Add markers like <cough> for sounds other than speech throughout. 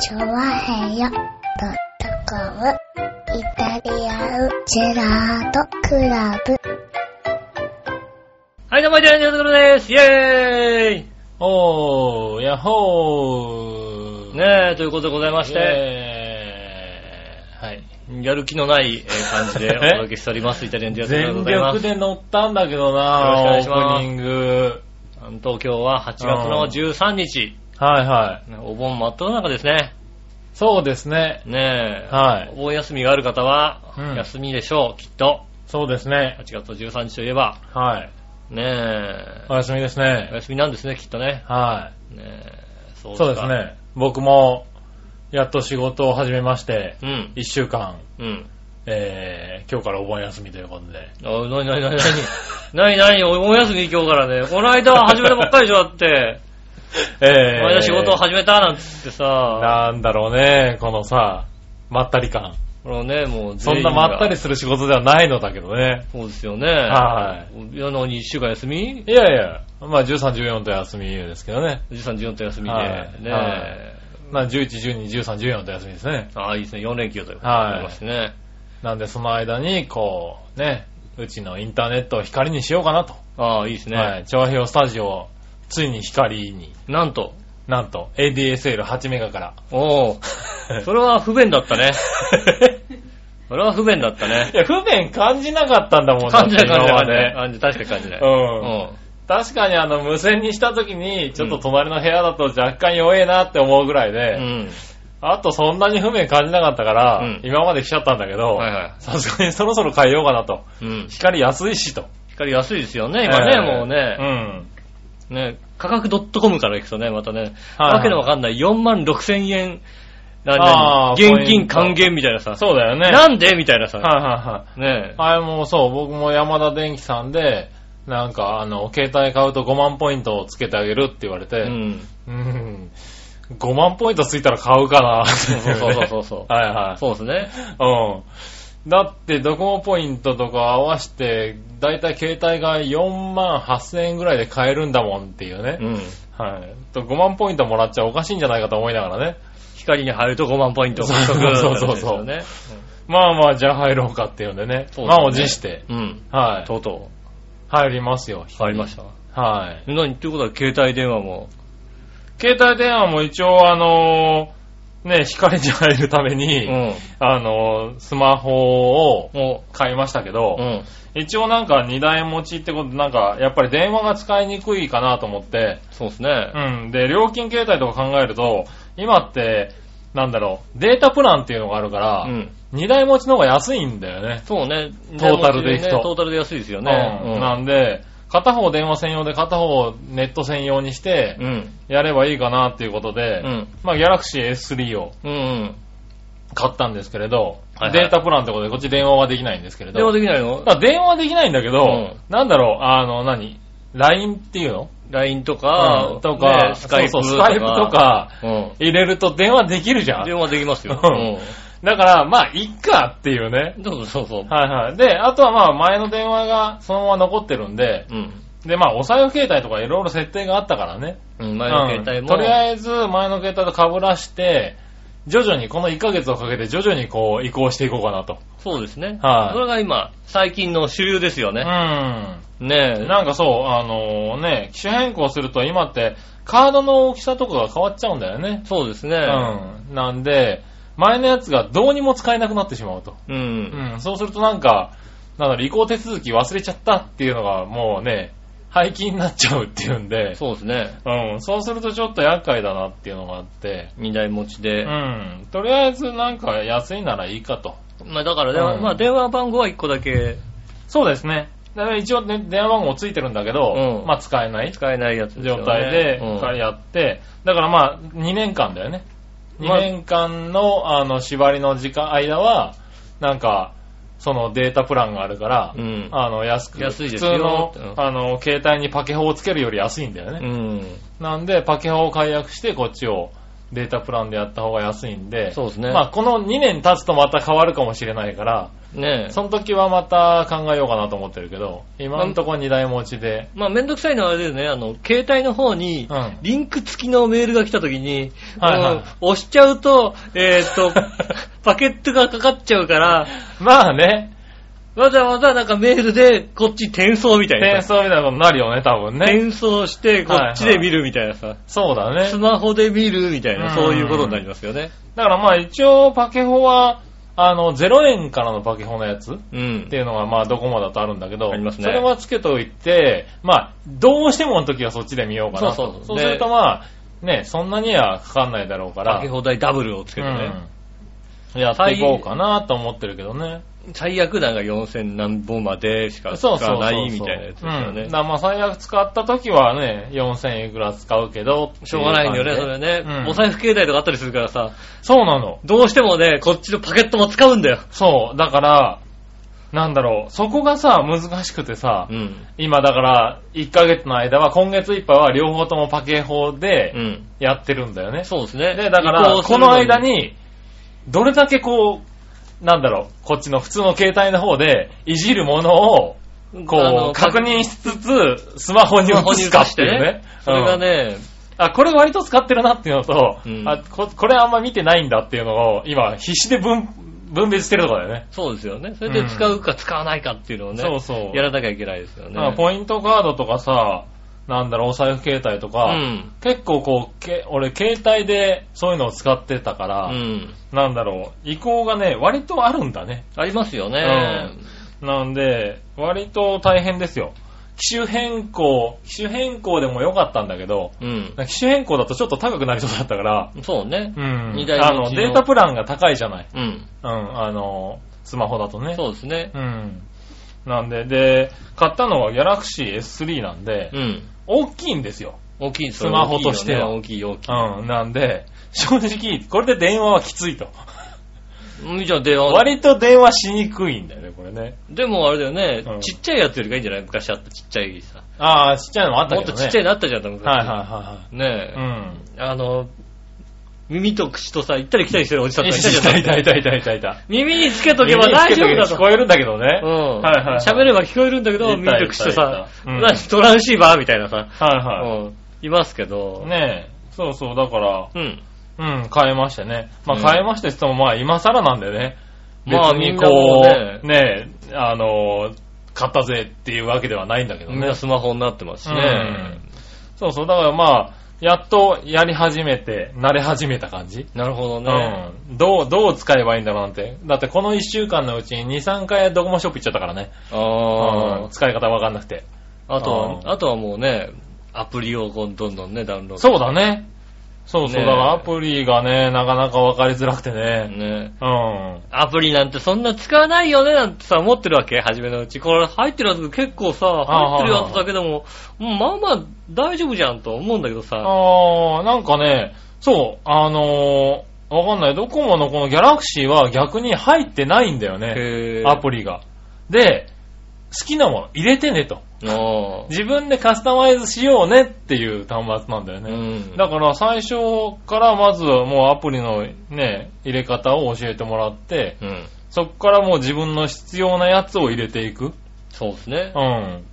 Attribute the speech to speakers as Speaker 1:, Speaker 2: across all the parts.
Speaker 1: チョワヘヨドットコムイタリアンジェラートクラブ。
Speaker 2: はい、どうも、イタリアンジェラートクラブです。イェーイ
Speaker 3: おー、やっほー。
Speaker 2: ねえ、ということでございまし、
Speaker 3: そしてえーはい。
Speaker 2: やる気のないえー感じ
Speaker 3: <laughs>
Speaker 2: でお届けしております、イタリアンジェラート
Speaker 3: 全
Speaker 2: クラブでご
Speaker 3: 力
Speaker 2: ざい
Speaker 3: で乗ったんだけどな
Speaker 2: よろ
Speaker 3: オ
Speaker 2: しくお願い
Speaker 3: ープ
Speaker 2: し
Speaker 3: ニン
Speaker 2: ま
Speaker 3: グ。
Speaker 2: す。東京は8月の13日、
Speaker 3: はいはい。
Speaker 2: ねお盆真っ只中ですね。
Speaker 3: そうですね。
Speaker 2: ねえ、
Speaker 3: はい
Speaker 2: お盆休みがある方は
Speaker 3: うん、
Speaker 2: 休みでしょう、きっと。
Speaker 3: そうですね
Speaker 2: 8。月13日といえば、
Speaker 3: はい。
Speaker 2: ねえ
Speaker 3: お、休みです
Speaker 2: お
Speaker 3: ね。
Speaker 2: 休みなんですね、きっとね。
Speaker 3: は
Speaker 2: ねえ、そ
Speaker 3: い。
Speaker 2: か
Speaker 3: そうです。ね。僕も、やっと仕事を始めまして、
Speaker 2: うん、
Speaker 3: 1週間、
Speaker 2: うん。
Speaker 3: えー、今日からお盆休みということで。
Speaker 2: あ、なになになになになになにお盆休み今日からね。この間始めたばっかりでしょ、だって。
Speaker 3: え
Speaker 2: この間仕事を始めたなんつってさ。
Speaker 3: なんだろうね、このさ、まったり感。
Speaker 2: これをね、もう
Speaker 3: そんなまったりする仕事ではないのだけどね。
Speaker 2: そうですよね。。
Speaker 3: はい
Speaker 2: 世のに1週間休み
Speaker 3: いやいや、まあ13、14と休みですけどね。
Speaker 2: ?13、14と休みで。
Speaker 3: はい
Speaker 2: ね
Speaker 3: は
Speaker 2: え。
Speaker 3: まあ11、12、13、14と休みですね。
Speaker 2: ああ、いいですね。4連休ということに
Speaker 3: はい
Speaker 2: なりますね。
Speaker 3: なんでその間に、こう、ね、うちのインターネットを光にしようかなと。
Speaker 2: ああ、いいですね。
Speaker 3: はい。調和表スタジオを、ついに光に、
Speaker 2: なんと。
Speaker 3: なんと ADSL8 メガから。
Speaker 2: おお。
Speaker 3: <laughs>
Speaker 2: それは不便だったね。それは不便だった
Speaker 3: <laughs>
Speaker 2: ね
Speaker 3: い。や、不便感じなかったんだもん
Speaker 2: 感じない
Speaker 3: だっ
Speaker 2: 感
Speaker 3: て
Speaker 2: じ
Speaker 3: 今
Speaker 2: な
Speaker 3: ま
Speaker 2: い感じない感
Speaker 3: で。
Speaker 2: じ確かに感じない。
Speaker 3: うん確かにあの、無線にした時に、ちょっと隣の部屋だと若干弱えなって思うぐらいで、
Speaker 2: うん。うん。
Speaker 3: あとそんなに不便感じなかったから、
Speaker 2: うん
Speaker 3: 今まで来ちゃったんだけど
Speaker 2: はい、は
Speaker 3: さすがにそろそろ変えようかなと。
Speaker 2: い。うん。
Speaker 3: 光安いしと。
Speaker 2: 光安いですよね、今ね、
Speaker 3: えー
Speaker 2: もうね。ね、価格 .com から行くとね、またね、
Speaker 3: はいはい
Speaker 2: わけのわかんない4万6千円、な
Speaker 3: あ
Speaker 2: に
Speaker 3: ー
Speaker 2: 現金還元みたいな
Speaker 3: う
Speaker 2: さ
Speaker 3: ん。、そうだよね。はい
Speaker 2: なんでみたいなさ、
Speaker 3: はいはい。
Speaker 2: ねえ、
Speaker 3: あれもそう、僕も山田電機さんで、なんか、あの、携帯買うと5万ポイントをつけてあげるって言われて、
Speaker 2: う
Speaker 3: うん、 <laughs>
Speaker 2: ん。
Speaker 3: 5万ポイントついたら買うかな、そ
Speaker 2: そう
Speaker 3: う
Speaker 2: そうそうそうそう
Speaker 3: <laughs> はいは
Speaker 2: そうですね。
Speaker 3: い。うん。だって、ドコモポイントとか合わせて、だいたい携帯が4万8000円ぐらいで買えるんだもんっていうね。
Speaker 2: うん。
Speaker 3: はい。と5万ポイントもらっちゃおかしいんじゃないかと思いながらね。
Speaker 2: 光に入ると5万ポイント獲得
Speaker 3: <laughs> そうそうそうそう
Speaker 2: なんです
Speaker 3: まあまあ、じゃあ入ろうかっていうんでね。
Speaker 2: そうですね
Speaker 3: 満を持して。
Speaker 2: よね。うん。
Speaker 3: はい。
Speaker 2: とうと
Speaker 3: 入りますよ。
Speaker 2: う、入りました。
Speaker 3: はい。
Speaker 2: 何っていうことは携帯電話も、
Speaker 3: 携帯電話も一応、あのーね、光に入るため
Speaker 2: う
Speaker 3: に、
Speaker 2: ん。
Speaker 3: あのースマホを
Speaker 2: も
Speaker 3: 買いましたけ
Speaker 2: う、う
Speaker 3: ど、
Speaker 2: ん。
Speaker 3: 一応なんか2台持ちってことで、なんか、やっぱり電話が使いにくいかなと思って、
Speaker 2: そうですね
Speaker 3: う。ん。で、料金形態とか考えると、今って、なんだろう、データプランっていうのがあるから、
Speaker 2: うん。
Speaker 3: 2台持ちの方が安いんだよね。
Speaker 2: そうね。
Speaker 3: トータルでいくと
Speaker 2: ねトータルで安いですよね。
Speaker 3: うんなんで、片方電話専用で片方ネット専用にして
Speaker 2: う、ん。
Speaker 3: やればいいかなっていうことで、
Speaker 2: うん。
Speaker 3: まあ、ギャラクシー S3 を
Speaker 2: うん。うん。
Speaker 3: 買ったんですけれど、
Speaker 2: はいはい
Speaker 3: データプランってことでこっち電話はできないんですけれど。
Speaker 2: 電話できないの
Speaker 3: だから電話はできないんだけど、
Speaker 2: うん
Speaker 3: なんだろう、あの、何 ?LINE っていうの
Speaker 2: ?LINE とか、
Speaker 3: うんとか、
Speaker 2: ねスカイプ
Speaker 3: そ
Speaker 2: と
Speaker 3: う
Speaker 2: か。
Speaker 3: そうスカイプとか
Speaker 2: う
Speaker 3: 入れると電話できるじゃ
Speaker 2: ん。
Speaker 3: ん。
Speaker 2: 電話できますよ。
Speaker 3: う
Speaker 2: う
Speaker 3: だから、まあ、いっかっていうね。
Speaker 2: ん。そうそうそう。
Speaker 3: はいはい。で、あとはまあ、前の電話がそのまま残ってるんで、
Speaker 2: うん。
Speaker 3: で、まあ、お財布携帯とかいろいろ設定があったからね。
Speaker 2: うん、前の携帯も。
Speaker 3: うんとりあえず、前の携帯と被らして、徐々に、この1ヶ月をかけて徐々にこう移行していこうかなと。
Speaker 2: そうですね。
Speaker 3: はい
Speaker 2: それが今、最近の主流ですよね。
Speaker 3: うん。
Speaker 2: ねえ。
Speaker 3: なんかそう、あのね、機種変更すると今ってカードの大きさとかが変わっちゃうんだよね。
Speaker 2: そうですね。
Speaker 3: うん。なんで、前のやつがどうにも使えなくなってしまうと。
Speaker 2: うん。
Speaker 3: うん。そうするとなんか、なんだろう、移行手続き忘れちゃったっていうのがもうね、廃棄になっちゃうっていうんで、
Speaker 2: そうですね。
Speaker 3: うん。そうするとちょっと厄介だなっていうのがあって、
Speaker 2: 二台持ち
Speaker 3: う
Speaker 2: で。
Speaker 3: ん。とりあえずなんか安いならいいかと。
Speaker 2: まあだから電話、
Speaker 3: うん
Speaker 2: まあ電話番号は一個だけ
Speaker 3: そうですね。だから一応、ね、電話番号ついてるんだけど、
Speaker 2: うん
Speaker 3: まあ使えない
Speaker 2: 使えないやつですよね。
Speaker 3: 状態で
Speaker 2: うん
Speaker 3: やって、だからまあ2年間だよね。2
Speaker 2: まあ
Speaker 3: 年間のあの縛りの時間、間は、なんか、そのデータプランがあるから、
Speaker 2: うん
Speaker 3: あの安く、
Speaker 2: 安い
Speaker 3: 普
Speaker 2: です
Speaker 3: 通
Speaker 2: よ
Speaker 3: の
Speaker 2: うん
Speaker 3: あの携帯にパケホをつけるより安いんだよ
Speaker 2: う
Speaker 3: ね。
Speaker 2: ん。
Speaker 3: なんで、パケホを解約してこっちをデータプランでやった方が安いんで、
Speaker 2: そうですね
Speaker 3: まあ、この2年経つとまた変わるかもしれないから、
Speaker 2: ねえ。
Speaker 3: その時はまた考えようかなと思ってるけど、今のところ2台持ちで、
Speaker 2: まあ、めんどくさいのはあれですね、あの、携帯の方に
Speaker 3: うん、
Speaker 2: リンク付きのメールが来た時に、
Speaker 3: はいはい
Speaker 2: うん押しちゃうと、えーっ
Speaker 3: <laughs>
Speaker 2: と、パケットがかかっちゃうから、
Speaker 3: まあね、
Speaker 2: わざわざなんかメールでこっち転送みたいな
Speaker 3: 転
Speaker 2: さ。
Speaker 3: 送みたいなことになるよね、多分ね。
Speaker 2: 転送してこっちで見るみたいなさ。
Speaker 3: そうだね
Speaker 2: ス。マホで見るみたいな、
Speaker 3: うん
Speaker 2: そういうことになりますよね。
Speaker 3: だからまあ一応パケホは、あの、0円からのパケホのやつっ
Speaker 2: うん
Speaker 3: て。いうのがまあドコモだとあるんだけど、
Speaker 2: ありますね
Speaker 3: それはつけといて、まあ、どうしてもの時はそっちで見ようかなと。
Speaker 2: そうそうそう
Speaker 3: するとまあ、ね、そんなにはかかんないだろうから、
Speaker 2: かけ放題ダブルをつけてね。
Speaker 3: うんやっていこうかなと思ってるけどね。
Speaker 2: 最悪なんか4000何本までしか使
Speaker 3: そうそうそうそう。
Speaker 2: わないみたいなやつですよね。
Speaker 3: うんだからまあ最悪使った時はね、4000円いくら使うけどってい感
Speaker 2: し
Speaker 3: じで、
Speaker 2: ょうがないんだよね、それね、
Speaker 3: うん
Speaker 2: お財布携帯とかあったりするからさ、
Speaker 3: そうなの。
Speaker 2: どうしてもね、こっちのパケットも使うんだよ。
Speaker 3: そう。だから、なんだろう。そこがさ、難しくてさ、
Speaker 2: うん。
Speaker 3: 今だから、1ヶ月の間は、今月いっぱいは両方ともパケ法
Speaker 2: う
Speaker 3: で
Speaker 2: ん。
Speaker 3: やってるんだよね。
Speaker 2: そうですね。
Speaker 3: で、だか
Speaker 2: 移
Speaker 3: ら、
Speaker 2: 行す
Speaker 3: こ
Speaker 2: る
Speaker 3: の間、に、どれだけこう、なんだろう、こっちの普通の携帯の方で、いじるものを、
Speaker 2: あ
Speaker 3: こ
Speaker 2: の
Speaker 3: う、確認しつつ、スマホに
Speaker 2: スマホ
Speaker 3: 移
Speaker 2: に移
Speaker 3: すかっ
Speaker 2: してて
Speaker 3: いう
Speaker 2: ね
Speaker 3: ね。。
Speaker 2: それが
Speaker 3: うん、
Speaker 2: ね、
Speaker 3: あ、これ割と使ってるなっていうのと、
Speaker 2: うん
Speaker 3: あこ、これあんま見てないんだっていうのを、今、必死で分、分別してるとこだよね。
Speaker 2: そうですよね。それで使うか使わないかっていうのをね、
Speaker 3: そうそう
Speaker 2: やらなきゃいけないですよ
Speaker 3: だから
Speaker 2: ね。
Speaker 3: ポイントカードとかさ、なんだろう、お財布携帯とか、
Speaker 2: うん。
Speaker 3: 結構こう、け俺携帯でそういうのを使ってたか
Speaker 2: う
Speaker 3: ら、
Speaker 2: ん。
Speaker 3: なんだろう、移行がね、割とあるんだね。
Speaker 2: ありますよね。
Speaker 3: なんで、割と大変ですよ。機種変更、機種変更でも良かったんだけど、
Speaker 2: うん。
Speaker 3: 機種変更だとちょっと高くなりそうだったから、
Speaker 2: そうね
Speaker 3: う。ん。
Speaker 2: 二台
Speaker 3: あ
Speaker 2: のう
Speaker 3: の、
Speaker 2: ちの
Speaker 3: データプランが高いじゃない。
Speaker 2: うん。
Speaker 3: うん、あの、スマホだとね。
Speaker 2: そうですね。
Speaker 3: うん。なんで、で、買ったのは Galaxy S3 なんで、
Speaker 2: うん。
Speaker 3: 大きいんですよ。
Speaker 2: 大きいです
Speaker 3: スマホとしては
Speaker 2: 大きいよね大きい大
Speaker 3: うん。なんで、正直、これで電話はきついと。
Speaker 2: きい。うん、じゃあ電話
Speaker 3: 割と電話しにくいんだよね、これね。
Speaker 2: でもあれだよね、
Speaker 3: うん
Speaker 2: ちっちゃいやつよりがいいんじゃない昔あったちっちゃいさ。
Speaker 3: ああ、ちっちゃいのもあった
Speaker 2: もっ
Speaker 3: けど
Speaker 2: と
Speaker 3: ね。
Speaker 2: ちっちゃいのあったじゃん、昔。
Speaker 3: はいは
Speaker 2: ね
Speaker 3: い
Speaker 2: え、
Speaker 3: はいはい。うん。
Speaker 2: あの、耳と口とさ、行ったり来たりしてるおじさんとかいたじゃ
Speaker 3: い
Speaker 2: な
Speaker 3: た
Speaker 2: い
Speaker 3: いたいたいたいたいた。
Speaker 2: 耳につけとけば大丈夫だ
Speaker 3: 耳につ
Speaker 2: と。
Speaker 3: けとけば聞こえるんだけどね。
Speaker 2: うん。
Speaker 3: はいはいはい
Speaker 2: 喋れば聞こえるんだけど、
Speaker 3: いたいた
Speaker 2: 耳と口とさ、
Speaker 3: いたうん
Speaker 2: 何トランシーバーみたいなさ、
Speaker 3: は
Speaker 2: うんいますけ
Speaker 3: いは
Speaker 2: ど、
Speaker 3: い。ねえ。そうそう、だから、
Speaker 2: うん。
Speaker 3: うん、変えましてね。ま
Speaker 2: う
Speaker 3: あ
Speaker 2: ん
Speaker 3: 変えましてって言っても、まあ今更なんでね。
Speaker 2: まあ
Speaker 3: 別に
Speaker 2: みん
Speaker 3: こ
Speaker 2: なも
Speaker 3: う、ねえ、あの、買ったぜっていうわけではないんだけど
Speaker 2: みんな
Speaker 3: ね。
Speaker 2: スマホになってますしね。
Speaker 3: そうそう、だからまあ、やっとやり始めて、慣れ始めた感じ。
Speaker 2: なるほど
Speaker 3: う
Speaker 2: ね。
Speaker 3: ん。どう、どう使えばいいんだろうなんて。だってこの1週間のうちに2、3回ドコモショップ行っちゃったからね。
Speaker 2: あ
Speaker 3: うん
Speaker 2: ー
Speaker 3: 使い方わかんなくて。
Speaker 2: あとは、
Speaker 3: うん
Speaker 2: あとはもうね、アプリをこうどんどんね、ダウンロード
Speaker 3: そうだね。そうそう、
Speaker 2: ねえ
Speaker 3: だからアプリがね、なかなかわかりづらくてね。
Speaker 2: ね。
Speaker 3: うん。
Speaker 2: アプリなんてそんな使わないよねなんてさ、思ってるわけ初めのうち。これ入ってるやつ結構さ、入ってるやつだけでも、うんまあまあ大丈夫じゃんと思うんだけどさ。
Speaker 3: あー、なんかね、そう、あのー、わかんない。ドコモのこのギャラクシーは逆に入ってないんだよね。
Speaker 2: へ
Speaker 3: ア
Speaker 2: リ。
Speaker 3: プリが。で、好きなもの入れてねと。
Speaker 2: あ
Speaker 3: 自分でカスタマイズしようねっていう端末なんだよ
Speaker 2: あ。う
Speaker 3: ね。
Speaker 2: ん。
Speaker 3: だから最初からまずもうアプリのね、入れ方を教えてもらって、
Speaker 2: うん。
Speaker 3: そこからもう自分の必要なやつを入れていく。
Speaker 2: そうですね
Speaker 3: う。ん。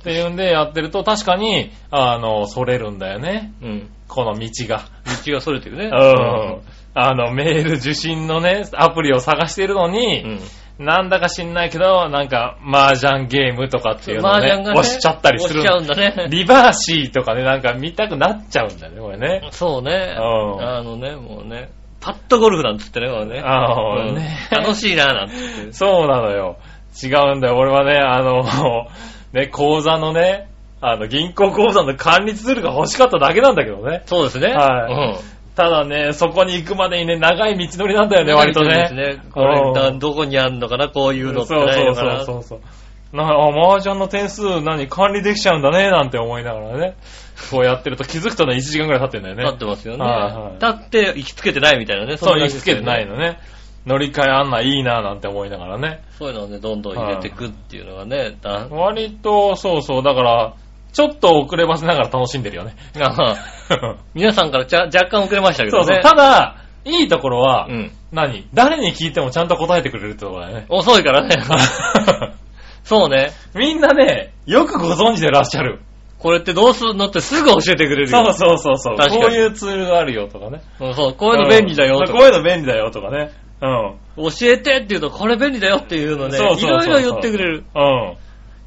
Speaker 3: っていうんでやってると確かに、あの、それるんだよね。
Speaker 2: うん。
Speaker 3: この道が。
Speaker 2: 道がそれてるね。
Speaker 3: うん。あの、メール受信のね、アプリを探してるの
Speaker 2: う
Speaker 3: に、
Speaker 2: ん。
Speaker 3: なんだか知んないけど、なんか、麻雀ゲームとかっていうのを
Speaker 2: 麻
Speaker 3: ね、
Speaker 2: 雀がね。
Speaker 3: 押しちゃったりする
Speaker 2: 押しちゃうんだね。
Speaker 3: リバーシーとかね、なんか見たくなっちゃうんだね、これね。
Speaker 2: そうね。
Speaker 3: うん
Speaker 2: あのね、もうね。パッドゴルフなんつってね、これね。
Speaker 3: あー
Speaker 2: うん
Speaker 3: ね
Speaker 2: 楽しいな、なんつって。
Speaker 3: そうなのよ。違うんだよ。俺はね、あの、ね、口座のね、あの、銀行口座の管理ツールが欲しかっただけなんだけどね。
Speaker 2: そうですね。
Speaker 3: はい
Speaker 2: うん。
Speaker 3: ただね、そこに行くまでにね、長い道のりなんだよね、割と
Speaker 2: です
Speaker 3: ね。
Speaker 2: ね。これ
Speaker 3: うん
Speaker 2: だ、どこにあんのかな、こういう
Speaker 3: そ
Speaker 2: の
Speaker 3: う
Speaker 2: って
Speaker 3: そう
Speaker 2: ない
Speaker 3: そ
Speaker 2: の
Speaker 3: う
Speaker 2: かな。
Speaker 3: そうそう。なあ、麻雀の点数何管理できちゃうんだね、なんて思いながらね。こうやってると気づくとね、1時間ぐらい経ってんだよね。
Speaker 2: 立ってますよね。
Speaker 3: はいはい
Speaker 2: 立って、行きつけてないみたいなね。
Speaker 3: そ
Speaker 2: ん
Speaker 3: う、
Speaker 2: な
Speaker 3: 行
Speaker 2: 感じ
Speaker 3: き
Speaker 2: で
Speaker 3: つ
Speaker 2: すよ
Speaker 3: け
Speaker 2: ね
Speaker 3: てないのね。乗り換えあんないいな、なんて思いながらね。
Speaker 2: そういうのをね、どんどん入れていくっていうのがね、だ
Speaker 3: 割と、そうそう、だから、ちょっと遅ればせながら楽しんでる
Speaker 2: <laughs>
Speaker 3: よね。
Speaker 2: ああ皆さんからちゃ若干遅れましたけ
Speaker 3: そ
Speaker 2: ど
Speaker 3: うそう。
Speaker 2: ね。
Speaker 3: ただ、いいところは、
Speaker 2: うん。。
Speaker 3: 何誰に聞いてもちゃんと答えてくれるってところだよね <laughs>
Speaker 2: 遅いからね。そうね。
Speaker 3: みんなね、よくご存知でらっしゃる。
Speaker 2: これってどうすんのってすぐ教えてくれる
Speaker 3: そう
Speaker 2: よ。
Speaker 3: そうそうそう。
Speaker 2: 確かに
Speaker 3: こういうツールがあるよとかね。
Speaker 2: そうそう。こういうの便利だよ
Speaker 3: うん
Speaker 2: と
Speaker 3: こう
Speaker 2: か。
Speaker 3: いうの便利だよとかね。うん。
Speaker 2: 教えてって言うと、これ便利だよっていうのね。い
Speaker 3: そうそうそう
Speaker 2: ろ
Speaker 3: そう
Speaker 2: いろ言ってくれる。
Speaker 3: <laughs> うん。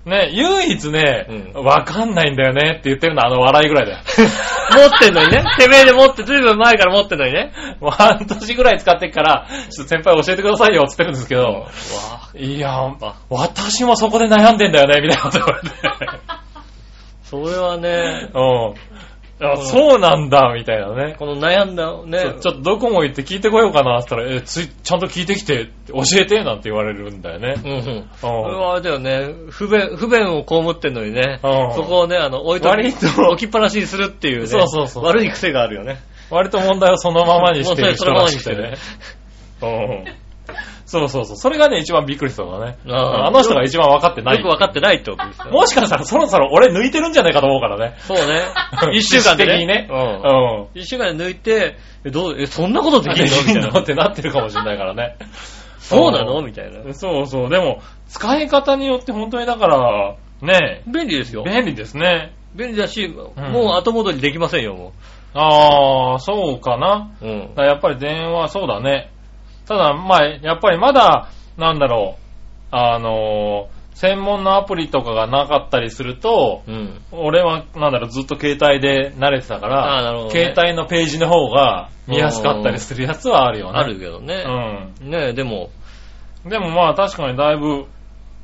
Speaker 3: ね、唯一ね、
Speaker 2: う
Speaker 3: わ、かんないんだよねって言ってるのはあの笑いぐらいだよ。
Speaker 2: 持ってんのにね。てめえで持って、ずいぶん前から持ってんのにね。
Speaker 3: もう半年ぐらい使ってっから、ちょっと先輩教えてくださいよって言ってるんですけど、いや、私もそこで悩んでんだよね、みたいなこと言われ
Speaker 2: それはね、
Speaker 3: て。うん。あそうなんだ、みたいなね。
Speaker 2: この悩んだね
Speaker 3: そう。ちょっとどこも行って聞いてこようかなって言ったら、え、つい、ちゃんと聞いてきて、教えて、なんて言われるんだよね。
Speaker 2: うんうん。
Speaker 3: うん
Speaker 2: これはあれだよね、不便、不便をこむってんのにね、
Speaker 3: うん
Speaker 2: そこをね、あの、置いと
Speaker 3: 割と
Speaker 2: 置きっぱなしにするっていうね、
Speaker 3: そうそうそう
Speaker 2: 悪い癖があるよね。
Speaker 3: 割と問題をそのままにして
Speaker 2: も
Speaker 3: る
Speaker 2: うそ
Speaker 3: 人
Speaker 2: れ
Speaker 3: らしくてね。
Speaker 2: うん。
Speaker 3: そうそうそう。それがね、一番びっくりしたのだね。
Speaker 2: ああ
Speaker 3: あの人が一番分かってない。
Speaker 2: よくわかってないってことですよ。
Speaker 3: もしかしたらそろそろ俺抜いてるんじゃないかと思うからね。
Speaker 2: そうね。一週間でね。
Speaker 3: 的にね。
Speaker 2: うん。
Speaker 3: うん。
Speaker 2: 一週間で抜いて、え、どう、え、そんなことで
Speaker 3: で
Speaker 2: きるのみ
Speaker 3: き
Speaker 2: た
Speaker 3: ん
Speaker 2: い
Speaker 3: の
Speaker 2: な。
Speaker 3: ってなってるかもしれないからね。
Speaker 2: そうなのみたいな。
Speaker 3: そうそう。でも、使い方によって本当にだから、ね
Speaker 2: 便利ですよ。
Speaker 3: 便利ですね。
Speaker 2: 便利だし、もう後戻りできませんよ、も
Speaker 3: ああ、そうかな。
Speaker 2: う。うん
Speaker 3: だ。からやっぱり電話、そうだね。ただ、まあ、やっぱりまだ、なんだろう、あのー専門のアプリとかがなかったりすると、
Speaker 2: うん。
Speaker 3: 俺は、なんだろう、ずっと携帯で慣れてたか
Speaker 2: あーなる
Speaker 3: ら、
Speaker 2: ほどね
Speaker 3: 携帯のページの方が見やすかったりするやつはあるよね。
Speaker 2: あるけどね。ねえ、でも、
Speaker 3: うん。でもまあ確かにだいぶ、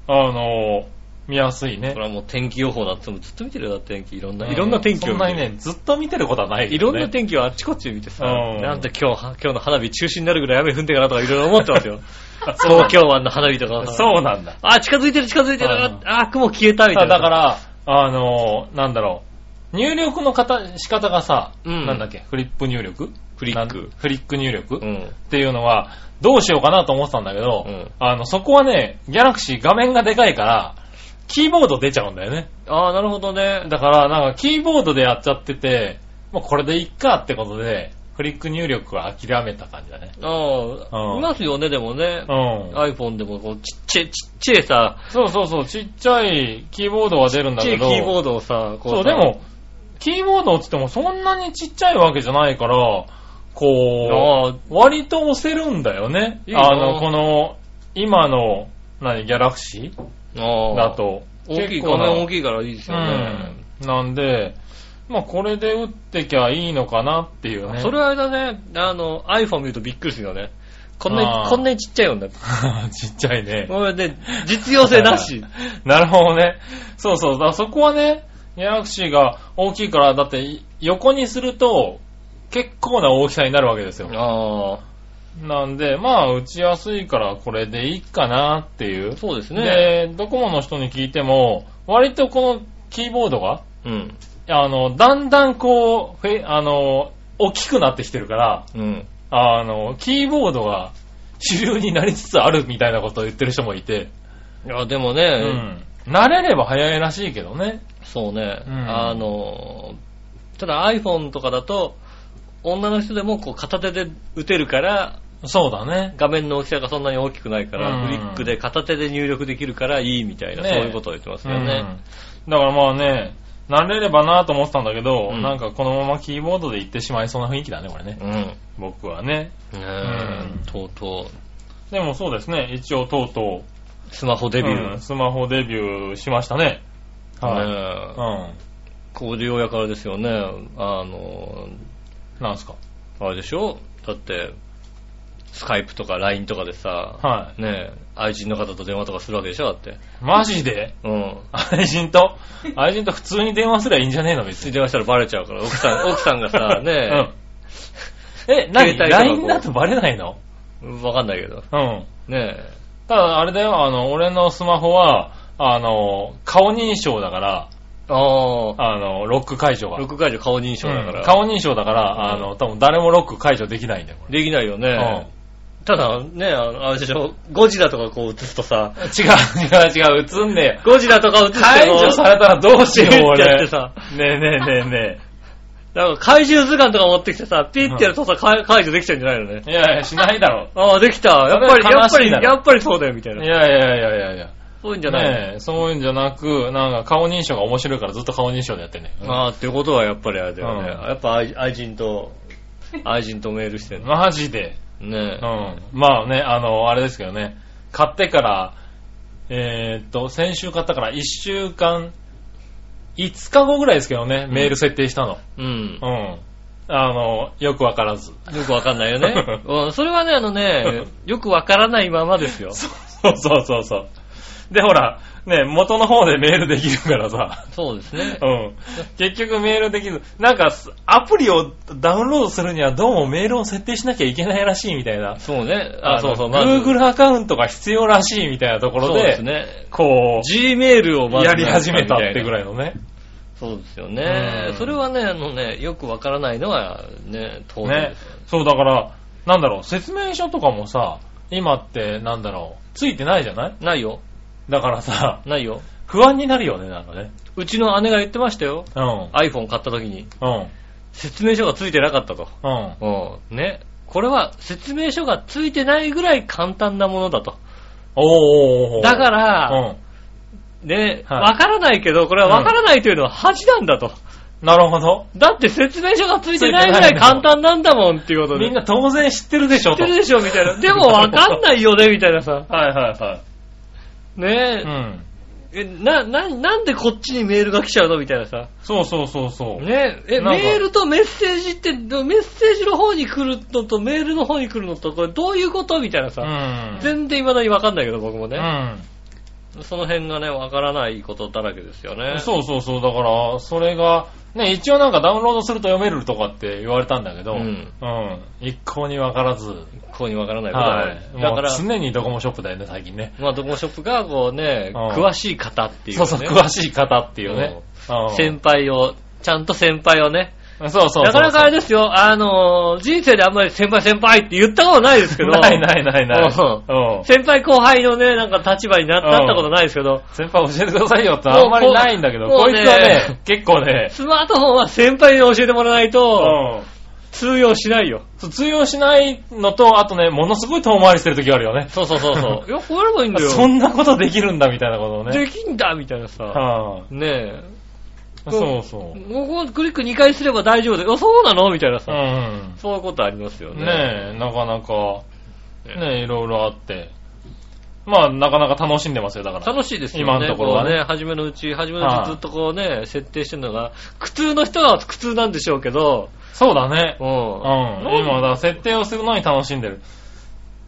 Speaker 3: あのー見やすいね
Speaker 2: それ。はもう天気予報だってもずっと見てるよ、だって天気。いろんな、
Speaker 3: う
Speaker 2: いろんな天気を
Speaker 3: そん
Speaker 2: 見て
Speaker 3: な
Speaker 2: る
Speaker 3: にね、ずっと見てることはない
Speaker 2: い
Speaker 3: けど
Speaker 2: ろん
Speaker 3: ね
Speaker 2: な天気をあっちこっち見てさ、
Speaker 3: うん
Speaker 2: なんで今日、今日の花火中止になるぐらい雨降ってかなとかいろいろ思ってますよ。
Speaker 3: <laughs> そう
Speaker 2: 東京湾の花火とかさ
Speaker 3: そうなんだ。
Speaker 2: あ、近づいてる近づいてる、
Speaker 3: うん
Speaker 2: あ、雲消えたみたい
Speaker 3: だ
Speaker 2: な。
Speaker 3: から、あのーなんだろう。入力の方、仕方がさ、
Speaker 2: うん
Speaker 3: なんだっけ、フリップ入力
Speaker 2: フリック
Speaker 3: なんフリック入力、
Speaker 2: う
Speaker 3: っ
Speaker 2: ん。
Speaker 3: ていうのは、どうしようかなと思ってたんだけど、
Speaker 2: うん
Speaker 3: あの、そこはね、ギャラクシー画面がでかいから、キーボード出ちゃうんだよね。
Speaker 2: ああ、なるほどね。
Speaker 3: だから、なんか、キーボードでやっちゃってて、もうこれでいっかってことで、フリック入力は諦めた感じだね。
Speaker 2: ああ、
Speaker 3: うん
Speaker 2: いますよね、でもね
Speaker 3: う。ん。
Speaker 2: iPhone でもこうちっちゃい、ちっちゃいさ、
Speaker 3: そうそうそう、ちっちゃいキーボードは出るんだ
Speaker 2: ち
Speaker 3: け
Speaker 2: っち
Speaker 3: ど、
Speaker 2: ゃいキーボードをさ、こ
Speaker 3: そう、
Speaker 2: さ
Speaker 3: で、も、キーボードっつってもそんなにちっちゃいわけじゃないから、こ
Speaker 2: ああ、
Speaker 3: う、割と押せるんだよね。
Speaker 2: いいな
Speaker 3: あの、この、今の、何、ギャラクシ
Speaker 2: あ
Speaker 3: ー
Speaker 2: あ
Speaker 3: だ。と、
Speaker 2: 大きい、
Speaker 3: 結
Speaker 2: 画
Speaker 3: 構な
Speaker 2: 面大きいからいいです
Speaker 3: う
Speaker 2: よね。
Speaker 3: ん。なんで、まあこれで打ってきゃいいのかなっていうね。
Speaker 2: それはあれだね、あの、iPhone 見るとびっくりするよね。こんな
Speaker 3: あ
Speaker 2: に、
Speaker 3: ー
Speaker 2: こんなにちっちゃいよね。
Speaker 3: <laughs> <laughs> ちっちゃいね。
Speaker 2: もうね、実用性な
Speaker 3: <laughs>
Speaker 2: し。
Speaker 3: なるほどね。そうそう。だからそこはね、ギャラクシーが大きいから、だってい横にすると、結構な大きさになるわけですよ。
Speaker 2: ああ、
Speaker 3: なんで、まあ、打ちやすいからこれでいいかなっていう。
Speaker 2: そうですね。
Speaker 3: で、ドコモの人に聞いても、割とこのキーボードが、
Speaker 2: うん。
Speaker 3: あの、だんだんこう、フェあの、大きくなってきてるから、
Speaker 2: うん。
Speaker 3: あの、キーボードが <laughs> 主流になりつつあるみたいなことを言ってる人もいて、
Speaker 2: いや、でもね、
Speaker 3: うん。慣れれば早いらしいけどね。
Speaker 2: そうね、
Speaker 3: うん
Speaker 2: あの、ただ iPhone とかだと、女の人でもこう片手で打てるから、
Speaker 3: そうだね。
Speaker 2: 画面の大きさがそんなに大きくないから、
Speaker 3: うん
Speaker 2: フリックで片手で入力できるからいいみたいな、
Speaker 3: ね
Speaker 2: そういうことを言ってますよね。
Speaker 3: うんだからまあね、慣れればなと思ってたんだけど、
Speaker 2: うん
Speaker 3: なんかこのままキーボードでいってしまいそうな雰囲気だね、これね。
Speaker 2: うん。ね
Speaker 3: 僕はね。
Speaker 2: え
Speaker 3: うん
Speaker 2: とうと
Speaker 3: でもそうですね、一応とうと
Speaker 2: う、スマホ
Speaker 3: う、
Speaker 2: デビュー。
Speaker 3: うんスマホデビューしましたね。は
Speaker 2: ね
Speaker 3: い。
Speaker 2: え
Speaker 3: う
Speaker 2: ここでようやくあれですよね、あの、
Speaker 3: ん。なんすか
Speaker 2: あれでしょだって、スカイプとか LINE とかでさ、
Speaker 3: は
Speaker 2: ねえ、愛人の方と電話とかするわけでしょだって。
Speaker 3: い。マジで
Speaker 2: うん。
Speaker 3: 愛人と愛人と普通に電話すりゃいいんじゃねえの別
Speaker 2: つい
Speaker 3: に。
Speaker 2: 電話したらバレちゃうから、奥
Speaker 3: <laughs>
Speaker 2: さん、奥さんがさ、ね <laughs>
Speaker 3: うん。え、何
Speaker 2: 携帯とかこう
Speaker 3: ?LINE だとバレないの
Speaker 2: え、わかんないけど、
Speaker 3: うん。
Speaker 2: ねえ、
Speaker 3: ただ、あれだよ、あの、俺のスマホは、あの、顔認証だから、
Speaker 2: ああ、
Speaker 3: あの、ロック解除が。
Speaker 2: 6解除顔認証だか
Speaker 3: うん
Speaker 2: ら、
Speaker 3: 顔認証だから、あの、多分誰もロック解除できないんだよ、これ。
Speaker 2: できないよね。ただね、あの、あれでしょ、ゴジラとかこう映すとさ、
Speaker 3: 違う、違う、違う、映んねえよ。
Speaker 2: ゴジラとか映って
Speaker 3: 解
Speaker 2: こう
Speaker 3: 除されたらどうしよう、
Speaker 2: ピッて <laughs> やっ
Speaker 3: 俺。
Speaker 2: てさ
Speaker 3: ねえねえねえね
Speaker 2: なんか怪獣図鑑とか持ってきてさ、ピッてやるとさ、解解除できちゃうんじゃないのね。
Speaker 3: え。いやいや、しないだろ。
Speaker 2: ああ、できた。やっぱり、
Speaker 3: それ
Speaker 2: や
Speaker 3: 悲
Speaker 2: っぱ
Speaker 3: しい
Speaker 2: り、
Speaker 3: だろ
Speaker 2: やっぱりそうだよ、みたい
Speaker 3: い
Speaker 2: な
Speaker 3: や。いやいやいやいや。
Speaker 2: そういうんじゃないの、
Speaker 3: ねえ、そういうんじゃなく、なんか顔認証が面白いからずっと顔認証でやってんね。
Speaker 2: ああ、ってことはやっぱりあれだよね。
Speaker 3: うん
Speaker 2: やっぱ愛愛人と、愛人とメールしてるの。
Speaker 3: マジで。
Speaker 2: ね
Speaker 3: うん。まあね、あの、あれですけどね。買ってから、えーっと、先週買ったから1週間、5日後ぐらいですけどね、メール設定したの。
Speaker 2: え。うん
Speaker 3: う。ん。あの、よくわからず。 <laughs>
Speaker 2: よくわかんないよね。うん、それはね、あのね、よくわからないままですよ。
Speaker 3: そうそうそうそう。で、ほら、ね、元の方でメールできるからさ。
Speaker 2: そうですね
Speaker 3: う。ん。結局メールできる。なんか、アプリをダウンロードするにはどうもメールを設定しなきゃいけないらしいみたいな。
Speaker 2: そうね。あ、そうそう、
Speaker 3: ま
Speaker 2: まず。
Speaker 3: Google アカウントが必要らしいみたいなところ
Speaker 2: そう
Speaker 3: で、
Speaker 2: ですね。
Speaker 3: こ
Speaker 2: Gmail を
Speaker 3: う、やり始めたってぐら
Speaker 2: い。
Speaker 3: いのね。
Speaker 2: そうですよね
Speaker 3: う。ん
Speaker 2: それはね、あのね、よくわからないのはね、当然
Speaker 3: ね
Speaker 2: ですよ。。
Speaker 3: そう、だから、なんだろう、説明書とかもさ、今って、なんだろう、ついてないじゃない
Speaker 2: ないよ。
Speaker 3: だからさ、
Speaker 2: ないよ。
Speaker 3: 不安になるよね、なんかね。
Speaker 2: うちの姉が言ってましたよ。
Speaker 3: うん。
Speaker 2: iPhone 買った時に。
Speaker 3: うん。
Speaker 2: 説明書がついてなかったと。
Speaker 3: うん。
Speaker 2: うん。ね。これは説明書がついてないぐらい簡単なものだと。
Speaker 3: おーおーおーおー
Speaker 2: だから、
Speaker 3: うん。
Speaker 2: ね、
Speaker 3: はい
Speaker 2: わからないけど、これはわからないというのは恥なんだと。
Speaker 3: なるほど。
Speaker 2: だって説明書がついてないぐらい簡単なんだもんっていうことで。
Speaker 3: みんな当然知ってるでし
Speaker 2: 知
Speaker 3: ょ、
Speaker 2: って
Speaker 3: と。
Speaker 2: るでしょみたいな。でもわかんないよねみたいなさ。
Speaker 3: はいはいはい。
Speaker 2: ね
Speaker 3: うん。
Speaker 2: え、な、な、なんでこっちにメールが来ちゃうのみたいなさ。
Speaker 3: そうそうそうそう。
Speaker 2: ねえ、
Speaker 3: なんか
Speaker 2: メールとメッセージって、どメッセージの方に来るのとメールの方に来るのと、これどういうことみたいな
Speaker 3: う
Speaker 2: さ。
Speaker 3: ん。
Speaker 2: 全然未だにわかんないけど、僕もね。
Speaker 3: うん。
Speaker 2: その辺がね、わからないことだらけですよね。
Speaker 3: そうそうそう、だから、それが、ね、一応なんかダウンロードすると読めるとかって言われたんだけ
Speaker 2: う
Speaker 3: ど、
Speaker 2: ん
Speaker 3: うん一向にわからず、
Speaker 2: こうにわからないことが
Speaker 3: は
Speaker 2: 多い
Speaker 3: い。
Speaker 2: だ
Speaker 3: だ
Speaker 2: か
Speaker 3: からら、、常にドコモショップだよね、最近ね。
Speaker 2: まあ、ドコモショップが、こうね、
Speaker 3: うん
Speaker 2: 詳しい方っていう、
Speaker 3: そう
Speaker 2: ね。
Speaker 3: そう、詳しい方っていうね。うん
Speaker 2: 先輩を、ちゃんと先輩をね。
Speaker 3: そうそうそう。
Speaker 2: なかなかあれですよ、あのー人生であんまり先輩先輩って言ったことないですけど。
Speaker 3: ないないないない。
Speaker 2: うん
Speaker 3: うん
Speaker 2: 先輩後輩のね、なんか立場になったったことないですけど、
Speaker 3: 先輩教えてくださいよってあんまりないんだけど、
Speaker 2: もう
Speaker 3: こいつは
Speaker 2: もうね
Speaker 3: ね、結構ね、
Speaker 2: スマートフォンは先輩に教えてもらわないうと、
Speaker 3: ん
Speaker 2: 通用しないよ。
Speaker 3: そう通用しないのと、あとね、ものすごい遠回りしてる時があるよね。
Speaker 2: そうそうそう <laughs> そう。いや、こうやればいいんだよ。
Speaker 3: そんなことできるんだみたいなことをね。
Speaker 2: できんだみたいなさ。
Speaker 3: は
Speaker 2: ね
Speaker 3: あそうそう。
Speaker 2: え。ここクリック2回すれば大丈夫だよ。あそうなのみたいな
Speaker 3: う
Speaker 2: さ。
Speaker 3: ん。
Speaker 2: そういうことありますよね。
Speaker 3: ねえ、なかなか、ねえ、いろいろあって。まあ、なかなか楽しんでますよ、だから。
Speaker 2: 楽しいですよね。
Speaker 3: 今のところはね
Speaker 2: うね。初めのうち、初めのう
Speaker 3: はい
Speaker 2: ちずっとこうね、設定してるのが、苦痛の人は苦痛なんでしょうけど、
Speaker 3: そうだね
Speaker 2: う。
Speaker 3: うん
Speaker 2: ん。。
Speaker 3: 今、だから設定をするのに楽しんでる。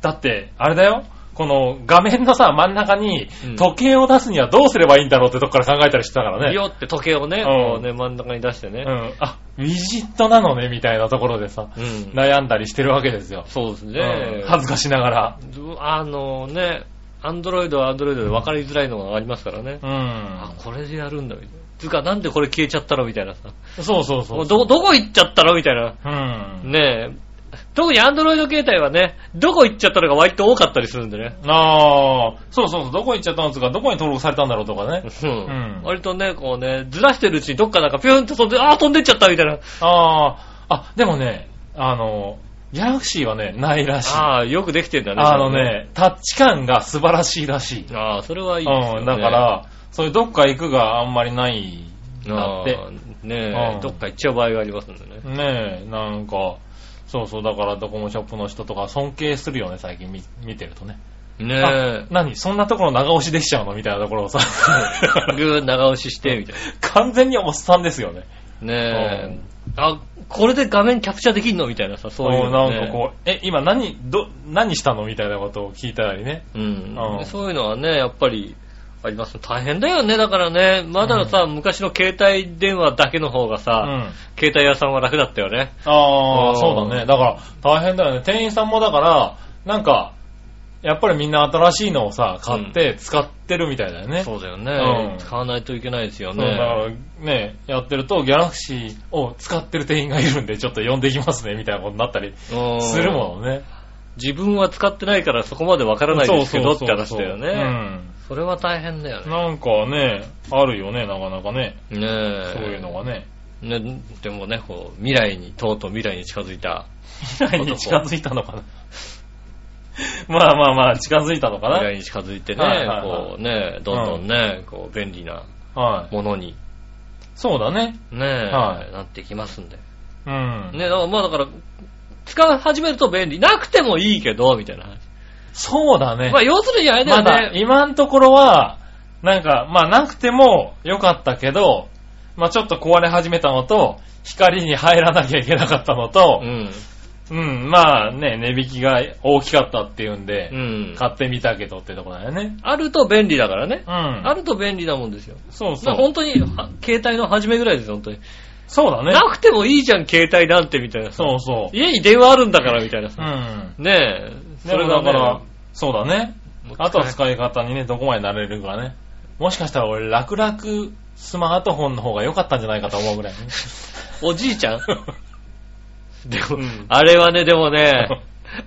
Speaker 3: だって、あれだよ。この画面のさ、真ん中に
Speaker 2: うん
Speaker 3: 時計を出すにはどうすればいいんだろうってとこから考えたりしてたから
Speaker 2: ビ
Speaker 3: ね。
Speaker 2: ヨって時計をね、
Speaker 3: ん
Speaker 2: こうね、真ん中に出してね
Speaker 3: う。ん。あ、ウィジットなのね、みたいなところでさ、
Speaker 2: うん。
Speaker 3: 悩んだりしてるわけですよ。
Speaker 2: そうです
Speaker 3: う
Speaker 2: ね
Speaker 3: ん。恥ずかしながら。
Speaker 2: あのね、アンドロイドはアンドロイドで分かりづらいのがありますからね。あ、
Speaker 3: う
Speaker 2: これでやるんだ、みたいな。つうか、なんでこれ消えちゃったのみたいなさ。
Speaker 3: ん。そうそうそう。
Speaker 2: ど、どこ行っちゃったのみたいな。
Speaker 3: うん。
Speaker 2: ねえ。特にアンドロイド携帯はね、どこ行っちゃったのが割と多かったりするんでね。
Speaker 3: ああ、そうそうそう、どこ行っちゃったんですか、どこに登録されたんだろうとかね。
Speaker 2: うん
Speaker 3: うん
Speaker 2: 割とね、こうね、ずらしてるうちにどっかなんかピューンと飛んで、ああ、飛んでっちゃったみたいな。
Speaker 3: ああ、あ、でもね、あの、ギャラクシーはね、ないらしい。あ
Speaker 2: ああ、よくできてんだね。
Speaker 3: のね、タッチ感が素晴らしいらしい。
Speaker 2: それね。ああ、それはいいですよ、ね。
Speaker 3: うん、だか、ら、そういうどっか行くがあんまりない
Speaker 2: あ
Speaker 3: な
Speaker 2: あ
Speaker 3: って。
Speaker 2: ねえ、
Speaker 3: うん
Speaker 2: どっか行っちゃう場合がありますんでね。
Speaker 3: ねえ、なんか、そうそう、だからドコモショップの人とか尊敬するよね、最近見見てるとね。あ
Speaker 2: ねえ。
Speaker 3: 何そんなところ長押しできちゃうのみたいなとこ
Speaker 2: <laughs>
Speaker 3: ろをさ、
Speaker 2: ぐー長押しして、みたい
Speaker 3: 完全におっさんですよね。
Speaker 2: な。ねえ。あ、これで画面キャプチャーできんのみたいなさ、そういう
Speaker 3: な
Speaker 2: の、
Speaker 3: ん
Speaker 2: ね。
Speaker 3: かこう、え、今何、ど、何したのみたいなことを聞いたりね。
Speaker 2: うん
Speaker 3: うん
Speaker 2: そういうのはね、やっぱりあります。大変だよね、だからね。まださ、昔の携帯電話だけの方が
Speaker 3: う
Speaker 2: さ、
Speaker 3: ん。
Speaker 2: 携帯屋さんは楽だったよね。
Speaker 3: あ
Speaker 2: うん
Speaker 3: あ、そうだね。だから、大変だよね。店員さんもだから、なんか、やっぱりみんな新しいのをさ、買って使ってるみたいだよね。
Speaker 2: そうだよね、
Speaker 3: うん
Speaker 2: 使わないといけないですよ
Speaker 3: そうだか
Speaker 2: ね。
Speaker 3: らね、やってると、ギャラクシーを使ってる店員がいるんで、ちょっと呼んできますね、みたいなことになったり
Speaker 2: うん
Speaker 3: するものね。
Speaker 2: 自分は使ってないからそこまでわからないですけどって話だよ
Speaker 3: う
Speaker 2: ね。
Speaker 3: ん。
Speaker 2: それは大変だよね。
Speaker 3: なんかね、あるよね、なかなかね。
Speaker 2: ねえ。
Speaker 3: そういうのがね。
Speaker 2: ね、でもね、こう、未来に、とうとう未来に近づいた、
Speaker 3: 未来に <laughs> 近づいたのかな。まあまあまあ、近づいたのか
Speaker 2: 未
Speaker 3: な。
Speaker 2: 来に近づいて
Speaker 3: はい
Speaker 2: ね
Speaker 3: は、いはい
Speaker 2: こうね、どんどんね、こう、便利な
Speaker 3: はい。
Speaker 2: ものに、
Speaker 3: そうだね。
Speaker 2: ね、
Speaker 3: はい
Speaker 2: なってきますんで。ね、
Speaker 3: うん。
Speaker 2: だからまあだから、使い始めると便利。なくてもいいけど、みたいな話。
Speaker 3: そうだね
Speaker 2: ま。あ要するにあれだよ
Speaker 3: まだ、
Speaker 2: ね。
Speaker 3: 今のところは、なんか、まあなくても良かったけど、まあちょっと壊れ始めたのと、光に入らなきゃいけなかったのと、
Speaker 2: うん。
Speaker 3: うん、まあね、値引きが大きかったっていうんで、
Speaker 2: うん。
Speaker 3: 買ってみたけどってとこだよね。
Speaker 2: あると便利だからね
Speaker 3: う。ん。
Speaker 2: あると便利なもんですよ。
Speaker 3: そうそ
Speaker 2: まあ
Speaker 3: う
Speaker 2: 本。当に、は携帯の初めぐらいですよ、本当に。
Speaker 3: そうだね。
Speaker 2: なくてもいいじゃん、携帯なんて、みたいなさ。
Speaker 3: そうそ
Speaker 2: 家に電話あるんだから、みたいな
Speaker 3: う。う
Speaker 2: さ。
Speaker 3: ん。
Speaker 2: ねえ。
Speaker 3: それだか
Speaker 2: ね
Speaker 3: ら、そうだね。
Speaker 2: もう使え
Speaker 3: あとは使い方にね、どこまで慣れるかね。もしかしたら俺、楽々スマートフォンの方が良かったんじゃないかと思うぐらいね。
Speaker 2: おじいちゃん <laughs> でも、
Speaker 3: うん
Speaker 2: あれはね、でも <laughs> ね、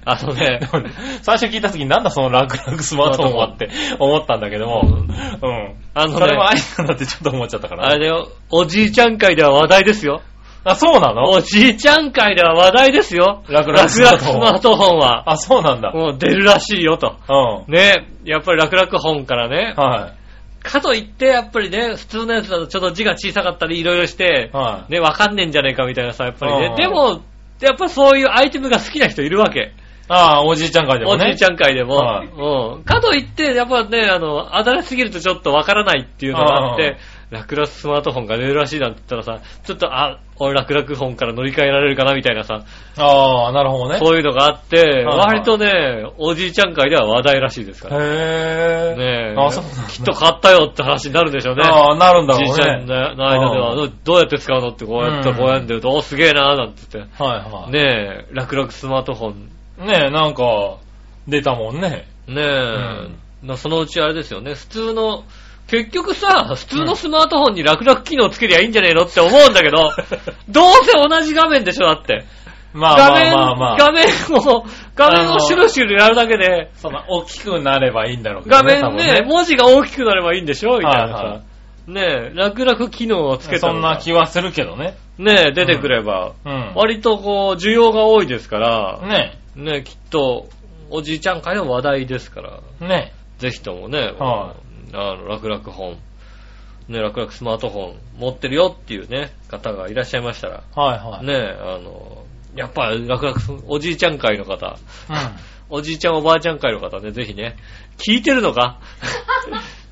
Speaker 2: あのね
Speaker 3: で、もね <laughs> 最初聞いた時になんだその楽々スマートフォンはって思ったんだけども、うん。
Speaker 2: あの
Speaker 3: それもあ
Speaker 2: ね、
Speaker 3: りなんだってちょっと思っちゃったから、
Speaker 2: あれだよ、おじいちゃん会では話題ですよ。
Speaker 3: あ、そうなの
Speaker 2: おじいちゃん会では話題ですよ。
Speaker 3: 楽々
Speaker 2: 楽
Speaker 3: ス
Speaker 2: 々
Speaker 3: マー
Speaker 2: ス
Speaker 3: トフォン
Speaker 2: マートフォンは、
Speaker 3: あ、そうなんだ。
Speaker 2: もう出るらしいよと。
Speaker 3: う
Speaker 2: ね、やっぱり楽々本からね
Speaker 3: ん。、は
Speaker 2: かといって、やっぱりね、普通のやつだとちょっと字が小さかったり、いろいろして
Speaker 3: い。、はい。
Speaker 2: ね、わかんねえんじゃねえかみたいなさ、やっぱり
Speaker 3: う
Speaker 2: ね。
Speaker 3: ん
Speaker 2: でも、やっぱりそういうアイテムが好きな人いるわけ。
Speaker 3: ああ、おじいちゃん会でも
Speaker 2: お
Speaker 3: ね。
Speaker 2: じいちゃん会でも。
Speaker 3: はい
Speaker 2: うん。かといって、やっぱね、あの、新しすぎるとちょっとわからないっていうのがあって、ラクラススマートフォンが出るらしいなんて言ったらさ、ちょっと、あ、俺ラクラクフォンから乗り換えられるかなみたいなさ、
Speaker 3: ああ、なるほどね。
Speaker 2: そういうのがあって、
Speaker 3: いはい
Speaker 2: 割とね、おじいちゃん会では話題らしいですから。
Speaker 3: へえ。
Speaker 2: ねえ。
Speaker 3: あそうなんだ
Speaker 2: きっと買ったよって話になるでしょうね。
Speaker 3: ああ、なるんだ
Speaker 2: じい
Speaker 3: ろう
Speaker 2: ちゃん
Speaker 3: ね。
Speaker 2: の間では、
Speaker 3: う
Speaker 2: どうやって使うのってこうやって
Speaker 3: うん
Speaker 2: こうやってると、お、すげえなーなんて言って。
Speaker 3: はいはい。
Speaker 2: ねえ、楽々スマートフォン。
Speaker 3: ねえ、なんか、出たもんね。
Speaker 2: ねえ、なそのうちあれですよね、普通の、結局さ、普通のスマートフォンに楽々機能つけりゃいいんじゃねえのって思うんだけ
Speaker 3: <laughs>
Speaker 2: ど、どうせ同じ画面でしょ、だって。
Speaker 3: まあ
Speaker 2: 画
Speaker 3: ま
Speaker 2: 面、
Speaker 3: あまあまあ。
Speaker 2: 画面を、画面をシュルシュルやるだけで、
Speaker 3: そんな大きくなればいいんだろうけ
Speaker 2: 画
Speaker 3: どね。
Speaker 2: 面
Speaker 3: 多分
Speaker 2: ね、文字が大きくなればいいんでしょみたいなさ。
Speaker 3: はいは
Speaker 2: ねえ、楽々機能をつけた
Speaker 3: そ
Speaker 2: の
Speaker 3: ん
Speaker 2: が
Speaker 3: な気はするけどね。
Speaker 2: ねえ、出てくれば、
Speaker 3: うん。
Speaker 2: 割とこう、需要が多いですから、
Speaker 3: ね
Speaker 2: ねえ、きっと、おじいちゃん会の話題ですから。
Speaker 3: え、ね
Speaker 2: ぜひともね、
Speaker 3: は
Speaker 2: あの、楽々本、ね、楽々スマートフォン持ってるよっていうね、方がいらっしゃいましたら、
Speaker 3: え。はいはい。
Speaker 2: ね、あの、やっぱ楽々す、おじいちゃん会の方、 <laughs>
Speaker 3: う
Speaker 2: おじいちゃんおばあちゃん会の方ね、ぜひね、聞いてるの
Speaker 3: <laughs>
Speaker 2: か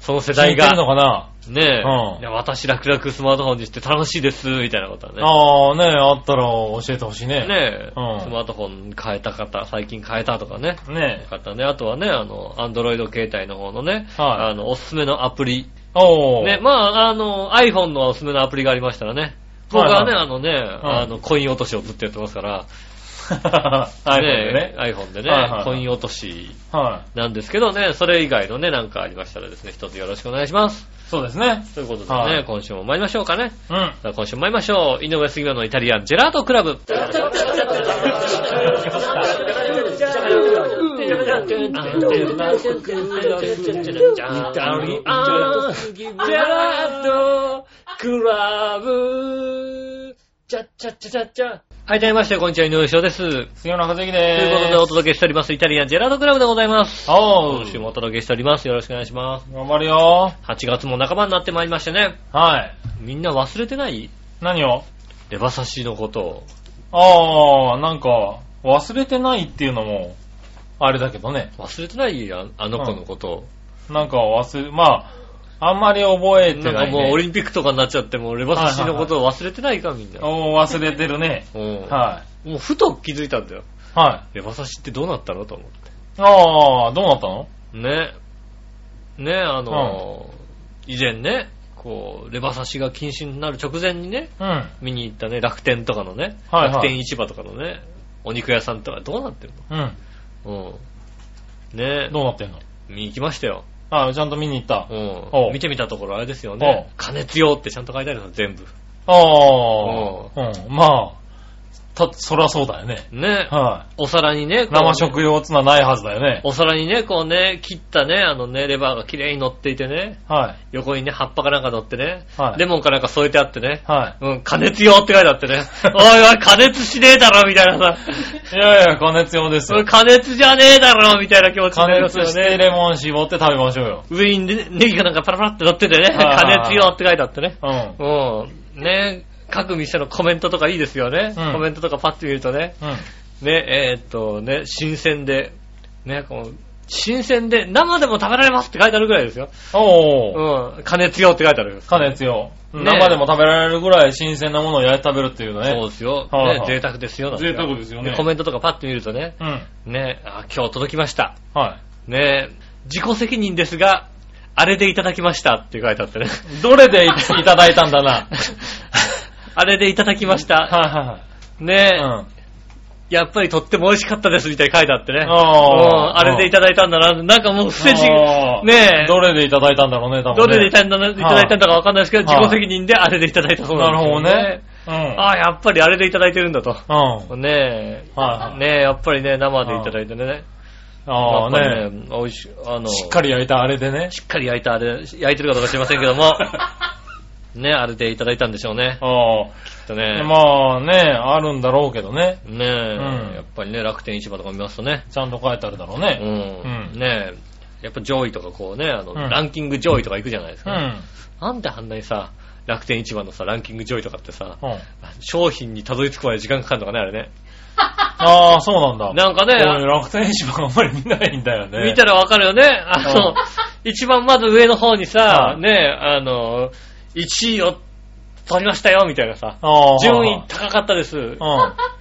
Speaker 2: その世
Speaker 3: ん。聞
Speaker 2: 代
Speaker 3: いてるの
Speaker 2: が、
Speaker 3: かな
Speaker 2: ねえ、
Speaker 3: うん
Speaker 2: いや私楽々スマートフォンにして楽しいです、みたいなことはね。
Speaker 3: ああ、ねえ、あったら教えてほしいね。
Speaker 2: ねえ、
Speaker 3: うん
Speaker 2: スマートフォン変えた方、最近変えたとかね。
Speaker 3: ねえ。
Speaker 2: 方ね、あとはね、あの、アンドロイド携帯の方のね、
Speaker 3: はい
Speaker 2: あの、おすすめのアプリ
Speaker 3: おー。
Speaker 2: ね、まあ、あの、iPhone のおすすめのアプリがありましたらね。僕はね、
Speaker 3: は
Speaker 2: あのね、あの、コイン落としをずっとやってますから、
Speaker 3: <laughs> はい。ね。
Speaker 2: iPhone でね、
Speaker 3: はいはい
Speaker 2: コイン落とし
Speaker 3: は
Speaker 2: なんですけどね、それ以外のね、なんかありましたらですね、一つよろしくお願いします
Speaker 3: い。。そうですね。
Speaker 2: ということでね、
Speaker 3: はい
Speaker 2: 今週も参りましょうかね。
Speaker 3: うん。
Speaker 2: さあ今週も参りましょう。井上杉村のイタリアンジェラートクラブ。はい、どうもみまして、こんにちは、井上翔です。という
Speaker 3: 杉村和之
Speaker 2: こ
Speaker 3: でーす。
Speaker 2: とでお届けしております、イタリアンジェラートクラブでございます。
Speaker 3: お
Speaker 2: 今週
Speaker 3: ー。
Speaker 2: もお届けしております。よろしくお願いします。
Speaker 3: 頑張るよ
Speaker 2: 8月も半ばになってまいりましてね。
Speaker 3: ー。はい。
Speaker 2: みんな忘れてない
Speaker 3: 何を
Speaker 2: レバ刺しのことを。
Speaker 3: ああ、なんか、忘れてないっていうのも、あれだけどね。
Speaker 2: 忘れてないああの子のことを。
Speaker 3: なんか忘れ、まあ、あんまり覚えて
Speaker 2: なん
Speaker 3: な
Speaker 2: か
Speaker 3: い、ね。
Speaker 2: もうオリンピックとかになっちゃっても、レバ刺しのことを忘れてないか、みんな。
Speaker 3: おー忘れてる <laughs> ね。
Speaker 2: うん
Speaker 3: は
Speaker 2: もうふと気づいたんだよ。
Speaker 3: い。は
Speaker 2: レバ刺しってどうなったのと思っ
Speaker 3: い。ああ、どうなったの
Speaker 2: て。ね。ね、あのー、以前ね、こう、レバ刺しが禁止になる直前にね、
Speaker 3: うん。
Speaker 2: 見に行ったね、楽天とかのね、
Speaker 3: はいはい
Speaker 2: 楽天市場とかのね、お肉屋さんとかどうなってる
Speaker 3: うん。
Speaker 2: のうん。ね
Speaker 3: どうなってんの
Speaker 2: 見に行きましたよ。
Speaker 3: ああ、ちゃんと見に行った。
Speaker 2: う
Speaker 3: お
Speaker 2: ん。
Speaker 3: う
Speaker 2: 見てみたところあれですよね。加熱用ってちゃんと書いてあるの、全部。
Speaker 3: ああ、うん。まあ、た、そらそうだよね。
Speaker 2: ね。
Speaker 3: は
Speaker 2: お皿にね、
Speaker 3: い。
Speaker 2: こう
Speaker 3: 生食用ツナないはずだよね。
Speaker 2: お皿にね、こうね、切ったね、あのね、レバーが綺麗に乗っていてね、
Speaker 3: はい。
Speaker 2: 横にね、葉っぱかなんか乗ってね、
Speaker 3: はい
Speaker 2: レモンかなんか添えてあってね、
Speaker 3: は
Speaker 2: うん、加熱用って書いてあってね、おいおい、加熱しねえだろ、みたいなさ、
Speaker 3: い。いやいや、加熱用です
Speaker 2: それ
Speaker 3: よ。
Speaker 2: 加熱じゃねえだろ、みたいな気持ちに
Speaker 3: 加
Speaker 2: なりま
Speaker 3: 熱
Speaker 2: すよね。
Speaker 3: してレモン絞って食べましょうよ。
Speaker 2: 上にねネギがなんかパラパラって乗っててね、
Speaker 3: あー
Speaker 2: 加熱用って書いてあってね。
Speaker 3: うん。
Speaker 2: うん。ね、各店のコメントとかいいですよね。
Speaker 3: うん
Speaker 2: コメントとかパッと見るとね、
Speaker 3: うん。
Speaker 2: ね、えーっとね、新鮮で、ね、こう、新鮮で、生でも食べられますって書いてあるぐらいですよ。
Speaker 3: おー。
Speaker 2: うん。加熱用って書いてあるんです。
Speaker 3: 加熱用。
Speaker 2: ね
Speaker 3: 生でも食べられるぐらい新鮮なものを焼いて食べるっていうね。
Speaker 2: そうですよ。
Speaker 3: はい
Speaker 2: ね
Speaker 3: はい
Speaker 2: 贅沢ですよ。なんて
Speaker 3: 贅沢ですよね
Speaker 2: コメントとかパッと見るとね、
Speaker 3: うん。
Speaker 2: ね、あ、今日届きました。
Speaker 3: は
Speaker 2: ね、自己責任ですが、あれでいただきましたって書いてあってね。
Speaker 3: い。どれでいいただいたんだな。
Speaker 2: <laughs> あれでいただきまし
Speaker 3: は
Speaker 2: た。
Speaker 3: いは
Speaker 2: ね
Speaker 3: いはい。
Speaker 2: やっぱりとっても美味しかったですみたいに書いてあってね。うん
Speaker 3: あー
Speaker 2: あれでいただいたんだな。なんかもう不正直。
Speaker 3: あー
Speaker 2: ねえ。
Speaker 3: どれでいただいたんだろうね、多分、ね。
Speaker 2: どれでいただいたんだいただいたんだかわかんないですけど、
Speaker 3: はい
Speaker 2: 自己責任であれでいただいたそう
Speaker 3: な
Speaker 2: なん
Speaker 3: る
Speaker 2: です
Speaker 3: ほ
Speaker 2: よ
Speaker 3: どね。。うん。
Speaker 2: ああ、やっぱりあれでいただいてるんだと。
Speaker 3: うん。
Speaker 2: ね
Speaker 3: はいは
Speaker 2: え。
Speaker 3: い
Speaker 2: ねえ、やっぱりね、生でいただいてね。
Speaker 3: あ
Speaker 2: や
Speaker 3: あ
Speaker 2: っぱ
Speaker 3: ね
Speaker 2: り。美味しい。あの、
Speaker 3: しっかり焼いたあれでね。
Speaker 2: しっかり焼いたあれ、焼いてるかどうか知りませんけども。ねえ、あれでいただいたんでしょうね。
Speaker 3: ああ。
Speaker 2: きっとね。
Speaker 3: まあね、あるんだろうけどね。
Speaker 2: ねえ、
Speaker 3: うん
Speaker 2: やっぱりね、楽天市場とか見ますとね、
Speaker 3: ちゃんと書いてあるだろう
Speaker 2: う
Speaker 3: ね。
Speaker 2: ん、
Speaker 3: うん
Speaker 2: ねえ、やっぱ上位とかこうね、あの、
Speaker 3: ん
Speaker 2: ランキング上位とか行くじゃないです
Speaker 3: う
Speaker 2: か。
Speaker 3: ん。
Speaker 2: なんであんなにさ、楽天市場のさ、ランキング上位とかってさ、
Speaker 3: うん。
Speaker 2: 商品にたどり着くまで時間かかるのかね、あれね。
Speaker 3: ああ、そうなんだ。
Speaker 2: なんかね、
Speaker 3: 俺楽天市場あんまり見ないんだよね。
Speaker 2: 見たらわかるよね。あの、
Speaker 3: うん
Speaker 2: <laughs> 一番まず上の方にさ、
Speaker 3: うん
Speaker 2: ねえ、あの、1位を取りましたよ、みたいなさ、
Speaker 3: ああ。
Speaker 2: 順位高かったです
Speaker 3: うん。。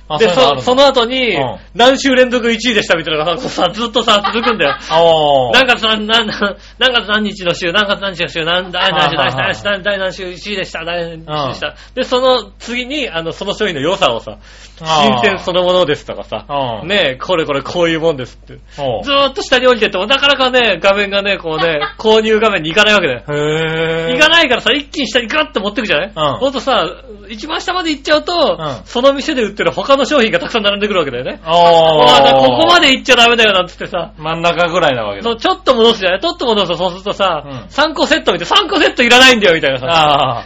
Speaker 3: あ、
Speaker 2: で、
Speaker 3: ういうのある
Speaker 2: そ
Speaker 3: ん
Speaker 2: そ
Speaker 3: だ
Speaker 2: の後に
Speaker 3: うん、
Speaker 2: 何週連続1位でしたみたいなのがさ、ずっと
Speaker 3: <laughs>
Speaker 2: さ、続くんだよ。
Speaker 3: ああ。
Speaker 2: 何月何、何、何何月何日の週、何月何日の週、何、第何週、
Speaker 3: は
Speaker 2: 第
Speaker 3: いはいは
Speaker 2: 何
Speaker 3: い
Speaker 2: 週、第何週、1位でした、第何週でした。で、その次に、あの、その商品の良さをさ、新
Speaker 3: あー
Speaker 2: 鮮そのものですとかさ
Speaker 3: う、ん
Speaker 2: ねえ、これこれこういうもんですって。
Speaker 3: おう
Speaker 2: ずーっと下に降りてっても、なかなかね、画面がね、こうね、購入画面に行かないわけだよ。
Speaker 3: へえ。
Speaker 2: 行かないからさ、一気に下にガッと持ってくじゃない
Speaker 3: うん
Speaker 2: ほんとさ、一番下まで行っちゃうと、
Speaker 3: うん
Speaker 2: その店で売ってる他の商品がたくさん並んでくるわけだよね。
Speaker 3: あ
Speaker 2: ああ、だ
Speaker 3: あ。
Speaker 2: からここまで行っちゃダメだよなんつってさ、
Speaker 3: 真ん中ぐらいなわけ
Speaker 2: そ
Speaker 3: だ。
Speaker 2: うちょっと戻すじゃないちょっと戻すと、そうするとさ、
Speaker 3: うん
Speaker 2: 3個セット見て、3個セットいらないんだよ、みたいなさ。
Speaker 3: ああ。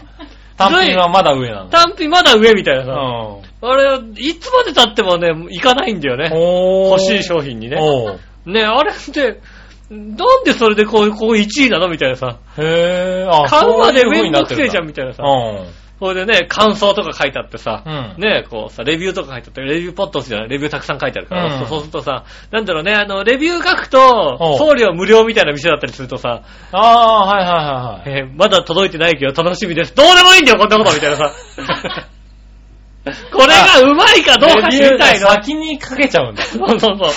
Speaker 3: 単品はまだ上なんだ。
Speaker 2: 単品まだ上みたいな
Speaker 3: う
Speaker 2: さ。
Speaker 3: ん。
Speaker 2: あれ、いつまで経ってもね、行かないんだよね。
Speaker 3: お
Speaker 2: 欲しい商品にね。
Speaker 3: おう
Speaker 2: ね、あれって、なんでそれでこう、ここ1位なのみたいなさ。
Speaker 3: へえ。あ
Speaker 2: 買うまで
Speaker 3: そういう風
Speaker 2: め
Speaker 3: に
Speaker 2: ん
Speaker 3: な
Speaker 2: ど
Speaker 3: っ
Speaker 2: く
Speaker 3: て
Speaker 2: せ
Speaker 3: る
Speaker 2: え
Speaker 3: ん
Speaker 2: じ
Speaker 3: だ
Speaker 2: ゃん、みたいなさ。
Speaker 3: うん。
Speaker 2: それでね、感想とか書いてあってさ、
Speaker 3: うん
Speaker 2: ね、こうさ、レビューとか書いてあって、レビューポット押すじゃないレビューたくさん書いてあるから、
Speaker 3: うん
Speaker 2: そうするとさ、なんだろうね、あの、レビュー書くと、
Speaker 3: お
Speaker 2: 送料無料みたいな店だったりするとさ、
Speaker 3: ああ、はいはいはいはい。
Speaker 2: えーまだ届いてないけど楽しみです。どうでもいいんだよ、こんなことみたいなさ。
Speaker 3: <laughs>
Speaker 2: これがうまいかどうか知りたいの。
Speaker 3: 先にかけちゃうんだ。
Speaker 2: そうそうそう。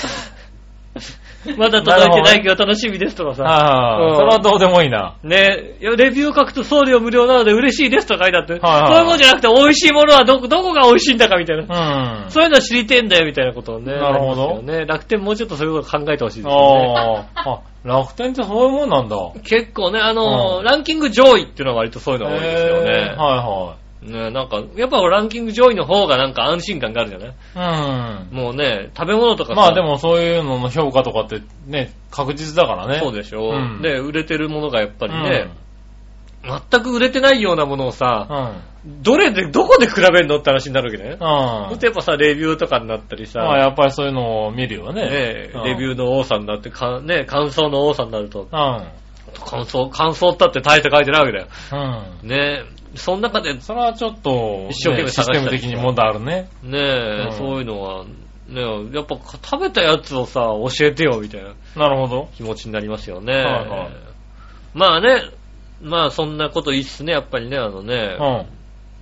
Speaker 2: まだ届いてないけど楽しみですとかさ。
Speaker 3: あ
Speaker 2: うん
Speaker 3: あ、それはどうでもいいな。
Speaker 2: ねいやレビューを書くと送料無料なので嬉しいですとか書いてあって、
Speaker 3: はいはい
Speaker 2: そういうもんじゃなくて美味しいものはどこ、どこが美味しいんだかみたいな。
Speaker 3: うん。
Speaker 2: そういうの知りてんだよみたいなことをね。
Speaker 3: なるほど
Speaker 2: ありますよね、楽天もうちょっとそういうこと考えてほしいですよね。
Speaker 3: ああ。あ、楽天ってそういうもんなんだ。
Speaker 2: 結構ね、あのー
Speaker 3: うん
Speaker 2: ランキング上位っていうのは割とそういうのが多いですよ
Speaker 3: へ
Speaker 2: ね
Speaker 3: え。は
Speaker 2: ねなんか、やっぱランキング上位の方がなんか安心感があるじゃない
Speaker 3: いはい。
Speaker 2: もうね、食べ物とか
Speaker 3: う
Speaker 2: さ
Speaker 3: ん。まあで、もそういうのの評価とかってね、確実だからね。
Speaker 2: そう
Speaker 3: で
Speaker 2: でしょ、
Speaker 3: うん
Speaker 2: で、売れてるものがやっぱりね、全く売れてないようなものを
Speaker 3: う
Speaker 2: さ、
Speaker 3: ん。
Speaker 2: どれで、どこで比べんのって話になるわけね。
Speaker 3: うん。
Speaker 2: ほんとやっぱさ、レビューとかになったりさ、
Speaker 3: まあやっぱりそういうのを見るよね。
Speaker 2: ね
Speaker 3: うん
Speaker 2: レビューの多さになって、かね、感想の多さになると、
Speaker 3: うん。
Speaker 2: 感想、感想ったって大して書いてないわけだよ。
Speaker 3: うん。
Speaker 2: ねその中で、ね
Speaker 3: それはちょっと、
Speaker 2: 一生懸命
Speaker 3: ね
Speaker 2: 探
Speaker 3: シ
Speaker 2: した
Speaker 3: ス
Speaker 2: り
Speaker 3: テ
Speaker 2: して
Speaker 3: ム的に問題あるね。うん
Speaker 2: そういうのは、ねやっぱ食べたやつをさ、教えてよ、みたいな。
Speaker 3: なるほど。
Speaker 2: 気持ちになりますよね。
Speaker 3: はいはい
Speaker 2: まあね、まあそんなこといいっすね、やっぱりね、あのね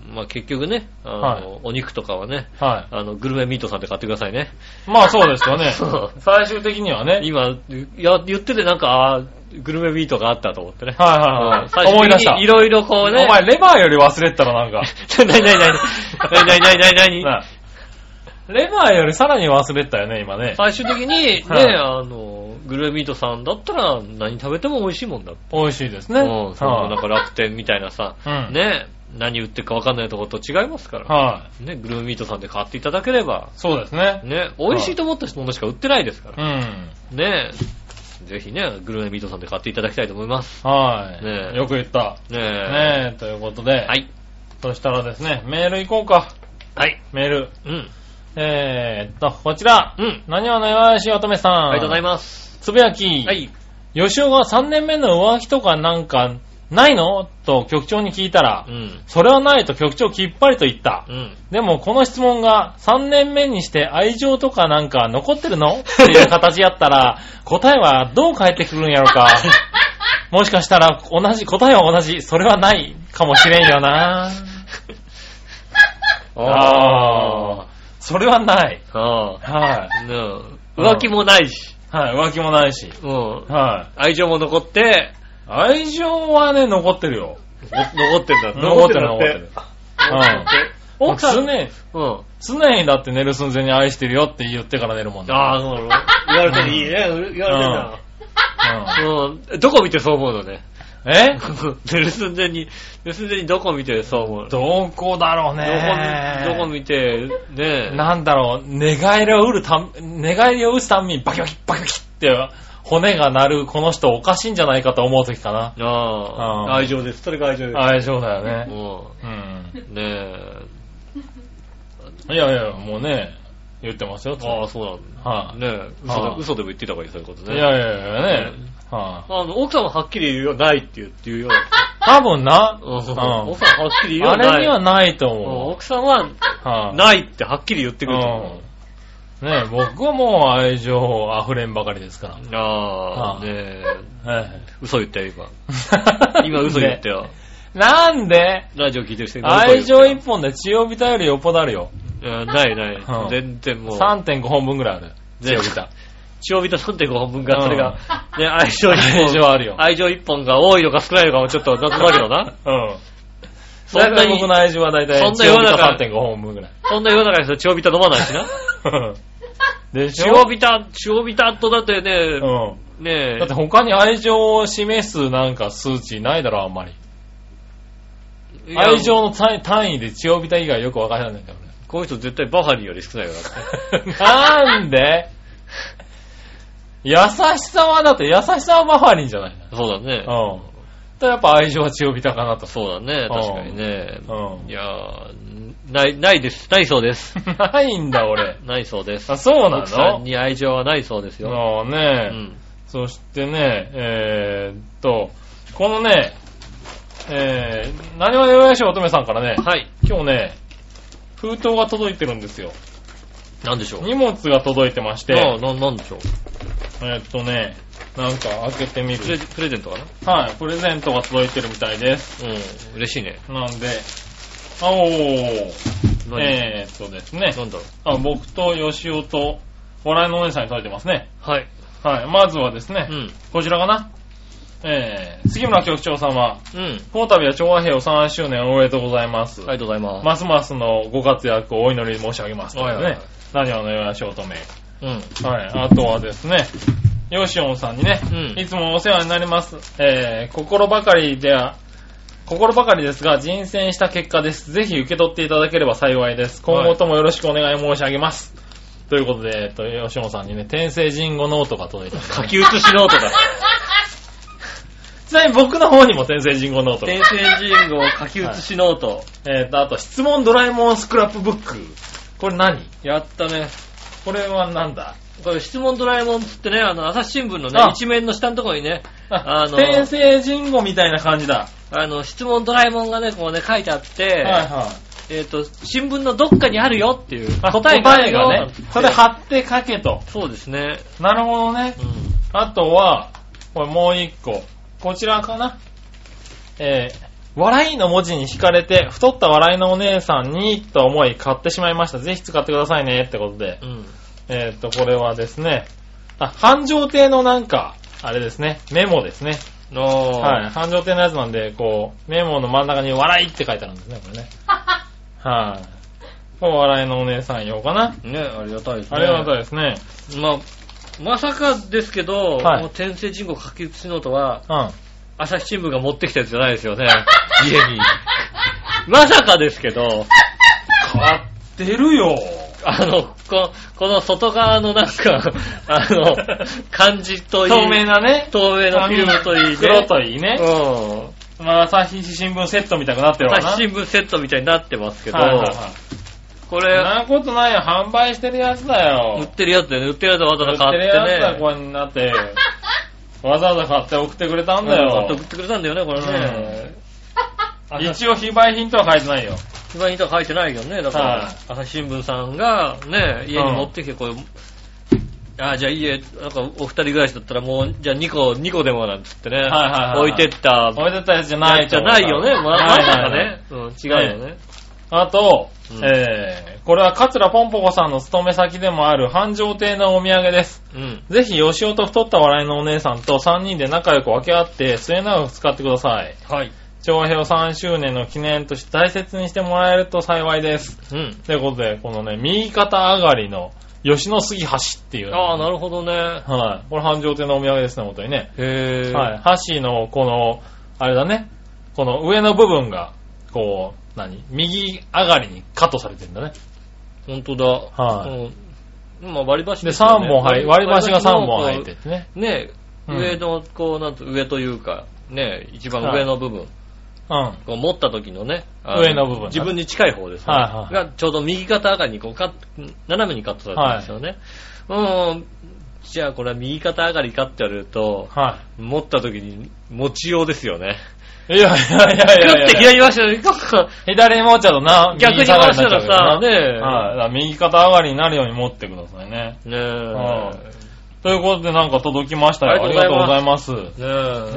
Speaker 3: う、ん。
Speaker 2: まあ結局ね、あの、
Speaker 3: はい
Speaker 2: お肉とかはね、
Speaker 3: は
Speaker 2: あの、グルメミートさんで買ってくださいね。
Speaker 3: い。まあそうですよね。
Speaker 2: <laughs> そう
Speaker 3: 最終的にはね。
Speaker 2: 今、いや言っててなんか、あーグルメミートがあったと思ってね。
Speaker 3: は
Speaker 2: うん
Speaker 3: いはいはい。思い出した。
Speaker 2: いろいろこうね。
Speaker 3: お前、レバーより忘れてたらなんか。
Speaker 2: なになになになになになになになに
Speaker 3: なレバーよりさらに忘れてたよね、今ね。
Speaker 2: 最終的にね、
Speaker 3: はい
Speaker 2: あの、グルメミートさんだったら何食べても美味しいもんだって。
Speaker 3: 美味しいですね。
Speaker 2: うん、そう
Speaker 3: は
Speaker 2: なんか楽天みたいなさ、
Speaker 3: うん
Speaker 2: ね、何売ってるかわかんないところと違いますから。
Speaker 3: はい。
Speaker 2: ね、グルーミートさんで買っていただければ、
Speaker 3: そうですね。
Speaker 2: ね、美味しいと思ったものしか売ってないですか
Speaker 3: うん。
Speaker 2: ら。ねぜひね、グルーミートさんで買っていただきたいと思います。
Speaker 3: はい。
Speaker 2: ねえ
Speaker 3: よく言った。
Speaker 2: ね
Speaker 3: ねえ、ということで。
Speaker 2: はい。
Speaker 3: そしたらですね、メール行こうか。
Speaker 2: はい。
Speaker 3: メール。
Speaker 2: うん。
Speaker 3: えーっと、こちら。
Speaker 2: うん。
Speaker 3: 何をよし乙女さ
Speaker 2: あ
Speaker 3: ん。
Speaker 2: りがとうござい
Speaker 3: ま
Speaker 2: ます。
Speaker 3: す。つぶやき。
Speaker 2: は。い。
Speaker 3: 吉尾が3年目の浮気とかなんかないのと局長に聞いたら、
Speaker 2: うん。
Speaker 3: それはないと局長きっぱりと言った。
Speaker 2: うん。
Speaker 3: でもこの質問が3年目にして愛情とかなんか残ってるのっていう形やったら答えはどう返ってくるんやろ
Speaker 2: <laughs>
Speaker 3: か。もしかしたら同じ、答えは同じ、それはないかもしれんよな。
Speaker 2: <laughs>
Speaker 3: あー。それはない。
Speaker 2: あ
Speaker 3: は
Speaker 2: あ。ねえ浮気もないし、
Speaker 3: い。はい、浮気もないし。
Speaker 2: うん。
Speaker 3: は
Speaker 2: 愛情も残って、
Speaker 3: い。愛情はね、残ってるよ。
Speaker 2: の残ってんだ。
Speaker 3: 残ってる残
Speaker 2: 残っ
Speaker 3: っ
Speaker 2: てて
Speaker 3: る
Speaker 2: る。。残ってる
Speaker 3: 奥
Speaker 2: 奥さ
Speaker 3: さん
Speaker 2: ん、
Speaker 3: ね、
Speaker 2: うん。
Speaker 3: 常にだって寝る寸前に愛してるよって言ってから寝るもんね。
Speaker 2: ああ、そうなの言われてる、いいね。言われてるな。うん。どこ見てそう思うのね。 <laughs>
Speaker 3: うんえ
Speaker 2: 寝る寸前に、寝る寸前にどこ見てそう思うのどこ
Speaker 3: どこだろうね。
Speaker 2: どこ見て、ねえ。
Speaker 3: なんだろう、寝返りを打るたん、寝返りを打つたんびにバキバキバキバキって骨が鳴るこの人おかしいんじゃないかと思う時かな。
Speaker 2: ああ
Speaker 3: ああ
Speaker 2: 愛情です。それが愛情です。
Speaker 3: 愛情だよね。
Speaker 2: も
Speaker 3: うん。
Speaker 2: う、ねえ。
Speaker 3: いやいや、もうね、言ってますよ。
Speaker 2: ああ、そう
Speaker 3: は
Speaker 2: ないんだ。ねえ。嘘
Speaker 3: ああ
Speaker 2: で嘘でも言ってた方がいい、そういうこと
Speaker 3: い
Speaker 2: ね。
Speaker 3: やいやいやね
Speaker 2: ね。
Speaker 3: はい
Speaker 2: あの、奥さんははっきり言うよ、ないって言うって言うよ。
Speaker 3: 多分な、
Speaker 2: うん奥さん
Speaker 3: う
Speaker 2: ははっきり
Speaker 3: ん。
Speaker 2: 言うよ、
Speaker 3: あ
Speaker 2: ない。
Speaker 3: れにはないと
Speaker 2: うん
Speaker 3: 思
Speaker 2: 奥さんは、
Speaker 3: う。はい
Speaker 2: ないってはっきり言ってくると思う。
Speaker 3: うんねえ
Speaker 2: <laughs>
Speaker 3: 僕はもう愛情溢れんばかりですか
Speaker 2: あ
Speaker 3: ああ
Speaker 2: あ、ねえ。
Speaker 3: ら。はい
Speaker 2: 嘘言ったよ、今。 <laughs> 今嘘言
Speaker 3: <laughs>
Speaker 2: ったよ。
Speaker 3: なんで
Speaker 2: ラジオ聞いてる人に
Speaker 3: 愛情
Speaker 2: い
Speaker 3: 一本で血をびたよりよっぽどあるよ。
Speaker 2: やないな
Speaker 3: うん
Speaker 2: い。全然もう。
Speaker 3: 3.5本分ぐらいある。
Speaker 2: ね
Speaker 3: 血をびた。
Speaker 2: 血を見た3.5本分が、それ
Speaker 3: う
Speaker 2: が、ね、愛情一本。
Speaker 3: 愛情あるよ
Speaker 2: 愛情一本が多いのか少ないのかもちょっと謎だけどな。
Speaker 3: うん。
Speaker 2: そ
Speaker 3: そ
Speaker 2: ん
Speaker 3: ん
Speaker 2: な
Speaker 3: な
Speaker 2: に
Speaker 3: に僕の愛情は大体
Speaker 2: そん
Speaker 3: 血
Speaker 2: な世
Speaker 3: を
Speaker 2: の
Speaker 3: びた
Speaker 2: 中
Speaker 3: 3.5本分ぐ
Speaker 2: <laughs>
Speaker 3: らい。
Speaker 2: そんな世の中の人血を見た飲まないし
Speaker 3: <laughs>
Speaker 2: な。
Speaker 3: でし
Speaker 2: 血
Speaker 3: ょ
Speaker 2: を見た、血を見たとだってね、
Speaker 3: うん。
Speaker 2: ね
Speaker 3: だって他に愛情を示すなんか数値ないだろ、あんまり。
Speaker 2: いや
Speaker 3: 愛情の単位単位で血をびた以外よくわからないんだよ、俺。
Speaker 2: この人絶対バハリンより少ないよなって。
Speaker 3: <laughs> なんで優しさはだって優しさはバファリンじゃない
Speaker 2: そうだね。
Speaker 3: の。うん。とやっぱ愛情は強火たかなと。
Speaker 2: そうだね、確かにね。
Speaker 3: うん
Speaker 2: いやーない、ないです。ないそう
Speaker 3: <laughs>
Speaker 2: です。
Speaker 3: ないんだ俺。
Speaker 2: ないそうです。
Speaker 3: あ、 <laughs> そうな
Speaker 2: 奥さん
Speaker 3: の
Speaker 2: に愛情はないそうですよ。
Speaker 3: ああ
Speaker 2: う
Speaker 3: ね、
Speaker 2: ん。
Speaker 3: そしてね、えー、っと、このね、えー、何はよやし乙女さんからね、
Speaker 2: はい。
Speaker 3: 今日ね、封筒が届いてるんですよ。
Speaker 2: なんでしょう。
Speaker 3: 荷物が届いてまして、
Speaker 2: な、な、なんでしょう。
Speaker 3: えー、っとね、なんか開けてみ
Speaker 2: プレ
Speaker 3: る。
Speaker 2: プレゼントかな
Speaker 3: はい、プレゼントが届いてるみたいです。
Speaker 2: うん。嬉しいね。
Speaker 3: なんで、あおー、
Speaker 2: 何
Speaker 3: えーっとですね、
Speaker 2: なんだろう。
Speaker 3: あ僕と吉尾と、笑いのお姉さんに届いてますね。
Speaker 2: はい。
Speaker 3: はい、まずはですね、
Speaker 2: うん。
Speaker 3: こちらかな。えー、杉村局長様、
Speaker 2: うん。
Speaker 3: この度は調和平を3周年おめでとうございます。
Speaker 2: ありがとうございます。
Speaker 3: ますますのご活躍をお祈り申し上げます。
Speaker 2: はいはいはい
Speaker 3: ね。何話のようなショート名。
Speaker 2: うん。
Speaker 3: はい、あとはですね、ヨシオンさんにね、
Speaker 2: うん
Speaker 3: いつもお世話になります。えー、心ばかりでは、心ばかりですが、人選した結果です。ぜひ受け取っていただければ幸いです。今後ともよろしくお願い申し上げます。ということで、えっと、ヨシオンさんにね、天聖人語ノートが届いてます、
Speaker 2: 書き写しノートだ。
Speaker 3: ちなみに僕の方にも天聖人語ノートが。
Speaker 2: 天聖人号書き写しノート。
Speaker 3: えー、と、あと、質問ドラえもんスクラップブック。これ何
Speaker 2: やったね。
Speaker 3: これはなんだ
Speaker 2: これ質問ドラえもんつってね、あの、朝日新聞のね
Speaker 3: あ、
Speaker 2: 一面の下のところにね、
Speaker 3: あ
Speaker 2: あ
Speaker 3: の、
Speaker 2: の
Speaker 3: 天聖人語みたいな感じだ。
Speaker 2: あの、質問ドラえもんがね、こうね、書いてあって、
Speaker 3: は
Speaker 2: えっ、と、新聞のどっかにあるよっていう
Speaker 3: あ
Speaker 2: 答えがあるよ
Speaker 3: ね。
Speaker 2: <laughs>
Speaker 3: それ貼って書けと。
Speaker 2: そうですね。
Speaker 3: なるほどね。
Speaker 2: う
Speaker 3: あとは、これもう一個。こちらかな。えー、笑いの文字に惹かれて、太った笑いのお姉さんに、と思い買ってしまいました。ぜひ使ってくださいね、ってことで。
Speaker 2: ん。うん。
Speaker 3: えー、と、これはですね、あ、繁盛亭のなんか、あれですね、メモですね。
Speaker 2: の
Speaker 3: はい、繁盛亭のやつなんで、こう、メモの真ん中に笑いって書いてあるんですね、こ <laughs> れね。はい、これ笑いのお姉さん用かな。
Speaker 2: ね、ありがたいですね。
Speaker 3: ありがたいですね。
Speaker 2: い。まあ、まさかですけど、
Speaker 3: はい
Speaker 2: この天聖人口書き写しノートは、
Speaker 3: うん。 <laughs>
Speaker 2: 朝日新聞が持ってきたやつじゃないですよね。家に。まさかですけど、
Speaker 3: 買ってるよ。
Speaker 2: あの、ここの外側のなんか、あ
Speaker 3: <laughs>
Speaker 2: の、感じといい。
Speaker 3: 透明なね。
Speaker 2: 透明なフィルムといいね。
Speaker 3: 黒といいね。
Speaker 2: うん。
Speaker 3: まあ、朝日新聞セットみたくなってるわな。
Speaker 2: 朝日新聞セットみたいになってますけど、
Speaker 3: はいはいはい
Speaker 2: こ
Speaker 3: そん
Speaker 2: れ、
Speaker 3: なことないよ。販売してるやつだよ。
Speaker 2: 売ってるやつだよね。売ってるやつわざわざ買ってね。
Speaker 3: やつだ、こうになって。わざわざ買って送ってくれたんだよ
Speaker 2: うん買って送。ってくれたんだよね、これね。
Speaker 3: うん一応非売品とは書いてないよ。
Speaker 2: 一番いいとは書いてないけどね、だから、
Speaker 3: はい
Speaker 2: 朝日新聞さんがね、家に持ってきて、これ、あじゃあ家、なんかお二人暮らしだったらもう、じゃあ2個、二個でもなんつってね、
Speaker 3: いはいはいは
Speaker 2: 置
Speaker 3: い
Speaker 2: いてった、
Speaker 3: 置いてったやつじゃない
Speaker 2: じ
Speaker 3: と
Speaker 2: ゃ
Speaker 3: 思う
Speaker 2: ないよね、ま
Speaker 3: は
Speaker 2: あ、
Speaker 3: い
Speaker 2: ま
Speaker 3: はい
Speaker 2: さか
Speaker 3: はい
Speaker 2: ね。うん、違うよね。
Speaker 3: あと、
Speaker 2: うん
Speaker 3: えー、これは桂ぽんぽこさんの勤め先でもある繁盛亭のお土産です。
Speaker 2: うん。
Speaker 3: ぜひ、吉尾と太った笑いのお姉さんと3人で仲良く分け合って末永く使ってください。
Speaker 2: はい。
Speaker 3: 長平3周年の記念として大切にしてもらえると幸いです。
Speaker 2: うん。
Speaker 3: ということで、このね、右肩上がりの吉野杉橋っていう、
Speaker 2: ああ、なるほどね。
Speaker 3: はい。これ繁盛亭のお土産ですね、本当にね。
Speaker 2: へえ。
Speaker 3: はい。箸の、この、あれだね。この上の部分が、こう、何右上がりにカットされてるんだね。
Speaker 2: ほんとだ。
Speaker 3: は
Speaker 2: うん。まあ割り箸
Speaker 3: で、
Speaker 2: すよ
Speaker 3: 3
Speaker 2: ね
Speaker 3: 本入、割り箸が3本入っ。
Speaker 2: の
Speaker 3: ててね。
Speaker 2: こうね、
Speaker 3: うん
Speaker 2: 上の、こう、なんと、上というか、ね、一番上の部分。
Speaker 3: うん。はい
Speaker 2: こう持った時のね、あ
Speaker 3: 上の部分だ
Speaker 2: 自分に近い方ですね。
Speaker 3: はいは
Speaker 2: が
Speaker 3: い
Speaker 2: ちょうど右肩上がりにこうカッ斜めにカットされてるんですよね。うん。じゃあこれは右肩上がりかって言われると、。持った時に持ちようですよね。
Speaker 3: いやいやいやい
Speaker 2: グ <laughs>
Speaker 3: や
Speaker 2: ッて
Speaker 3: いや
Speaker 2: 左回したら、ガッと
Speaker 3: 左に持っちゃうとな、
Speaker 2: 逆に回したらさ、ね
Speaker 3: 右肩上がりになっちゃうけどなはい。だから右肩上がりになるように持ってくださいね。
Speaker 2: え。ね
Speaker 3: はいということで、なんか届きましたよ。
Speaker 2: あ
Speaker 3: あ
Speaker 2: り
Speaker 3: り
Speaker 2: がと
Speaker 3: がと
Speaker 2: う
Speaker 3: う
Speaker 2: ご
Speaker 3: ご
Speaker 2: ざ
Speaker 3: ざ
Speaker 2: い
Speaker 3: います。
Speaker 2: え。ねえ。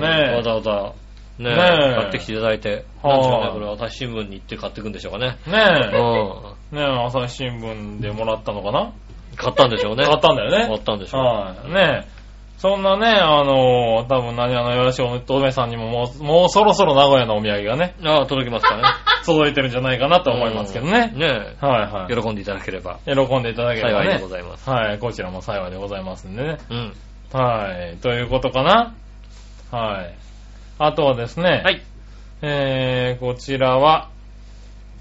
Speaker 3: ねえ
Speaker 2: わざわざ。ねえ。
Speaker 3: ねえ
Speaker 2: 買ってきていただいて。
Speaker 3: は
Speaker 2: なん
Speaker 3: い
Speaker 2: でしょうね。これ朝日新聞に行って買ってくんでしょうかね。う
Speaker 3: ね
Speaker 2: ん。
Speaker 3: え。ねえ、朝日新聞でもらったのかな
Speaker 2: 買ったんでしょうね。
Speaker 3: 買ったんだよね。
Speaker 2: 買ったんでしょう。
Speaker 3: はい。ねえ。そんなね、あのー、多分何話のよしおとめさんにももう、もうそろそろ名古屋のお土産
Speaker 2: <laughs>
Speaker 3: がね、
Speaker 2: ああ、届きますかね。
Speaker 3: 届いてるんじゃないかなと思いますけどね。
Speaker 2: ね
Speaker 3: はいは
Speaker 2: え。喜んでいただければ
Speaker 3: い。喜んでいただければ
Speaker 2: 幸いで
Speaker 3: ね
Speaker 2: ご。ざいます。
Speaker 3: はい、こちらも幸いでございますんでね。
Speaker 2: うん。
Speaker 3: はい、ということかな。はい。あとはですね、
Speaker 2: はい。
Speaker 3: えー、こちらは、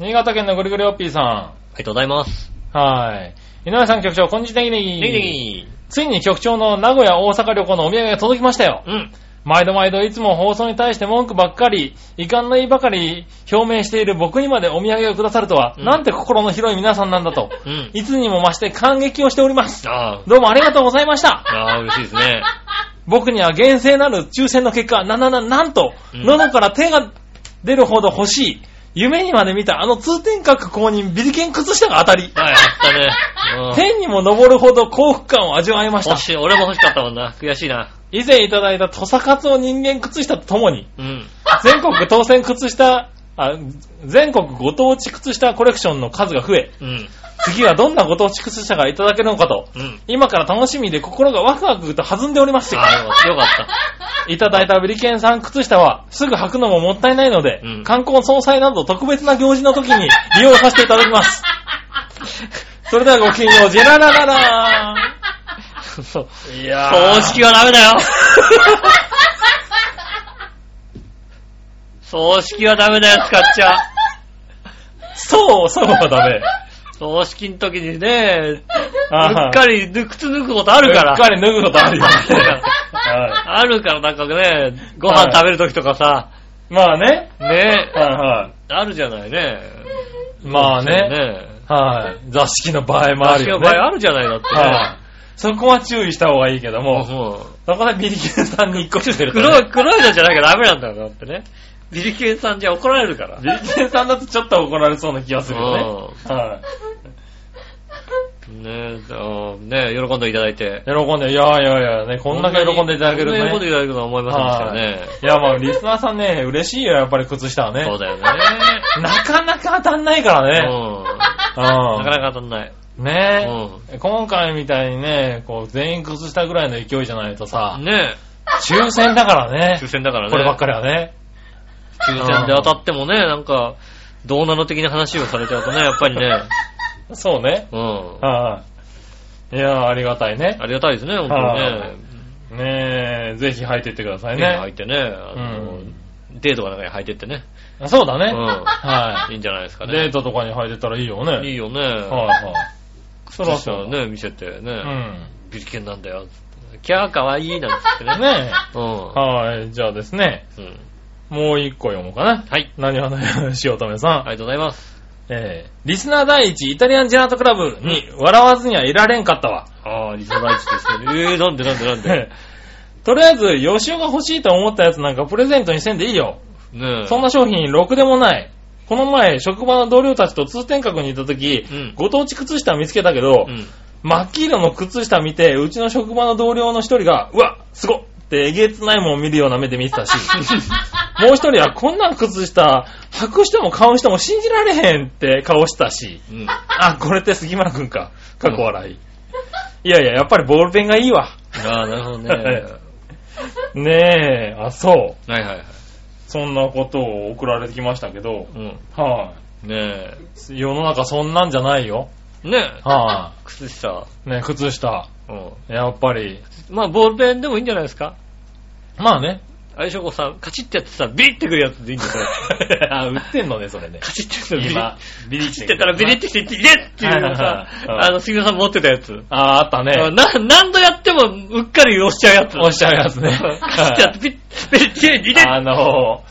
Speaker 3: 新潟県のぐりぐりおっぴーさ
Speaker 2: ありがとうございます。
Speaker 3: ん。はい。井上さん局長、こんにちは。
Speaker 2: ネギネギ。
Speaker 3: ついに局長の名古屋大阪旅行のお土産が届きましたよ。
Speaker 2: うん。
Speaker 3: 毎度毎度いつも放送に対して文句ばっかり、遺憾の意ばかり表明している僕にまでお土産をくださるとは、
Speaker 2: うん
Speaker 3: なんて心の広い皆さんなんだと、
Speaker 2: うん。
Speaker 3: いつにも増して感激をしております。
Speaker 2: あ
Speaker 3: どうもありがとうございました
Speaker 2: あ。。ああ、嬉しいですね。
Speaker 3: 僕には厳正なる抽選の結果、ななな、なんと、
Speaker 2: うん
Speaker 3: 喉から手が出るほど欲しい、夢にまで見たあの通天閣公認ビリケン靴下が当たり、
Speaker 2: はい、あったね。
Speaker 3: 天にも昇るほど幸福感を味わいま
Speaker 2: うん。
Speaker 3: した
Speaker 2: 欲。しい。俺も欲しかったもんな。悔しいな。
Speaker 3: 以前いただいた土佐カツオ人間靴下とともに、
Speaker 2: うん。
Speaker 3: 全国当選靴下、あ、全国ご当地靴下コレクションの数が増え、
Speaker 2: うん。
Speaker 3: 次はどんなご当地靴下がいただけるのかと、
Speaker 2: うん。
Speaker 3: 今から楽しみで心がワクワクと弾んでおりますよ。
Speaker 2: ああ、よかった。
Speaker 3: いただいたビリケンさん靴下は、すぐ履くのももったいないので、
Speaker 2: うん
Speaker 3: 観光総裁など特別な行事の時に利用させていただきます。それではごきげんよう、ジェララララ
Speaker 2: そう。
Speaker 3: ーン。いや
Speaker 2: 葬式はダメだよ。葬式はダメだよ、使っちゃ。
Speaker 3: そう、そうは
Speaker 2: <laughs>
Speaker 3: ダメ。
Speaker 2: 葬式の時にね、う
Speaker 3: あー
Speaker 2: っかり靴脱ぐことあるから。
Speaker 3: うっかり脱ぐことあるよね
Speaker 2: <laughs>
Speaker 3: は
Speaker 2: あるからなんかね、ご飯食べるときとかさ、
Speaker 3: いまあね。
Speaker 2: ね、
Speaker 3: はいはい。
Speaker 2: あるじゃないね。
Speaker 3: まあね。
Speaker 2: ね。
Speaker 3: はい。座敷の場合もあ
Speaker 2: 私の
Speaker 3: るよ
Speaker 2: 場
Speaker 3: ね。
Speaker 2: 合あるじゃないだ
Speaker 3: はい
Speaker 2: っ。
Speaker 3: そこは注意した方がいいけど
Speaker 2: て。もう
Speaker 3: も、
Speaker 2: も
Speaker 3: そこでビリケンさんに一個して
Speaker 2: う
Speaker 3: るとね
Speaker 2: 黒い、黒いのじゃなきゃダメなんだよ、だってね。ビリケンさんじゃ怒られるから。
Speaker 3: ビリケンさんだとちょっと怒られそうな気がするよね。はい。
Speaker 2: ねえ、あーねえ喜んでいただいて。
Speaker 3: 喜んで、いやいやいや、ね、こんだけ喜んでいただける
Speaker 2: こんなに喜
Speaker 3: と
Speaker 2: んで
Speaker 3: ね。
Speaker 2: いただけるとは思いませんでしたね。
Speaker 3: いや、まあ、リスナーさんね、嬉しいよ、やっぱり靴下はね
Speaker 2: そう。だよね。
Speaker 3: なかなか当たんないからね。
Speaker 2: う。
Speaker 3: う
Speaker 2: な
Speaker 3: ん
Speaker 2: かなか当たんない。
Speaker 3: ん。ねえ。今回みたいにね、こう、全員靴下ぐらいの勢いじゃないとさ、
Speaker 2: ね
Speaker 3: 抽選だから
Speaker 2: え、
Speaker 3: ね
Speaker 2: 抽。選だからね。
Speaker 3: こればっかりはね。
Speaker 2: 抽選で当たってもね、なんか、どうなの的な話をされちゃうとね、やっぱりね、
Speaker 3: <laughs> そうね。
Speaker 2: うん。
Speaker 3: はい。いや、ありがたいね。
Speaker 2: ありがたいですね、本当に
Speaker 3: は
Speaker 2: ね。
Speaker 3: ねえ、ぜひ履いていってください
Speaker 2: ね、入
Speaker 3: ね
Speaker 2: っ。てね、あの
Speaker 3: うん、
Speaker 2: デートが中に入ってってね。
Speaker 3: あそうだ
Speaker 2: う
Speaker 3: ね。
Speaker 2: ん。
Speaker 3: はい
Speaker 2: いんじゃないですか
Speaker 3: い。デ
Speaker 2: ね
Speaker 3: ー。トとかに履いてたらいいよ
Speaker 2: い
Speaker 3: ね。
Speaker 2: いよね。
Speaker 3: はいはい。
Speaker 2: そ
Speaker 3: ら
Speaker 2: ろ
Speaker 3: そ
Speaker 2: そうろね、見せて
Speaker 3: う
Speaker 2: ね。
Speaker 3: ん。
Speaker 2: ビリケンなんだよ。キャーかわいいなんつってね。
Speaker 3: ね
Speaker 2: うん。
Speaker 3: え。はい。じゃあですね、
Speaker 2: うん
Speaker 3: もう一個読もうかな。
Speaker 2: はい。
Speaker 3: 何話のよ、しおとめさん。
Speaker 2: ありがとうございます。
Speaker 3: えー、リスナー第一、イタリアンジェラートクラブに笑わずにはいられんかったわ。
Speaker 2: ああ、リサ大地です <laughs> ね。えー、なんでなんでなんで。
Speaker 3: <laughs> とりあえず、ヨシオが欲しいと思ったやつなんかプレゼントにせんでいいよ。
Speaker 2: ねえ。
Speaker 3: そんな商品、ろくでもない。この前、職場の同僚たちと通天閣にいた時、
Speaker 2: うん
Speaker 3: ご当地靴下見つけたけど、
Speaker 2: うん。
Speaker 3: 真っ黄色の靴下見て、うちの職場の同僚の一人が、うわ、すごっってえげつないもん見るような目で見てたし、もう一人はこんな靴下、履く人も買う人も信じられへんって顔したし、
Speaker 2: <laughs> うん。
Speaker 3: あ、これって杉村くんか。過去笑い。いやいや、やっぱりボールペンがいいわ。
Speaker 2: ああ、なるほどね。
Speaker 3: はいねえ、あ、そう。
Speaker 2: はいはいはい。
Speaker 3: そんなことを送られてきましたけど、
Speaker 2: うん。
Speaker 3: は
Speaker 2: ね
Speaker 3: い。世の中そんなんじゃないよ。
Speaker 2: え。ねえ。
Speaker 3: は
Speaker 2: 靴下。
Speaker 3: い。ねえ、靴下。
Speaker 2: うん。
Speaker 3: やっぱり。
Speaker 2: まあ、ボールペンでもいいんじゃないですか。
Speaker 3: まあね。
Speaker 2: あれでしょ、こうさ、カチッってやってさ、ビリってくるやつでいいんです <laughs> よ。
Speaker 3: あ、売ってんのね、それね。
Speaker 2: カチッてやって
Speaker 3: 今
Speaker 2: さ、、
Speaker 3: ビ
Speaker 2: ビリ
Speaker 3: リ
Speaker 2: ってやったらビリってして、ビリっていうのをさ
Speaker 3: はい、はいはい
Speaker 2: あの、杉野さん持ってたやつ。
Speaker 3: あ、あった
Speaker 2: あ
Speaker 3: ね。
Speaker 2: な何度やっても、うっかり押しちゃうやつ。
Speaker 3: 押しちゃうやつね。
Speaker 2: カチッてやって、ビリビリって、ビリって
Speaker 3: あの、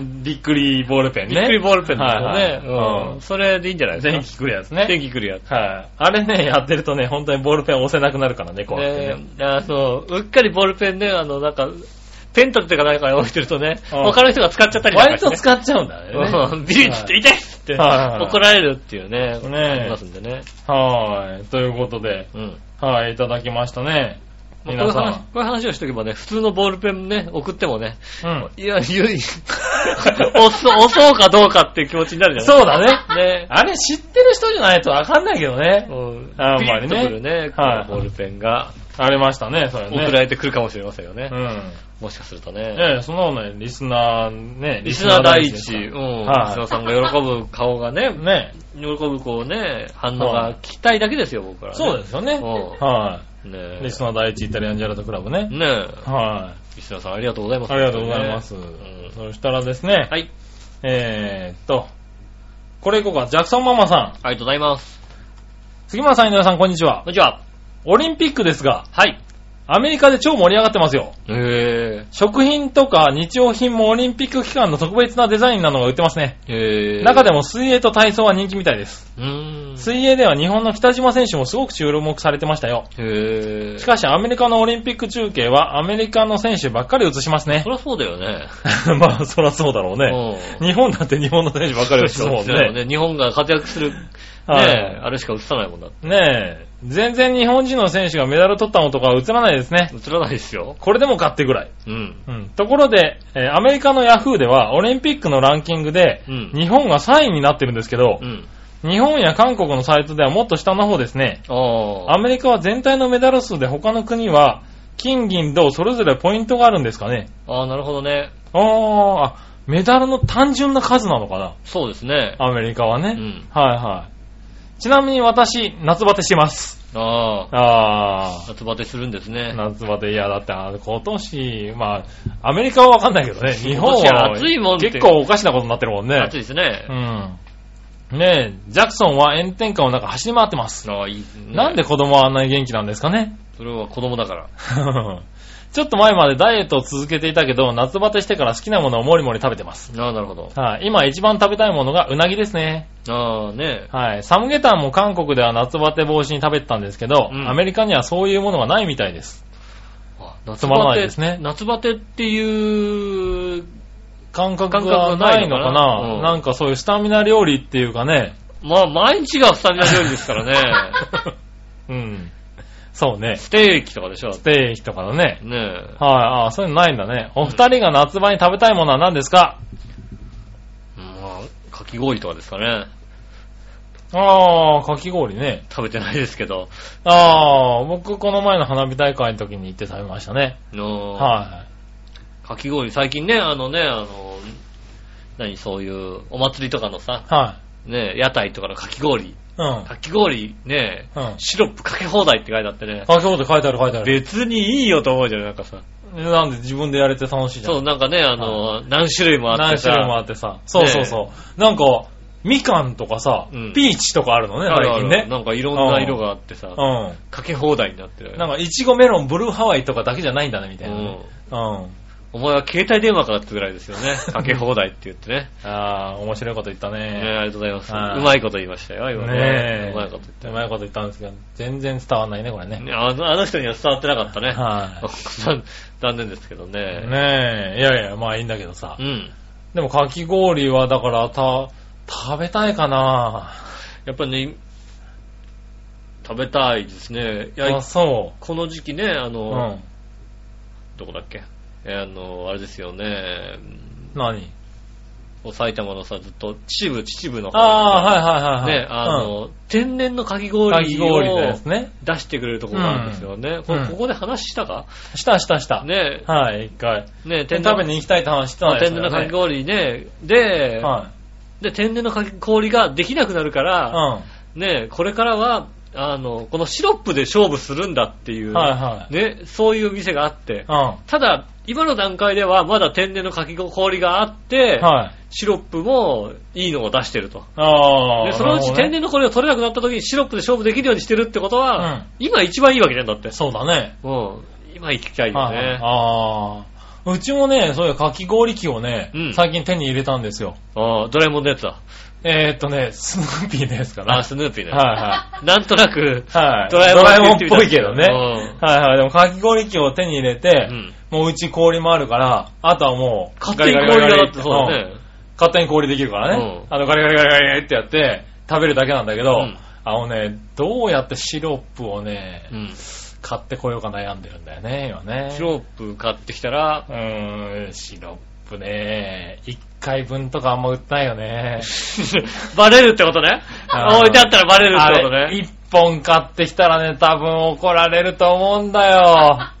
Speaker 3: びっくりボールペンね。
Speaker 2: びっくりボールペンですよ
Speaker 3: はい
Speaker 2: ね
Speaker 3: はい
Speaker 2: うん
Speaker 3: うん
Speaker 2: それでいいんじゃない
Speaker 3: 電
Speaker 2: で
Speaker 3: 気
Speaker 2: す
Speaker 3: くるやつ
Speaker 2: か。
Speaker 3: ね。
Speaker 2: 電気くるやつ。
Speaker 3: はい。あれね、やってるとね、本当にボールペン押せなくなるからね、こうやってね。
Speaker 2: ねあの、うっかりボールペンね、あの、なんか、ペン立てかなんかに置いてるとね、
Speaker 3: うん
Speaker 2: 他の人が使っちゃったりなんか
Speaker 3: 割
Speaker 2: して
Speaker 3: と
Speaker 2: ね
Speaker 3: 使っちゃうんだよね。
Speaker 2: うんビリッって痛いっつって
Speaker 3: はいはいはい
Speaker 2: 怒られるっていうね、
Speaker 3: ね
Speaker 2: ありますんでね。
Speaker 3: はい。ということで、
Speaker 2: うん。
Speaker 3: はい、いただきましたね。
Speaker 2: まあ
Speaker 3: 皆
Speaker 2: こういう話
Speaker 3: さ
Speaker 2: こういう話をしとけばね、普通のボールペンね、送ってもね、
Speaker 3: ん。う
Speaker 2: い <laughs>
Speaker 3: ん。
Speaker 2: や、ゆい、押す押そうかどうかっていう気持ちになるじゃ
Speaker 3: そうだね。
Speaker 2: ないね。
Speaker 3: あれ知ってる人じゃないとわかんないけどね。
Speaker 2: うん
Speaker 3: あん
Speaker 2: ビリ
Speaker 3: ま
Speaker 2: ッ
Speaker 3: り
Speaker 2: と
Speaker 3: ね
Speaker 2: くるね、こ
Speaker 3: はい
Speaker 2: のボールペンが
Speaker 3: ありましたね、それ
Speaker 2: 送ら
Speaker 3: ね。
Speaker 2: れてくるかもしれませんよね
Speaker 3: う。ん。
Speaker 2: もしかするとね。
Speaker 3: ええ、そのね、リスナーね、
Speaker 2: リスナー第一、
Speaker 3: です
Speaker 2: うん。リ
Speaker 3: か
Speaker 2: ス
Speaker 3: はい
Speaker 2: ナーさんが喜ぶ顔がね
Speaker 3: ら、ね。
Speaker 2: 喜ぶこうね、反応が聞きたいだけですよ、僕らね。。
Speaker 3: そうですすよね。
Speaker 2: う
Speaker 3: は
Speaker 2: ん。ね
Speaker 3: い。
Speaker 2: え
Speaker 3: リスナー第一イタリアンジェラートクラブね。
Speaker 2: ねえ。
Speaker 3: は
Speaker 2: 石田さん、ありがとうございま
Speaker 3: い。
Speaker 2: す。
Speaker 3: ありがとうございます
Speaker 2: ね。
Speaker 3: そしたらですね、
Speaker 2: はい。
Speaker 3: えーっと、これいこうか。ジャクソンママさん。
Speaker 2: ありがとうございます。
Speaker 3: 杉村さん、井上さん、こんにちは
Speaker 2: こん。にちは。
Speaker 3: オリンピックですが、
Speaker 2: はい。
Speaker 3: アメリカで超盛り上がってますよ。
Speaker 2: へ
Speaker 3: 食品とか日用品もオリンピック期間の特別なデザインなのが売ってますね。
Speaker 2: ぇー。へぇー。
Speaker 3: 中でも水泳と体操は人気みたいです。
Speaker 2: うーん。
Speaker 3: 水泳では日本の北島選手もすごく注目されてましたよ。
Speaker 2: へぇー。
Speaker 3: しかしアメリカのオリンピック中継はアメリカの選手ばっかり映しますね
Speaker 2: そ。りゃそうだよね。
Speaker 3: <laughs> まあ、そらそうだろうね。
Speaker 2: うん。
Speaker 3: 日本だって日本の選手ばっかり映すもん
Speaker 2: そうだよ
Speaker 3: ね。
Speaker 2: 日本が活躍する、ねえ、
Speaker 3: はい
Speaker 2: あれしか映さないもんだ。
Speaker 3: ねえ。全然日本人の選手がメダル取ったのとかは映らないですね。
Speaker 2: 映らないですよ。
Speaker 3: これでもかってぐらい。
Speaker 2: うん。
Speaker 3: うんところで、えーアメリカのヤフーではオリンピックのランキングで、
Speaker 2: うん
Speaker 3: 日本が3位になってるんですけど
Speaker 2: う、ん。
Speaker 3: 日本や韓国のサイトではもっと下の方ですね。
Speaker 2: あ
Speaker 3: ア
Speaker 2: あ。
Speaker 3: メリカは全体のメダル数で他の国は金銀銅それぞれポイントがあるんですかね。
Speaker 2: ああ、なるほどね。
Speaker 3: あーあ、メダルの単純な数なのかな
Speaker 2: そうですね。
Speaker 3: アメリカはね。
Speaker 2: うん
Speaker 3: はいはい。ちなみに私、夏バテしてます。
Speaker 2: ああ。
Speaker 3: ああ。
Speaker 2: 夏バテするんですね。
Speaker 3: 夏バテ、いや、だって、あの今年、まあ、アメリカはわかんないけどね、日本
Speaker 2: 今年は
Speaker 3: は
Speaker 2: 暑いもんって
Speaker 3: 結構おかしなことになってるもんね
Speaker 2: 暑い。ですね
Speaker 3: う。ん。ねえ、ジャクソンは炎天下の中走り回ってます。
Speaker 2: ああ、いい、ね
Speaker 3: なんで子供はあんなに元気なんですかね <laughs>
Speaker 2: それは子供だから。
Speaker 3: ちょっと前までダイエットを続けていたけど、夏バテしてから好きなものをもりもり食べてます。
Speaker 2: ああ、なるほど。
Speaker 3: はい、今一番食べたいものがうなぎですね。
Speaker 2: ああ、ね
Speaker 3: はい。サムゲタンも韓国では夏バテ防止に食べてたんですけど、
Speaker 2: うん
Speaker 3: アメリカにはそういうものがないみたいです。
Speaker 2: あ
Speaker 3: つまらないですね
Speaker 2: 夏バテっていう、
Speaker 3: 感覚
Speaker 2: 感覚
Speaker 3: が
Speaker 2: が
Speaker 3: な
Speaker 2: ないい
Speaker 3: の
Speaker 2: のか
Speaker 3: か
Speaker 2: な
Speaker 3: な、
Speaker 2: うん
Speaker 3: なんかそういうスタミナ料理っていうかね。
Speaker 2: まあ、毎日がスタミナ料理ですから
Speaker 3: <laughs>
Speaker 2: ね。
Speaker 3: うん。そうね。
Speaker 2: ステーキとかでしょ。
Speaker 3: ステーキとかのね。
Speaker 2: ねえ。
Speaker 3: はい、ああ、そういうのないんだね。お二人が夏場に食べたいものは何ですか
Speaker 2: まあ、かき氷とかですかね。
Speaker 3: ああ、かき氷ね。
Speaker 2: 食べてないですけど。
Speaker 3: ああ、僕この前の花火大会の時に行って食べましたね。
Speaker 2: の
Speaker 3: は
Speaker 2: かき氷、最近ね、あのね、あの、何、そういう、お祭りとかのさ、
Speaker 3: い。は
Speaker 2: ねえ、屋台とかのかき氷。
Speaker 3: い。うん。
Speaker 2: かき氷、ねえ、
Speaker 3: うん
Speaker 2: シロップかけ放題って書いてあってね。
Speaker 3: かき氷って書いてある書いてある。
Speaker 2: 別にいいよと思うじゃん、なんかさ。
Speaker 3: なんで自分でやれて楽しいじゃん。
Speaker 2: そう、なんかね、あの、何種類もあって
Speaker 3: 何
Speaker 2: さ
Speaker 3: 種類もあってさ。そうそうそう。なんか、みかんとかさ、
Speaker 2: うん
Speaker 3: ピーチとかあるのね、
Speaker 2: あるあ
Speaker 3: 最
Speaker 2: る
Speaker 3: 近ね。
Speaker 2: なんかいろんな色があってさ、
Speaker 3: う
Speaker 2: かけ放題になってる。
Speaker 3: ん。なんか、いちごメロン、ブルーハワイとかだけじゃないんだね、みたいなね。うん。
Speaker 2: お前は携帯電話かってぐらいですよね。かけ放題って言ってね。
Speaker 3: ああ、面白いこと言った
Speaker 2: ね
Speaker 3: <laughs> ね。
Speaker 2: ありがとうございます。
Speaker 3: はいう
Speaker 2: まいこと言いましたよ、今
Speaker 3: ね
Speaker 2: ね。
Speaker 3: え
Speaker 2: うまいこと言って
Speaker 3: うまいこと言ったんですけど、全然伝わんないね、これね。
Speaker 2: ねあのあの人には伝わってなかったね。
Speaker 3: は
Speaker 2: <laughs> 残念ですけどね。
Speaker 3: い。ねえ、いやいや、まあいいんだけどさ
Speaker 2: う。ん。
Speaker 3: でも、かき氷は、だから、た、食べたいかな
Speaker 2: やっぱね、食べたいですね。いや
Speaker 3: あ、、そ
Speaker 2: この時期ね、あ
Speaker 3: う。
Speaker 2: の
Speaker 3: う、ん。
Speaker 2: どこだっけえーあの、あれですよね、
Speaker 3: 何
Speaker 2: うん埼玉のさ、ずっと秩父、秩父の方
Speaker 3: ああ、はいはいはいはい。
Speaker 2: ね、あ
Speaker 3: うん、
Speaker 2: の、天然のかき
Speaker 3: か
Speaker 2: 氷
Speaker 3: き氷
Speaker 2: を
Speaker 3: ですね。
Speaker 2: 出してくれるところがあるんですよね。こ
Speaker 3: う
Speaker 2: れ
Speaker 3: ん
Speaker 2: ここで話したか、
Speaker 3: したしたした。
Speaker 2: ね、
Speaker 3: はい、一回。
Speaker 2: ね、天
Speaker 3: 天
Speaker 2: 然
Speaker 3: 食べに行きたいって話してたんです
Speaker 2: 天
Speaker 3: よ
Speaker 2: 然
Speaker 3: ね
Speaker 2: のかき氷ね、で、
Speaker 3: は
Speaker 2: で、天然のかき氷ができなくなるから、
Speaker 3: い。
Speaker 2: ね、これからは、あの、このシロップで勝負するんだっていうう、
Speaker 3: ん。はいはい。
Speaker 2: ね、そういう店があって、
Speaker 3: うん。は
Speaker 2: ただ、今の段階ではまだ天然のかき氷があって、
Speaker 3: い。あ
Speaker 2: シロップもいいのを出してると。
Speaker 3: あー。
Speaker 2: で、そのうち
Speaker 3: な
Speaker 2: 天
Speaker 3: るほどね
Speaker 2: 然の氷が取れなくなった時にシロップで勝負できるようにしてるってことは、
Speaker 3: うん
Speaker 2: 今一番いいわけじゃんだって。
Speaker 3: そうだね。
Speaker 2: うん。今行きたいよ
Speaker 3: はい
Speaker 2: ね。
Speaker 3: はいああ。うちもね、そういうかき氷機をね
Speaker 2: うん、
Speaker 3: 最近手に入れたんですよ。
Speaker 2: ああ、ドラえもんのやつだ。
Speaker 3: えーっとね、スヌーピーですか
Speaker 2: あ
Speaker 3: ら。
Speaker 2: スヌーピーね。
Speaker 3: は
Speaker 2: なんとなく、
Speaker 3: いはい。はい。
Speaker 2: ド
Speaker 3: ド
Speaker 2: ラ
Speaker 3: ラ
Speaker 2: え
Speaker 3: え
Speaker 2: もん
Speaker 3: もんっぽいけどね。
Speaker 2: う
Speaker 3: はいはい。でもかき氷機を手に入れて
Speaker 2: うん、
Speaker 3: もううち氷もあるから、あとはもう、
Speaker 2: 勝手に氷があって、そうだ
Speaker 3: うん
Speaker 2: ね。
Speaker 3: 勝手に氷できるからね。
Speaker 2: う
Speaker 3: あの、ガリガリガリガリってやって、食べるだけなんだけど、
Speaker 2: うん
Speaker 3: あのね、どうやってシロップをね、
Speaker 2: うん。
Speaker 3: 買ってこようか悩んでるんだよね、今ね。
Speaker 2: シロップ買ってきたら、 <laughs>
Speaker 3: うーん、シロップね、1回分とかあんま売ってない
Speaker 2: <laughs>
Speaker 3: よね。
Speaker 2: バレるってことね。
Speaker 3: あー
Speaker 2: 置いてあったらバレるっ
Speaker 3: あ
Speaker 2: てことね。
Speaker 3: れ、1本買ってきたらね、多分怒られると思うんだよ。
Speaker 2: <laughs>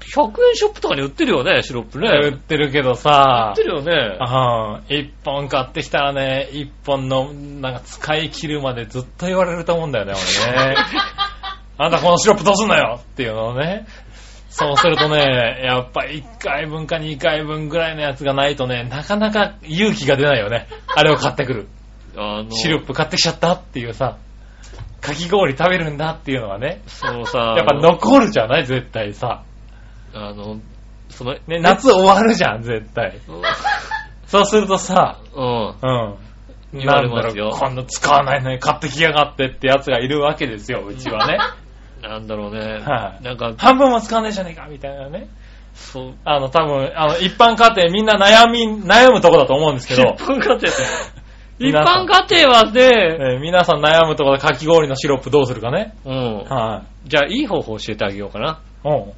Speaker 2: 100円ショップとかに売ってるよね、シロップね。
Speaker 3: 売ってるけどさ
Speaker 2: 売って、るよね。
Speaker 3: あー一本買ってきたらね、一本の、なんか使い切るまでずっと言われると思うんだよね、俺
Speaker 2: <laughs>
Speaker 3: ね。あんたこのシロップどうすんなよっていうのをね。そうするとね、やっぱ1回分か2回分ぐらいのやつがないとね、なかなか勇気が出ないよね。あれを買ってくる。
Speaker 2: あの
Speaker 3: シロップ買ってきちゃったっていうさ、かき氷食べるんだっていうのがね、
Speaker 2: そのさ、
Speaker 3: やっぱ残るじゃない絶対さ。
Speaker 2: あの、その、
Speaker 3: ね、夏終わるじゃん、絶対。
Speaker 2: うん。
Speaker 3: そうするとさ、
Speaker 2: うん
Speaker 3: うん。
Speaker 2: 言われますよ
Speaker 3: なんだろうこんな使わないのに買ってきやがってってやつがいるわけです <laughs> よ、うちはね。
Speaker 2: なんだろうね。
Speaker 3: はい
Speaker 2: なんか、
Speaker 3: 半分も使わないじゃねえか、みたいなね。
Speaker 2: そう、
Speaker 3: あの、多分、あの、一般家庭みんな悩み、悩むとこだと思うんですけ
Speaker 2: 一
Speaker 3: ど、
Speaker 2: 般家庭。 <laughs> 一
Speaker 3: 皆さん
Speaker 2: 般家庭はね、
Speaker 3: えー皆さん悩むとこでかき氷のシロップどうするかね。
Speaker 2: うん。
Speaker 3: は
Speaker 2: じゃあ、いい方法教えてあげようかな。
Speaker 3: い。おう。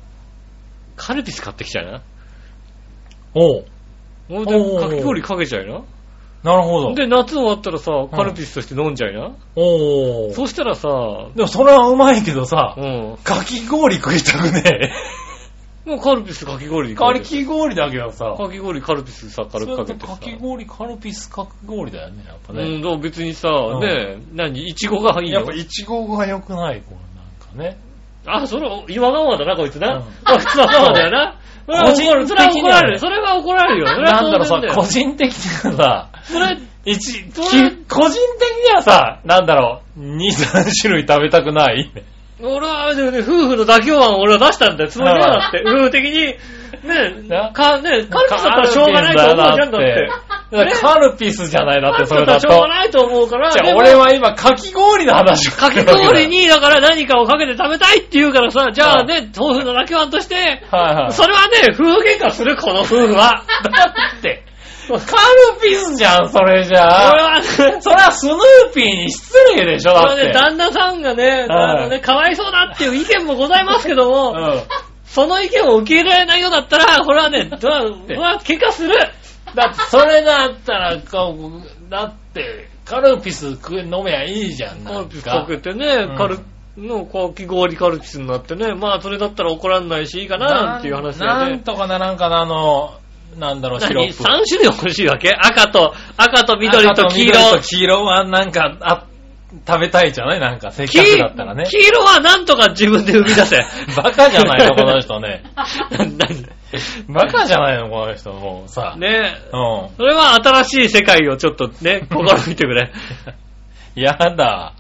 Speaker 2: カルピス買ってきちゃいな。
Speaker 3: おう。
Speaker 2: もうでも
Speaker 3: おー
Speaker 2: かき氷かけちゃいな。
Speaker 3: なるほど。
Speaker 2: で、夏終わったらさ、カルピスとして飲んじゃいな。
Speaker 3: おう。
Speaker 2: そしたらさ、
Speaker 3: でもそれはうまいけどさ
Speaker 2: う、ん。
Speaker 3: かき氷食いたくね
Speaker 2: もうカルピスかき氷
Speaker 3: え。
Speaker 2: にか
Speaker 3: か
Speaker 2: けて
Speaker 3: き氷だけどさ、
Speaker 2: かき氷カルピスさ、軽くかけて
Speaker 3: か
Speaker 2: さ。
Speaker 3: き氷、カルピスかき氷だよね、やっぱね。
Speaker 2: うん、だから別にさ、
Speaker 3: ん
Speaker 2: ねえ、何、いちごがいい
Speaker 3: やっ
Speaker 2: よ
Speaker 3: ぱ。イチゴが良くない、こうなんかね。
Speaker 2: あ、それ、今川だな、こいつな。
Speaker 3: うん
Speaker 2: あ、普通の川だよな。それは
Speaker 3: 個人
Speaker 2: 怒る、それは
Speaker 3: 的
Speaker 2: 怒
Speaker 3: には
Speaker 2: ら
Speaker 3: ね
Speaker 2: れる。それは怒られるよ。それは
Speaker 3: なんだろう
Speaker 2: 当
Speaker 3: さ
Speaker 2: 然、
Speaker 3: 個人的にはさ、
Speaker 2: それ、
Speaker 3: 一、き個
Speaker 2: それ
Speaker 3: 人的にはさ、なんだろう、2、3種類食べたくない
Speaker 2: 俺は、でもね、夫婦の妥協案を俺は出したんだよ。つもりだなって。夫婦的に、ね
Speaker 3: な
Speaker 2: か、ねカルピスだったらしょうがないと思うじゃんだって。
Speaker 3: カルピスだよだってカルピスじゃないだっ
Speaker 2: カル
Speaker 3: て、
Speaker 2: ピス
Speaker 3: そ
Speaker 2: だった
Speaker 3: れだ
Speaker 2: らし
Speaker 3: と。
Speaker 2: ょうがないと思うから、
Speaker 3: じゃ
Speaker 2: で
Speaker 3: あ
Speaker 2: も
Speaker 3: 俺、は今、かき氷の話を
Speaker 2: か
Speaker 3: して
Speaker 2: き
Speaker 3: るわけだよ
Speaker 2: 氷。に、 <laughs> だから何かをかけて食べたいって言うからさ、じゃあね、夫婦の妥協案として、
Speaker 3: はいはい。
Speaker 2: それはね、夫婦喧嘩する、この夫婦は。
Speaker 3: だって、カルピスじゃん、それじゃ
Speaker 2: 俺
Speaker 3: あ。
Speaker 2: はね、
Speaker 3: それはスヌーピーに失礼でしょ、
Speaker 2: こ
Speaker 3: だっ
Speaker 2: れね、
Speaker 3: て。
Speaker 2: 旦那さんがね、
Speaker 3: はい
Speaker 2: あのね、かわいそうだっていう意見もございますけども、
Speaker 3: うん。
Speaker 2: その意見を受け入れられないよう <laughs> だったら、これはね、どう
Speaker 3: て
Speaker 2: うわ喧嘩する。
Speaker 3: だって、それだったら、こう、だって、カルピス食い飲めばいいじゃん、
Speaker 2: カ
Speaker 3: な
Speaker 2: ル
Speaker 3: ん
Speaker 2: ピスか
Speaker 3: か。
Speaker 2: けてね
Speaker 3: う、ん
Speaker 2: カル、の、かき氷カルピスになってね、まあ、それだったら怒らんないし、いいかな、なんていう話だ
Speaker 3: な
Speaker 2: よ
Speaker 3: ん
Speaker 2: ね。
Speaker 3: とかならんかな、あの、なんだろう、シロ
Speaker 2: 何
Speaker 3: ップ。
Speaker 2: 三種類欲しいわけ赤と、赤と緑と黄色。
Speaker 3: 赤と緑と黄色は、なんか、あ、食べたいじゃないなんか、せっかくだったらね。
Speaker 2: <laughs> 黄。黄色はなんとか自分で生み出せ <laughs>
Speaker 3: バカじゃないの、この人ね。
Speaker 2: な何
Speaker 3: バカじゃないの、この人。もうさ。
Speaker 2: ね
Speaker 3: うん。
Speaker 2: それは新しい世界をちょっと <laughs> ね、試みてくれ。
Speaker 3: やだ。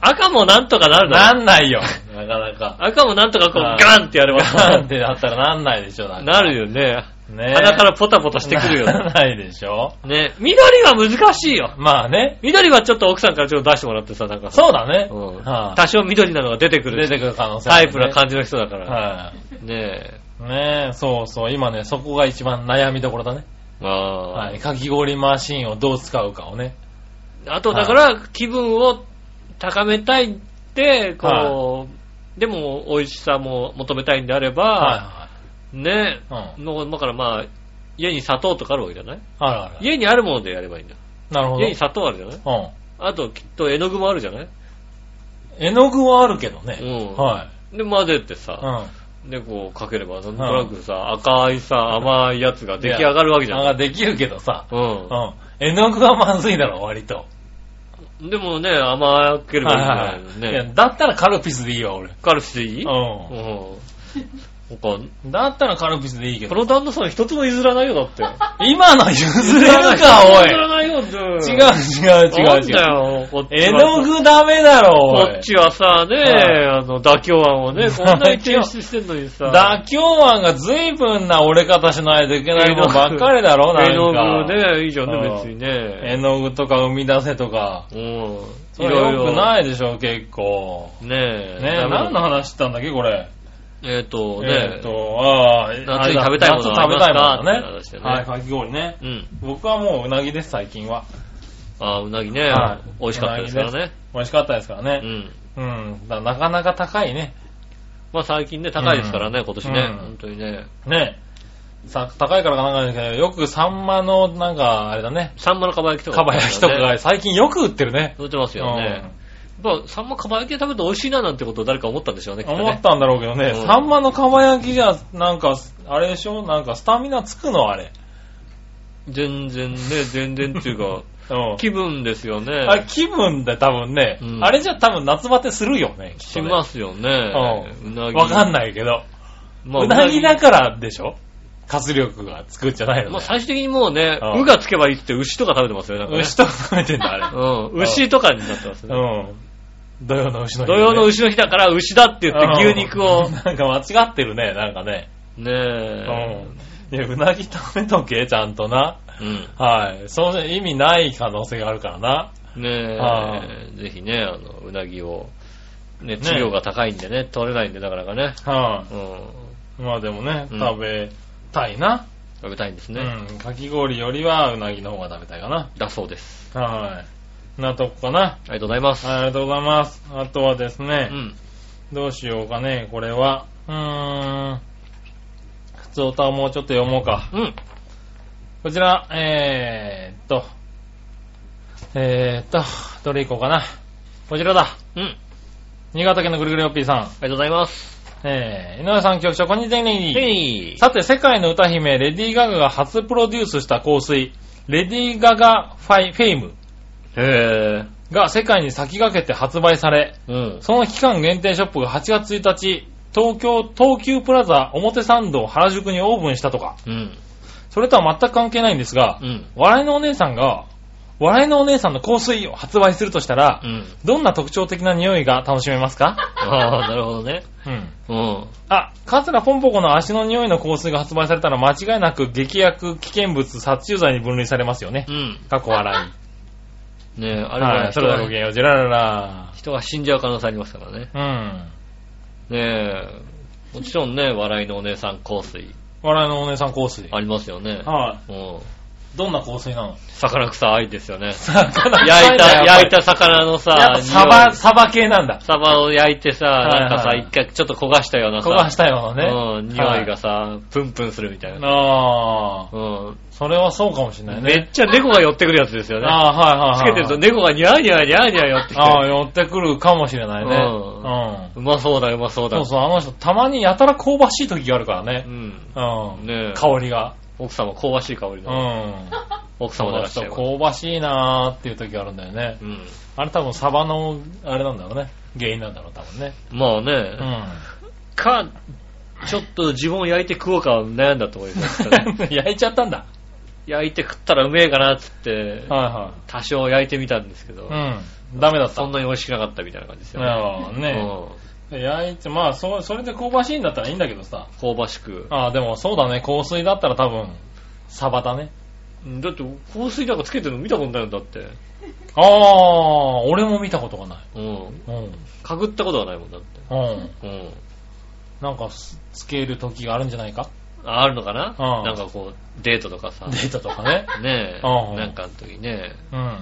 Speaker 2: 赤もなんとかなるだ
Speaker 3: な
Speaker 2: ろ。
Speaker 3: んないよ。なかなか。
Speaker 2: 赤もなんとかこう
Speaker 3: あー
Speaker 2: ガンってやれば
Speaker 3: ガンってなったらなんないでしょ、だ
Speaker 2: なるよね。
Speaker 3: よ。ね
Speaker 2: 鼻からポタポタしてくるよ
Speaker 3: <laughs> な
Speaker 2: ね。
Speaker 3: らないでしょ。
Speaker 2: ね緑は難しいよ。
Speaker 3: まあね。
Speaker 2: 緑はちょっと奥さんからちょっと出してもらってさ、なんかさ
Speaker 3: そうだね。
Speaker 2: うん
Speaker 3: は
Speaker 2: 多少緑なのが出てく
Speaker 3: い
Speaker 2: る
Speaker 3: 出てくる可能性あ
Speaker 2: タ
Speaker 3: る
Speaker 2: イ
Speaker 3: ね
Speaker 2: プな感じの人だから。
Speaker 3: は
Speaker 2: ねえ。
Speaker 3: い。ねえ、そうそう。今ね、そこが一番悩みどころだね。
Speaker 2: あ
Speaker 3: はい。かき氷マシンをどう使うかをね。
Speaker 2: ーあとだから、気分を高めたいって、こう、でも美味しさも求めたいんであれば、
Speaker 3: は
Speaker 2: ね
Speaker 3: いはい。うん。
Speaker 2: のだからまあ、家に砂糖とかあるわけじゃない
Speaker 3: あるある。
Speaker 2: 家にあるものでやればいいんだよ。
Speaker 3: なるほど
Speaker 2: 家に。砂糖あるじゃない
Speaker 3: うん。
Speaker 2: あときっと絵の具もあるじゃない
Speaker 3: 絵の具はあるけどね。
Speaker 2: うん
Speaker 3: はい。
Speaker 2: で、混ぜて
Speaker 3: う
Speaker 2: さ、
Speaker 3: ん。
Speaker 2: で、こうかければ、なんとなくさ、赤いさ、甘いやつが出来上がるわけじゃ
Speaker 3: あ
Speaker 2: ない
Speaker 3: ができるけどさ。
Speaker 2: う。
Speaker 3: うんん。絵の具はまずいだろ、割と。
Speaker 2: でもね、甘ければいいんじゃないの
Speaker 3: いや
Speaker 2: ね。
Speaker 3: だったらカルピスでいいわ、俺。
Speaker 2: カルピスでいいうん。
Speaker 3: う
Speaker 2: 他、
Speaker 3: ん。だったらカルピスでいいけ
Speaker 2: こ
Speaker 3: ど。
Speaker 2: の旦那さん一つも譲らないよ、だって。
Speaker 3: 今の <laughs> 譲れる
Speaker 2: 譲ら
Speaker 3: か、
Speaker 2: ないよ、ず
Speaker 3: おい。違う
Speaker 2: 違う、
Speaker 3: 違う違う
Speaker 2: なん
Speaker 3: 違
Speaker 2: だ
Speaker 3: う。
Speaker 2: よ、こっちは
Speaker 3: 絵の具ダメだろ、お
Speaker 2: こ
Speaker 3: い
Speaker 2: っ。ちはさ、ね
Speaker 3: はい
Speaker 2: あの、妥協案
Speaker 3: <laughs>
Speaker 2: をね、こんなに提出してんのにさ。
Speaker 3: 妥協案が随分な折れ方しないといけないのばっかりだろ、なんか。
Speaker 2: 絵の具。ね、いいじゃんね、
Speaker 3: うん
Speaker 2: 別にね。
Speaker 3: 絵の具とか生み出せとか。
Speaker 2: うん。
Speaker 3: それ良くないでしょ、結構。
Speaker 2: ねえ。
Speaker 3: ね
Speaker 2: ダメだ
Speaker 3: 何の話したんだっけ、これ。
Speaker 2: えっと、
Speaker 3: え
Speaker 2: ね
Speaker 3: っと、ああ、
Speaker 2: 夏に食べたいものはありますかって
Speaker 3: 夏食べたい
Speaker 2: 話だ
Speaker 3: も
Speaker 2: よ
Speaker 3: のね。
Speaker 2: ね
Speaker 3: はい、かき氷ね。
Speaker 2: うん。
Speaker 3: 僕はもううなぎです、最近は。
Speaker 2: ああ、うなぎね
Speaker 3: はい。
Speaker 2: 美味しかったですから
Speaker 3: うなぎ
Speaker 2: ね
Speaker 3: で。美味しかったですから
Speaker 2: う
Speaker 3: ね。
Speaker 2: ん。
Speaker 3: うん。だなかなか高いね。
Speaker 2: まあ最近ね、高いですからね、今年ね
Speaker 3: うん。
Speaker 2: 本当にね。
Speaker 3: ねさ、高いからかなんかだけど、よくサンマの、なんか、あれだね。
Speaker 2: サンマのかば焼きとか。
Speaker 3: かば焼きとか
Speaker 2: ね
Speaker 3: が最近よく売ってるね。
Speaker 2: 売ってますよね。やっぱ、サンマかば焼きで食べると美味しいななんてことを誰か思ったんでしょうね、きっと
Speaker 3: 思っ
Speaker 2: ね。
Speaker 3: たんだろうけどね、
Speaker 2: うん
Speaker 3: サンマのかば焼きじゃ、なんか、あれでしょなんかスタミナつくのあれ。
Speaker 2: 全然ね、全然っていうか、
Speaker 3: <laughs> うん。
Speaker 2: 気分ですよね。
Speaker 3: あれ気分で多分ね、
Speaker 2: うん
Speaker 3: あれじゃ多分夏バテするよね。。
Speaker 2: しますすよね。うなぎ。
Speaker 3: わかん
Speaker 2: ない。
Speaker 3: ないけど。
Speaker 2: まあ、
Speaker 3: う
Speaker 2: う
Speaker 3: な
Speaker 2: な
Speaker 3: ぎ
Speaker 2: ぎ
Speaker 3: だからでしょ活力がつくんじゃないの
Speaker 2: まあ
Speaker 3: ね。
Speaker 2: 最終的にもうね
Speaker 3: う、ん
Speaker 2: うがつけばいいって牛とか食べてますよね、なんかね。
Speaker 3: 牛とか食べてんだ、あれ。
Speaker 2: <laughs> うん。牛とかになってますね。
Speaker 3: うん。土曜の牛の日、
Speaker 2: 土曜の牛の日だから牛だって言って牛肉を
Speaker 3: うん。なんか間違ってるね、なんかね。
Speaker 2: ね
Speaker 3: う
Speaker 2: え。
Speaker 3: ん。いや、うなぎ食べとけ、ちゃんとな。
Speaker 2: うん。
Speaker 3: はい。そうじゃ意味ない可能性があるからな。
Speaker 2: ね
Speaker 3: は
Speaker 2: え、ぜひね、あの、うなぎを、ね、
Speaker 3: ね
Speaker 2: 治療が高いんでね、取れないんで、なかなかね、
Speaker 3: は
Speaker 2: うん、
Speaker 3: い。まあでもね、
Speaker 2: うん
Speaker 3: 食べたいな。
Speaker 2: 食べたいんですね。
Speaker 3: うん。かき氷よりはうなぎの方が食べたいかな。
Speaker 2: だそうです。
Speaker 3: はい。なとこかな。
Speaker 2: ありがとうございます。
Speaker 3: ありがとうございます。あとはです
Speaker 2: う
Speaker 3: ね、
Speaker 2: ん。
Speaker 3: どうしようかね、これは。うーん。普通歌をもうちょっと読もうか。
Speaker 2: うん。
Speaker 3: こちら、えーっと、えーっと、どれ行こうかな。こちらだ。
Speaker 2: うん。あり
Speaker 3: 新潟県のぐるぐるよっぴーさん。
Speaker 2: がとうございます。
Speaker 3: えー、井上さん局長、こんにちは。
Speaker 2: へい。
Speaker 3: さて、世界の歌姫、レディー・ガガが初プロデュースした香水、レディー・ガガファイ・フェイム
Speaker 2: へ
Speaker 3: が世界に先駆けて発売され、
Speaker 2: ぇうん。
Speaker 3: その期間限定ショップが8月1日、東京、東急プラザ表参道原宿にオープンしたとか、
Speaker 2: うん。
Speaker 3: それとは全く関係ないんですが
Speaker 2: う、ん。
Speaker 3: 笑いのお姉さんが、笑いのお姉さんの香水を発売するとしたら
Speaker 2: う、ん。
Speaker 3: どんな特徴的な匂いが楽しめますか
Speaker 2: ああ、なるほどね。
Speaker 3: うん。
Speaker 2: うん。
Speaker 3: あ、カツラポンポコの足の匂いの香水が発売されたら間違いなく劇薬、危険物、殺虫剤に分類されますよね
Speaker 2: う。ん。
Speaker 3: 過去笑い。
Speaker 2: ねえ、あれ
Speaker 3: は、
Speaker 2: はい人
Speaker 3: それだ
Speaker 2: が
Speaker 3: ごきげんよう、ジェラララ。
Speaker 2: 人が死んじゃう可能性ありますからね。
Speaker 3: うん。
Speaker 2: ねえ、もちろんね、笑いのお姉さん香水
Speaker 3: 笑いのお姉さん香水。
Speaker 2: ありますよね。
Speaker 3: は
Speaker 2: うん。
Speaker 3: い。どんな香水なの
Speaker 2: 魚臭いですよね。
Speaker 3: 焼
Speaker 2: 焼いた、焼い
Speaker 3: た
Speaker 2: た魚のさ、
Speaker 3: サ
Speaker 2: 匂
Speaker 3: バ、
Speaker 2: い
Speaker 3: サバ系なんだ。
Speaker 2: サバを焼いてさ、
Speaker 3: はい
Speaker 2: なん
Speaker 3: はい
Speaker 2: かさ、一回ちょっと焦がしたようなさ、
Speaker 3: 焦がしたような
Speaker 2: うん、
Speaker 3: ね。
Speaker 2: 匂い
Speaker 3: は
Speaker 2: が。さ、プンプンするみたいな。
Speaker 3: ああ。
Speaker 2: うん。
Speaker 3: それはそうかもしれない
Speaker 2: め
Speaker 3: ね。
Speaker 2: っちゃ猫が寄ってくるやつですよね。
Speaker 3: ああ、
Speaker 2: つ
Speaker 3: はいはい
Speaker 2: け
Speaker 3: は
Speaker 2: てる
Speaker 3: い。
Speaker 2: と猫がニャーニャーニャーニャー寄ってき
Speaker 3: ああ、
Speaker 2: て。
Speaker 3: 寄ってくるかもしれないね。
Speaker 2: うん
Speaker 3: うん。
Speaker 2: うまそうだ、うまそうだ。
Speaker 3: そうそう、あの人、たまにやたら香ばしい時があるからね。
Speaker 2: うん。
Speaker 3: うん。
Speaker 2: ねえ
Speaker 3: 香りが。
Speaker 2: 奥様、香ばしい香り
Speaker 3: う
Speaker 2: の。
Speaker 3: ん。
Speaker 2: 奥
Speaker 3: そ
Speaker 2: 様
Speaker 3: う
Speaker 2: だら
Speaker 3: だ
Speaker 2: っしゃ
Speaker 3: 人、
Speaker 2: います。
Speaker 3: 香ばしいなーっていう時があるんだよね。
Speaker 2: うん。
Speaker 3: あれ多分サバの、あれなんだろうね。原因なんだろう、多分ね。
Speaker 2: まあね、
Speaker 3: う
Speaker 2: か、ちょっと自分を焼いて食おうか悩んだと思いますから <laughs> ね
Speaker 3: <laughs> 焼いちゃったんだ。
Speaker 2: 焼いて食ったらうめえかなっつって、
Speaker 3: は
Speaker 2: 多少焼いてみたんですけど、
Speaker 3: いはい。うん。ダメだった。
Speaker 2: そんなに美味しくなかったみたいな感じですよね。
Speaker 3: ああね
Speaker 2: う
Speaker 3: 焼いて、まあそ、それで香ばしいんだったらいいんだけどさ。
Speaker 2: ん香ばしく。
Speaker 3: ああ、でもそうだね。香水だったら多分、サバだね。
Speaker 2: だって、香水なんかつけてるの見たことないんだって。
Speaker 3: ああ、俺も見たことがない。
Speaker 2: うん。
Speaker 3: うん。
Speaker 2: かぐったことがないもんだって。
Speaker 3: うん。
Speaker 2: うん。
Speaker 3: なんかす、つける時があるんじゃないか
Speaker 2: ああるのかな、
Speaker 3: うん
Speaker 2: なんかこう、デートとかさ
Speaker 3: デ、ートとか <laughs> ね。
Speaker 2: ねえ、
Speaker 3: うん
Speaker 2: なんかの時ね、
Speaker 3: うん。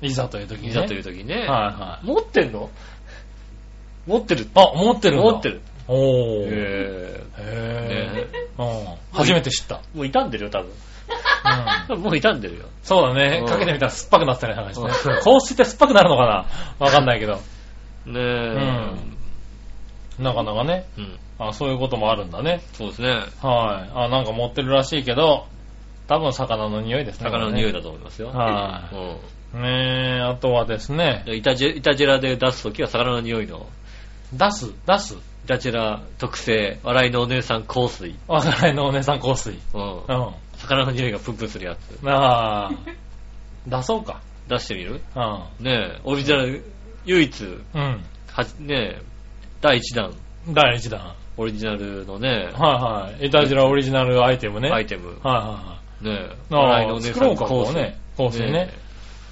Speaker 3: いざという時に、ね。
Speaker 2: いざという時ね、
Speaker 3: はいはい。
Speaker 2: 持ってんの持ってる
Speaker 3: あ、持ってるんだ
Speaker 2: 持ってる。
Speaker 3: おー。へ
Speaker 2: え
Speaker 3: え
Speaker 2: ね。
Speaker 3: うん。初めて知った。
Speaker 2: ー、もう傷んでるよ、多
Speaker 3: うん。
Speaker 2: 分。もう傷んでるよ。
Speaker 3: そうだ
Speaker 2: う
Speaker 3: ね
Speaker 2: ん。
Speaker 3: かけてみたら酸っぱくなったね、話ね
Speaker 2: う。
Speaker 3: 香水って酸っぱくなるのかなわかんないけど。
Speaker 2: ねえ、
Speaker 3: なかなかね。
Speaker 2: うん。
Speaker 3: あ、そういうこともあるんだね。
Speaker 2: そうですね。
Speaker 3: はい。あ、なんか持ってるらしいけど、多分魚の匂いですね。
Speaker 2: 魚の匂い
Speaker 3: だ。
Speaker 2: だと思いますよ。
Speaker 3: は
Speaker 2: うん
Speaker 3: い。ねえ、あとはですね、
Speaker 2: でイタジェ。イタジェラで出す時は魚の匂いの、
Speaker 3: 出す、出す。
Speaker 2: イタジェラ特製、笑いのお姉さん香水。
Speaker 3: 若いのお姉さん香水。
Speaker 2: うん
Speaker 3: う。ん。
Speaker 2: 魚の匂いがプンプンするやつ。
Speaker 3: ああ、 <laughs> 出そうか。
Speaker 2: 出してみる
Speaker 3: うん。
Speaker 2: ねえ、オリジナル、唯一、
Speaker 3: うん。
Speaker 2: はじねえ、第1弾、
Speaker 3: 第1弾。
Speaker 2: オリジナルのね、
Speaker 3: はいはい。イタジラオリジナルアイテムね。
Speaker 2: ア
Speaker 3: は
Speaker 2: イ
Speaker 3: い
Speaker 2: テム、
Speaker 3: はいは
Speaker 2: ねえ、
Speaker 3: い。あ
Speaker 2: 笑いのお
Speaker 3: あ、
Speaker 2: 姉さん
Speaker 3: 作ろうか、
Speaker 2: 香
Speaker 3: こう
Speaker 2: 水
Speaker 3: ね。香水ね
Speaker 2: ね。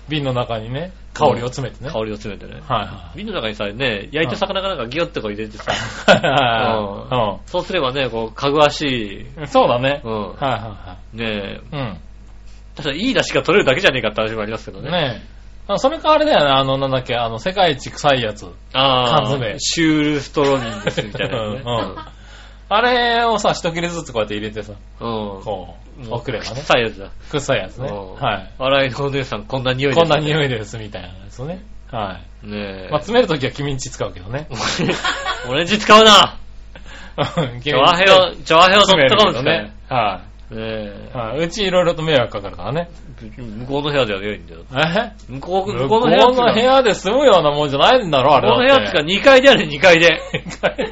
Speaker 3: 瓶の中にね、香りを詰めて
Speaker 2: え
Speaker 3: ね。
Speaker 2: 香
Speaker 3: はい
Speaker 2: りを詰めてね。
Speaker 3: は
Speaker 2: 瓶の中にさ、ね、焼いた魚がなんかギョってこう入れてさ、
Speaker 3: い。はいはいは
Speaker 2: そうすればね、こう、かぐわしい、
Speaker 3: いうん。そうだね。
Speaker 2: う
Speaker 3: は
Speaker 2: ん
Speaker 3: い、は
Speaker 2: ねえ、
Speaker 3: いはい。
Speaker 2: ただいい出汁が取れるだけじゃねえかって話もありますけど
Speaker 3: うん。
Speaker 2: ね。
Speaker 3: ねえ。あそれかあれだよね、あの、なんだっけ、あの、世界一臭いやつ。
Speaker 2: ああ、
Speaker 3: 缶詰
Speaker 2: シュールストロミングスみたいなやつね。
Speaker 3: あれをさ、一切れずつこうやって入れてさ、
Speaker 2: うん。うん
Speaker 3: こう、
Speaker 2: もう
Speaker 3: 送ればね。
Speaker 2: 臭いやつだ。
Speaker 3: 臭いやつね。
Speaker 2: うん
Speaker 3: は
Speaker 2: 笑いのお姉さん、こんな匂い
Speaker 3: い。
Speaker 2: です
Speaker 3: こんな匂
Speaker 2: ね
Speaker 3: いです、みたいなやつね。はい。
Speaker 2: ねえ。
Speaker 3: まあ、詰めるときは君んち使うけどね。
Speaker 2: オレンジ使うなチ
Speaker 3: 君
Speaker 2: ョアヘ
Speaker 3: を
Speaker 2: オ、チョアヘオ
Speaker 3: 詰めるけ
Speaker 2: .com 使
Speaker 3: ど
Speaker 2: う
Speaker 3: ね
Speaker 2: ね。。
Speaker 3: は
Speaker 2: え
Speaker 3: い。はい。うちいろいろと迷惑かかるからね。
Speaker 2: 向こうの部屋でやればいいんだよ。
Speaker 3: え
Speaker 2: 向こう、向こ
Speaker 3: 向こ
Speaker 2: うの部
Speaker 3: うの部
Speaker 2: 屋
Speaker 3: 屋
Speaker 2: っつうか
Speaker 3: で住むようなもんじゃないんだろ、あ
Speaker 2: 向こ
Speaker 3: れ
Speaker 2: うの部屋っつうか
Speaker 3: だって。
Speaker 2: 2階でや <laughs> れ、2階で。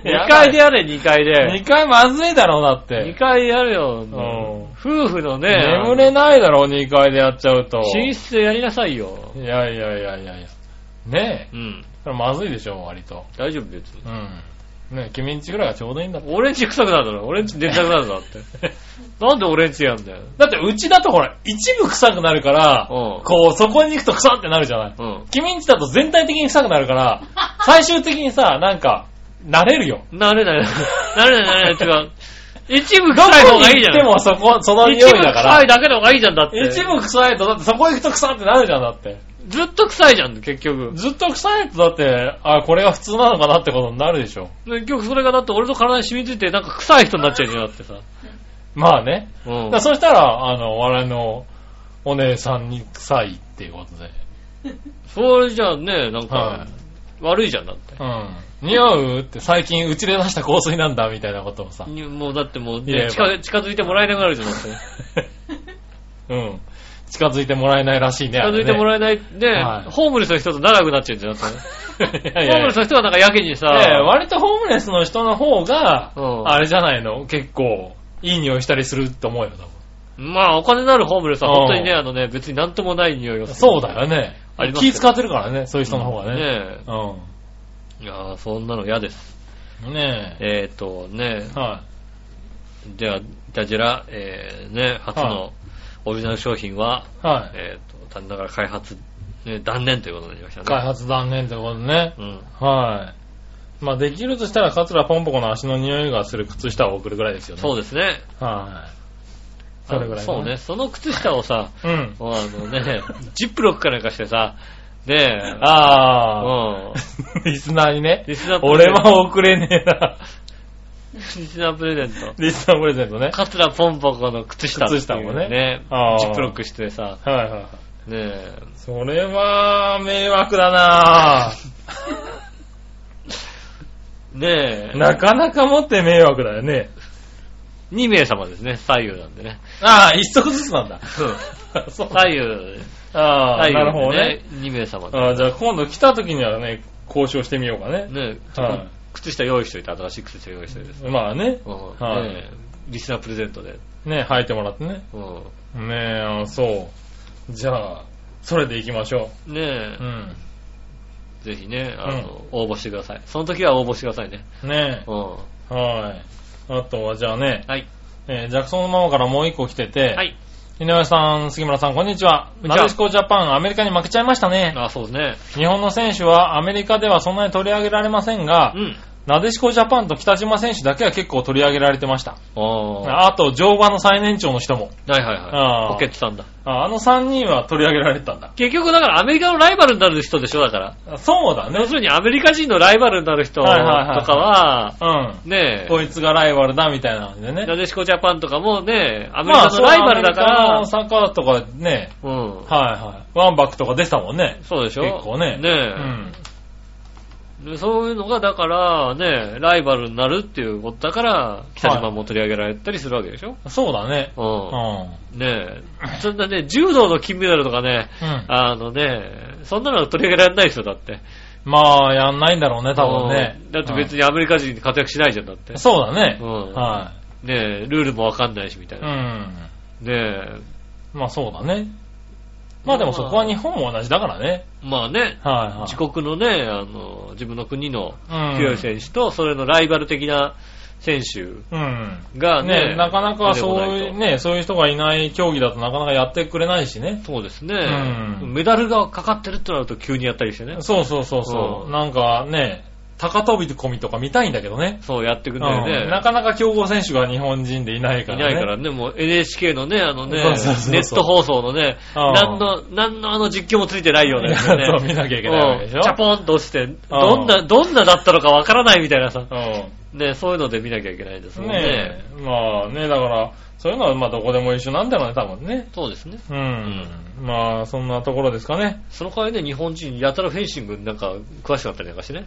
Speaker 2: 2階でやれ、2階で。
Speaker 3: 2階まずいだろう、だっ
Speaker 2: 2
Speaker 3: て。
Speaker 2: 階やるよ。
Speaker 3: ん
Speaker 2: 夫婦のね、
Speaker 3: 眠れないだろう、2階でやっちゃうと。
Speaker 2: 寝室でやりなさいよ。
Speaker 3: いやいやいやいやいや。ね
Speaker 2: う
Speaker 3: え
Speaker 2: ん。。
Speaker 3: それまずいでしょ、割と。
Speaker 2: 大丈夫別に
Speaker 3: う。ん。ねえ、君んちぐらいがちょうどいいんだって。
Speaker 2: 俺んち臭くなるだろ。俺んち寝たくなるだって。 <laughs> なんで俺んちやんだよ。
Speaker 3: だって、うちだとほら、一部臭くなるから、
Speaker 2: うん
Speaker 3: こう、そこに行くと臭ってなるじゃない。
Speaker 2: う
Speaker 3: 君んちだと全体的に臭くなる
Speaker 2: <laughs>
Speaker 3: から、最終的にさ、なんか、慣れるよ。
Speaker 2: ん。なれ <laughs> ない。なれない、なれない。違う。一部臭い方がいいじゃ
Speaker 3: で
Speaker 2: ん。
Speaker 3: もそこ、その
Speaker 2: 一
Speaker 3: 匂い
Speaker 2: 部
Speaker 3: だか
Speaker 2: 臭い
Speaker 3: ら。
Speaker 2: だけの方がいいじゃんだって。
Speaker 3: 一部臭いと、だってそこ行くと臭ってなるじゃん、だって。
Speaker 2: ずっと臭いじゃん、結局。
Speaker 3: ずっと臭いと、だって、あ、これが普通なのかなってことになるでしょ。
Speaker 2: 結局それがだって俺の体に染みついてなんか臭い人になっちゃうじゃんだってさ。
Speaker 3: まあね。
Speaker 2: う
Speaker 3: だ
Speaker 2: ん
Speaker 3: から。そしたら、あの、お笑いのお姉さんに臭いっていうことで。
Speaker 2: それじゃあね、なん
Speaker 3: は
Speaker 2: か悪いじゃんだって。
Speaker 3: い。うん。匂うって最近うちで出した香水なんだみたいなことをさ。
Speaker 2: にもうだってもう
Speaker 3: 言え
Speaker 2: ね
Speaker 3: ば
Speaker 2: 近近づいてもらえなくなるじゃんだって。
Speaker 3: うん。近づいてもらえないらしいね。
Speaker 2: 近づいても
Speaker 3: え
Speaker 2: らえない、ね
Speaker 3: は、い
Speaker 2: ホームレスの人と長くなっちゃうんじゃんだって。
Speaker 3: ない <laughs> やい
Speaker 2: ホームレ
Speaker 3: やいや
Speaker 2: ス。の人はなんかやけにさ、
Speaker 3: ねえ割とホームレスの人の方が、
Speaker 2: うん
Speaker 3: あれじゃないの結構、いい匂いしたりすると思うよ、多
Speaker 2: まあお金のあるホームレスは
Speaker 3: うん
Speaker 2: 本当にね、あのね、別になんともない匂いを
Speaker 3: 分。
Speaker 2: する。
Speaker 3: そうだよね
Speaker 2: あり。ますよ
Speaker 3: 気使ってるからね、そういう人の方がね。
Speaker 2: ねえ。いやーそんなの嫌です。
Speaker 3: うん。ね
Speaker 2: えっと、ね、
Speaker 3: え。は
Speaker 2: じゃあ、イタジェラ、えーね、初
Speaker 3: は
Speaker 2: のオリジナル商品は、
Speaker 3: い。はい。
Speaker 2: えっ、と、残念ながら開発、ね、断念ということになりましたね。
Speaker 3: 開発断念ってことね。
Speaker 2: うん。
Speaker 3: はい。まあ、できるとしたら、カツラポンポコの足の匂いがする靴下を送るぐらいですよね。
Speaker 2: そう
Speaker 3: う
Speaker 2: ですね。
Speaker 3: はい。それぐらい。
Speaker 2: あのそうね。。その靴下をさ、
Speaker 3: うん。
Speaker 2: もうあのね、 <laughs> ジップロックかなんかしてさ、ねえ、う
Speaker 3: ああ。
Speaker 2: ん。
Speaker 3: リスナーにね。
Speaker 2: リスナープレゼ
Speaker 3: 俺
Speaker 2: ン
Speaker 3: は送れねえな。
Speaker 2: ト。リスナープレゼント。
Speaker 3: リスナープレゼントね。
Speaker 2: カツラポンポコの靴下っていう。
Speaker 3: 靴下もね
Speaker 2: ね
Speaker 3: あー
Speaker 2: ジップロックしてさ、
Speaker 3: はいはいはい。
Speaker 2: ねえ、
Speaker 3: それは、迷惑だなぁ。
Speaker 2: ね <laughs> え、
Speaker 3: なかなか持って迷惑だよね。
Speaker 2: 2名様ですね、左右なんでね。
Speaker 3: ああ、一足ずつなんだ。 <laughs>
Speaker 2: そう
Speaker 3: そう
Speaker 2: 左右、
Speaker 3: ああ、
Speaker 2: 左
Speaker 3: なるほ
Speaker 2: 右
Speaker 3: どね
Speaker 2: で。ね、2名様で。
Speaker 3: ああ、じゃあ今度来た時にはね、交渉してみようかね。
Speaker 2: ねえ、
Speaker 3: は
Speaker 2: 靴下用意しといて、新しい靴下用意しといてです。
Speaker 3: まあね。
Speaker 2: うん
Speaker 3: はい
Speaker 2: ねえリスナープレゼントで。
Speaker 3: ね、履いてもらってね。
Speaker 2: うん
Speaker 3: ねえ、あそう。じゃあ、それで行きましょ
Speaker 2: ねえ
Speaker 3: う。う、ん。
Speaker 2: ぜひね、あの、応募してください。その時は応募してくださいね。
Speaker 3: ね
Speaker 2: うん
Speaker 3: え。はい。あとは、じゃあね、
Speaker 2: はい。
Speaker 3: えージャクソンのママからもう一個来てて、
Speaker 2: はい。
Speaker 3: 井上さん、杉村さん、こんにちは。
Speaker 2: こんに
Speaker 3: な
Speaker 2: ちは
Speaker 3: でしこジャパン、アメリカに負けちゃいましたね。
Speaker 2: あ、そうです
Speaker 3: 日本の選手はアメリカではそんなに取り上げられませんが、
Speaker 2: ね。
Speaker 3: なでしこジャパンと北島選手だけは結構取り上げられてました。
Speaker 2: うん。ああ。
Speaker 3: あと、乗馬の最年長の人も。
Speaker 2: はいはい
Speaker 3: あ
Speaker 2: は
Speaker 3: ー
Speaker 2: い。ポケットさんだ。
Speaker 3: ああの3人は取り上げられてたんだ。
Speaker 2: 結局だからアメリカのライバルになる人でしょ、だから。
Speaker 3: そうだね
Speaker 2: 要。するにアメリカ人のライバルになる人とか
Speaker 3: はいはいはい
Speaker 2: は、
Speaker 3: う
Speaker 2: ね
Speaker 3: ん。
Speaker 2: え、
Speaker 3: こいつがライバルだみたいなんでね。
Speaker 2: なでしこジャパンとかもね、アメリカのライバルだか
Speaker 3: ま
Speaker 2: ら
Speaker 3: あ、そうアメリカのサッカーとかね、
Speaker 2: うん。
Speaker 3: はいはい。ワンバックとか出てたもんね。
Speaker 2: そうでしょ
Speaker 3: 結構ね。
Speaker 2: ねえ、でそういうのが、だからね、ライバルになるっていうことだから、北島も取り上げられたりするわけでしょ、
Speaker 3: うん。そうだね。うん。
Speaker 2: う。
Speaker 3: うん
Speaker 2: ねえ、そんなね、柔道の金メダルとかね、
Speaker 3: ん。
Speaker 2: あのね、そんなの取り上げられないですよ、だって。
Speaker 3: まあ、やんないんだろうね、多分ね
Speaker 2: う。んだって別
Speaker 3: に。
Speaker 2: にアメリカ人で活躍しないじゃん、だって。
Speaker 3: そうだね。
Speaker 2: うん
Speaker 3: は
Speaker 2: ねえ、ルールもわかんないし、みたい
Speaker 3: い。う
Speaker 2: な。
Speaker 3: ん。
Speaker 2: ね
Speaker 3: まあそうだね。まあでもそこは日本も同じだからね。
Speaker 2: え、まあね、
Speaker 3: はいはい。
Speaker 2: 自国のね、あの、自分の国の
Speaker 3: うん
Speaker 2: 強い選手と、それのライバル的な選手
Speaker 3: うん。
Speaker 2: がね、
Speaker 3: ねなかなかそう
Speaker 2: 出て
Speaker 3: い
Speaker 2: こ
Speaker 3: う、
Speaker 2: と
Speaker 3: ね、そういう人がいない競技だとなかなかやってくれないしね。
Speaker 2: そうですね、
Speaker 3: うん
Speaker 2: メダルがかかってるってなると急にやったりしてね。
Speaker 3: そうそうそうそうう。
Speaker 2: ん
Speaker 3: なんかね、高飛び込みとか見たいんだけどね。
Speaker 2: そうやってくんだよね。
Speaker 3: うんなかなか競合選手が日本人でいない
Speaker 2: い
Speaker 3: からね。
Speaker 2: ないからね、もう NHK のね、あのね、
Speaker 3: そうそうそうそう
Speaker 2: ネット放送のね、
Speaker 3: うん。
Speaker 2: 何の、何のあの実況もついてないようなやつね
Speaker 3: そう見なきゃいけないわけでしょ
Speaker 2: うんチャポンと落ちて、どんな、どんなだったのかわからないみたいなさ、ね、そういうので見なきゃいけないです
Speaker 3: う
Speaker 2: も
Speaker 3: ん。
Speaker 2: ん
Speaker 3: ね
Speaker 2: ね。
Speaker 3: え。まあね、だから、そういうのはまあどこでも一緒なんだろうね、多分ね。
Speaker 2: そうですね。
Speaker 3: うん。まあ、そんなところですかね。
Speaker 2: その代わりね、日本人、やたらフェンシングになんか詳しくなったりなんかしてね。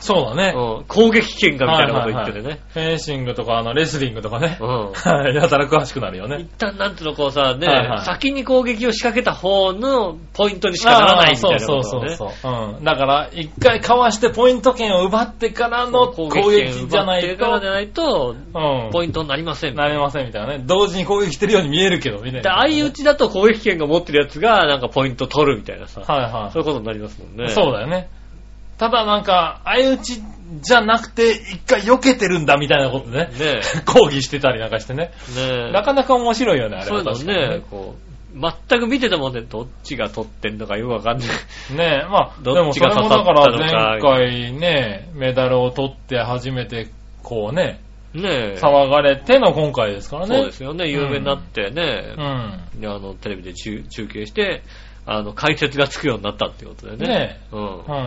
Speaker 3: そうだね。
Speaker 2: うん攻撃権がみたいなこと言っててね。
Speaker 3: フェンシングとか、あの、レスリングとかね。
Speaker 2: うん
Speaker 3: はい <laughs> やたら詳しくなるよね
Speaker 2: 一。旦なんていうのこうさ、ね、
Speaker 3: はいはい
Speaker 2: 先に攻撃を仕掛けた方のポイントにしかならないみたいな
Speaker 3: そ
Speaker 2: こと
Speaker 3: うそ
Speaker 2: を
Speaker 3: う
Speaker 2: ね。
Speaker 3: そうそう。うん。だから、一回かわしてポイント権を奪ってからの攻
Speaker 2: 権
Speaker 3: 撃じゃな
Speaker 2: 奪っ
Speaker 3: い
Speaker 2: てから
Speaker 3: と
Speaker 2: じ、ゃないと、
Speaker 3: うん。
Speaker 2: ポイントになりません。
Speaker 3: なれませんみたいなね。同時に攻撃してるように見えるけど、みたい
Speaker 2: で、
Speaker 3: な。
Speaker 2: 相打ちだと攻撃権が持ってるやつが、なんかポイント取るみたいなさ、
Speaker 3: はいはい
Speaker 2: そういうことになりますもんね。
Speaker 3: そうだよね。ただなんか、相打ちじゃなくて、一回避けてるんだみたいなことでね。
Speaker 2: ね
Speaker 3: 抗議してたりなんかしてね。
Speaker 2: ね
Speaker 3: <laughs> なかなか面白いよね、あれ
Speaker 2: そうい
Speaker 3: は
Speaker 2: うの
Speaker 3: 確かに
Speaker 2: ね、こう、全く見ててもね、どっちが取ってんのかよくわかんない。
Speaker 3: ねえ、まあ、で
Speaker 2: ど
Speaker 3: も
Speaker 2: っち
Speaker 3: それ
Speaker 2: が
Speaker 3: も
Speaker 2: 刺さ
Speaker 3: だ
Speaker 2: っ
Speaker 3: か
Speaker 2: たのから
Speaker 3: 前回ね、メダルを取って初めて、こうね、
Speaker 2: ねえ。
Speaker 3: 騒がれての今回ですからね。
Speaker 2: そうですよね、有名になってね
Speaker 3: う、ん。
Speaker 2: であの、テレビで中中継して、あの、解説がつくようになったってことでね。
Speaker 3: ね
Speaker 2: うん。
Speaker 3: うん。だか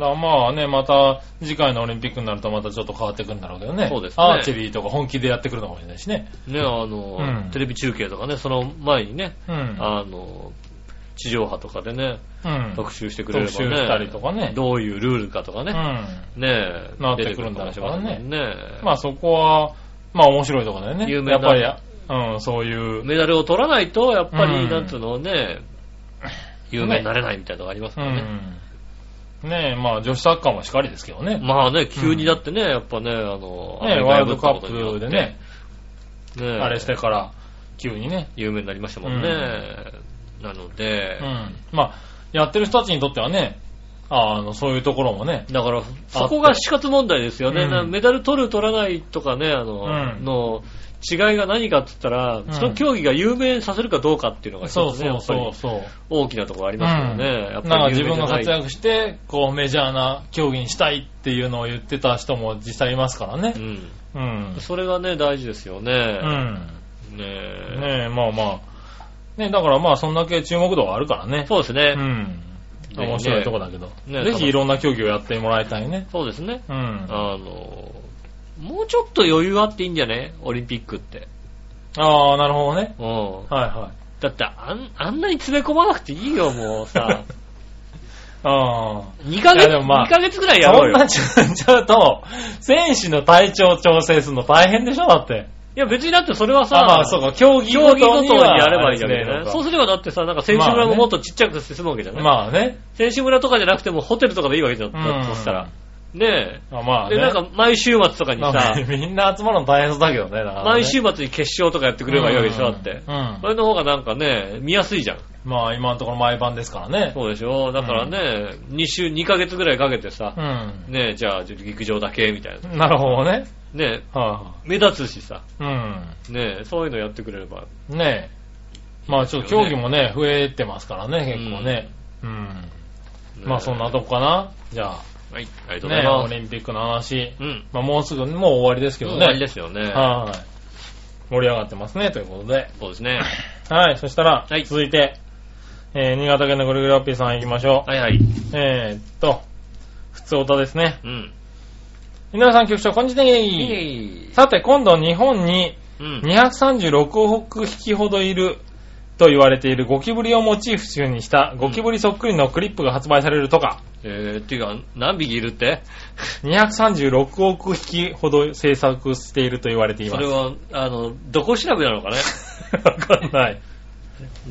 Speaker 3: らまあね、また次回のオリンピックになるとまたちょっと変わってくるんだろうけどね。
Speaker 2: そうですね
Speaker 3: アーチェリーとか本気でやってくるのかもしれないしね。
Speaker 2: ね、あの、
Speaker 3: うん
Speaker 2: テレビ中継とかね、その前にね、
Speaker 3: うん。
Speaker 2: あの、地上波とかでね、
Speaker 3: うん。
Speaker 2: 特集してくれれ
Speaker 3: 特
Speaker 2: ばね、
Speaker 3: 集したりとかね。
Speaker 2: どういうルールかとか
Speaker 3: う
Speaker 2: ね、
Speaker 3: ん。
Speaker 2: ねえ、
Speaker 3: なってくるんだろうから
Speaker 2: 出てくるかもしれま
Speaker 3: ね
Speaker 2: せんね
Speaker 3: まあそこは、まあ面白いところだよね。
Speaker 2: 有名
Speaker 3: やっぱ
Speaker 2: な
Speaker 3: り、うん、そういう、
Speaker 2: メダルを取らないと、やっぱり、
Speaker 3: うん
Speaker 2: なんつうのね、有名になれないみたいなのがありますか
Speaker 3: う
Speaker 2: らね。
Speaker 3: ん。ねえ、まあ女子サッカーもしかりですけどね。
Speaker 2: まあね、急にだってね、やっぱね、あの、アメ
Speaker 3: ね、
Speaker 2: リカ
Speaker 3: ワールドカ
Speaker 2: 破ったことに
Speaker 3: ッ
Speaker 2: よ
Speaker 3: プ
Speaker 2: って
Speaker 3: でね、、
Speaker 2: ね
Speaker 3: あれしてから、急にね。
Speaker 2: 有名になりましたもんね。なの
Speaker 3: う
Speaker 2: で、
Speaker 3: ん。まあ、やってる人たちにとってはね、あの、そういうところもね、
Speaker 2: だから、そこが死活問題ですよね。
Speaker 3: うん
Speaker 2: なメダル取る取らないとかね、あの、
Speaker 3: うん
Speaker 2: の違いが何かって言ったら、
Speaker 3: ん
Speaker 2: その競技が有名にさせるかどうかっていうのが一つね、
Speaker 3: そうそうそうそう。
Speaker 2: 大きなところあり
Speaker 3: うん。
Speaker 2: ますよね。や
Speaker 3: な
Speaker 2: っぱ
Speaker 3: んか
Speaker 2: り
Speaker 3: 自
Speaker 2: 有名じゃ
Speaker 3: 分が
Speaker 2: ない
Speaker 3: 活躍して、こうメジャーな競技にしたいっていうのを言ってた人も実際いますからね。うん
Speaker 2: うん。。それがね、大事ですよ
Speaker 3: う
Speaker 2: ね。
Speaker 3: ん。
Speaker 2: ねえ
Speaker 3: ねえ、まあまあ。ねだからまあそんだけ注目度があるからね。
Speaker 2: そうですね。
Speaker 3: うん。
Speaker 2: ね
Speaker 3: 面白いとこだけど。
Speaker 2: ね
Speaker 3: ぜひいろんな競技をやってもらいたいね。
Speaker 2: そうですね。
Speaker 3: うん。
Speaker 2: あの、もうちょっと余裕あっていいんじゃねオリンピックって。
Speaker 3: ああ、なるほどね。
Speaker 2: うん。
Speaker 3: はいはい。
Speaker 2: だってあん、あんなに詰め込まなくていいよ、もう
Speaker 3: <laughs>
Speaker 2: さ。
Speaker 3: ああ。
Speaker 2: 2ヶ
Speaker 3: いや
Speaker 2: 月、
Speaker 3: でもまあ
Speaker 2: 2ヶ月ぐらいや
Speaker 3: そ
Speaker 2: ろうんよ。
Speaker 3: ないちょ、ちょっと、選手の体調調整するの大変でしょだって。
Speaker 2: や、別にだってそれはさ、
Speaker 3: あ、まあそうか、競技
Speaker 2: 競
Speaker 3: ごと
Speaker 2: 技ごとに
Speaker 3: には
Speaker 2: やればいいじゃん
Speaker 3: あれです
Speaker 2: ね。
Speaker 3: ね
Speaker 2: そうすればだってさ、なんか選手村ももっとちっちゃく進むわけじゃない、
Speaker 3: まあね。
Speaker 2: 選手村とかじゃなくてもホテルとかでいいわけじゃん。だとしたら。ね
Speaker 3: あま
Speaker 2: え。
Speaker 3: あ、
Speaker 2: で、
Speaker 3: ね、
Speaker 2: なんか毎週末とかに
Speaker 3: なんか
Speaker 2: さ、
Speaker 3: み <laughs> んな集まるの大変そうだけどね、だからね
Speaker 2: 毎週末に決勝とかやってくればいいわけでしょ、だって。
Speaker 3: うん
Speaker 2: そ。れの方がなんかね、見やすいじゃん。
Speaker 3: まあ、今のところ毎晩ですからね。
Speaker 2: そうでしょだからね、2週、2ヶ月ぐらいかけてさ
Speaker 3: う、ん。
Speaker 2: ねえ、じゃあ、陸上だけ、みたいな。
Speaker 3: なるほどね。
Speaker 2: ねえ、
Speaker 3: は
Speaker 2: 目立つしさ、
Speaker 3: い、
Speaker 2: ねえ、そういうのやってくれれば。
Speaker 3: うん。ねえ。まあ、ちょっと競技もね、増えてますからね、結構ね。うん。
Speaker 2: ねえ
Speaker 3: まあ、そんなとこかな。じゃあ、
Speaker 2: はい、ありがとうござい
Speaker 3: ね、オ
Speaker 2: ます。
Speaker 3: リンピックの話。
Speaker 2: うん。
Speaker 3: まあ、もうすぐ、もう終わりですけど
Speaker 2: も
Speaker 3: ね。
Speaker 2: う終わりですよね。
Speaker 3: はい。盛り上がってますね、ということで。
Speaker 2: そうです
Speaker 3: <laughs>
Speaker 2: ね。
Speaker 3: はい、そしたら、
Speaker 2: はい
Speaker 3: 続いて、えー、新潟県のぐるぐるアッピーさん行きましょう。
Speaker 2: はいはい。
Speaker 3: えー、っと、普通歌ですね。
Speaker 2: うん。
Speaker 3: 皆さん局長、こんにちは。
Speaker 2: い
Speaker 3: さて、今度日本に
Speaker 2: うん。
Speaker 3: 236億匹ほどいると言われているゴキブリをモチーフにしたゴキブリそっくりのクリップが発売されるとか、
Speaker 2: えー、っていうか、何匹いるって
Speaker 3: 236億匹ほど制作していると言われてい
Speaker 2: そ
Speaker 3: ま
Speaker 2: れ
Speaker 3: す。
Speaker 2: は、あの、どこ調べなのかね
Speaker 3: <laughs> わかんない。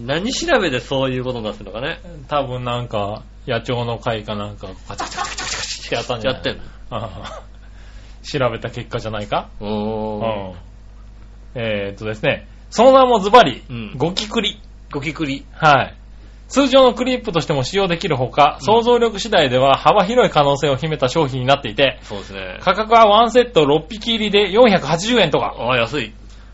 Speaker 2: 何調べでそういうことになってるのかね
Speaker 3: 多分なんか、野鳥の会かなんか、カチャカチャカチャカチャカチャってやったんじゃ
Speaker 2: や
Speaker 3: ない
Speaker 2: ってんの
Speaker 3: ああ調べた結果じゃないかう
Speaker 2: おー。
Speaker 3: ん。えー、っとですね、その名もズバリ
Speaker 2: うん、
Speaker 3: ゴキクリ。
Speaker 2: ゴキクリ。
Speaker 3: はい。通常のクリップとしても使用できるほか、
Speaker 2: うん
Speaker 3: 想像力次第では幅広い可能性を秘めた商品になっていて、
Speaker 2: そうですね。
Speaker 3: 価格は1セット6匹入りで480円とか。
Speaker 2: ああ、安い。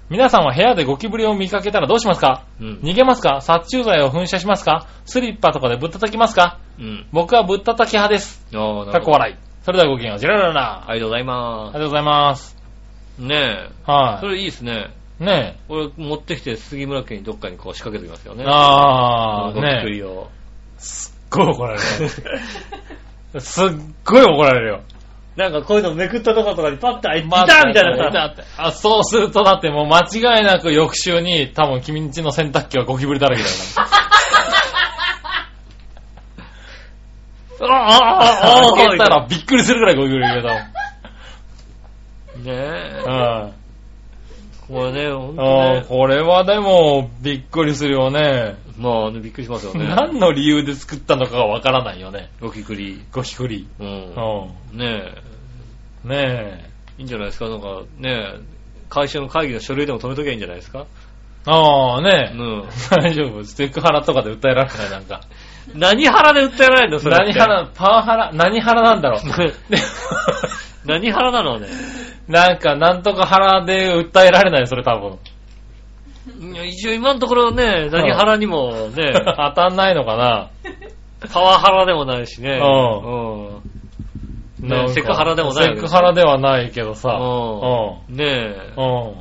Speaker 3: 皆さんは部屋でゴキブリを見かけたらどうしますか
Speaker 2: うん。
Speaker 3: 逃げますか殺虫剤を噴射しますかスリッパとかでぶったたきますか
Speaker 2: うん。
Speaker 3: 僕はぶったたき派です。
Speaker 2: ああ、なるほど。
Speaker 3: かっこ笑い。それではごきげんよう。ジェラララ。あ
Speaker 2: ありがとうござい
Speaker 3: り
Speaker 2: ま
Speaker 3: がとうございます。
Speaker 2: す。ねえ。そ
Speaker 3: は
Speaker 2: れいいですね。
Speaker 3: い。ね
Speaker 2: 俺持ってきて杉村家にどっかにこう仕掛けてきますよ
Speaker 3: え。
Speaker 2: ね。
Speaker 3: あ
Speaker 2: ゴキ
Speaker 3: ー、
Speaker 2: ク
Speaker 3: ねえ。
Speaker 2: リを。
Speaker 3: すっごい怒られる。すっごい怒られるよ。
Speaker 2: なんかこういうのめくったとことかにパッと開い
Speaker 3: まあ
Speaker 2: たみたいなさ。
Speaker 3: いたあ、そうするとだってもう間違いなく翌週に多分君んちの洗濯機はゴキブリだらけだから。
Speaker 2: ああああああ
Speaker 3: 開けたらびっくりするぐらいゴキブリいる
Speaker 2: ね
Speaker 3: けど。うん。
Speaker 2: え。これね、ほんと
Speaker 3: あー
Speaker 2: ね。
Speaker 3: これはでもびっくりするよね。
Speaker 2: まあね、びっくりしますよね。
Speaker 3: 何の理由で作ったのかがわからないよね。
Speaker 2: ゴキクリ。
Speaker 3: ゴキブリ。
Speaker 2: う。
Speaker 3: うんん。
Speaker 2: ねえ。
Speaker 3: ねえ。
Speaker 2: いいんじゃないですかなんかねえ、会社の会議の書類でも止めときゃいいんじゃないですか
Speaker 3: ああ
Speaker 2: う
Speaker 3: ねえ。
Speaker 2: ん。
Speaker 3: 大丈夫。セクハラとかで訴えられないなんか。
Speaker 2: 何腹で訴えられるのそれって。
Speaker 3: 何ハラ、パワハラ、何ハラなんだろう。
Speaker 2: <laughs>
Speaker 3: で
Speaker 2: 何腹なのね。
Speaker 3: なんか、なんとか腹で訴えられない、それ多分。
Speaker 2: いや一応今のところね、何腹にもね
Speaker 3: <laughs> 当、たんないのかな
Speaker 2: パワハラでもないしね。
Speaker 3: うん
Speaker 2: うんね
Speaker 3: なんか
Speaker 2: セクハラでもないわけで
Speaker 3: セク
Speaker 2: すよ
Speaker 3: ハラではないけどさ。
Speaker 2: う。
Speaker 3: うん
Speaker 2: ねえ。
Speaker 3: ん。うん。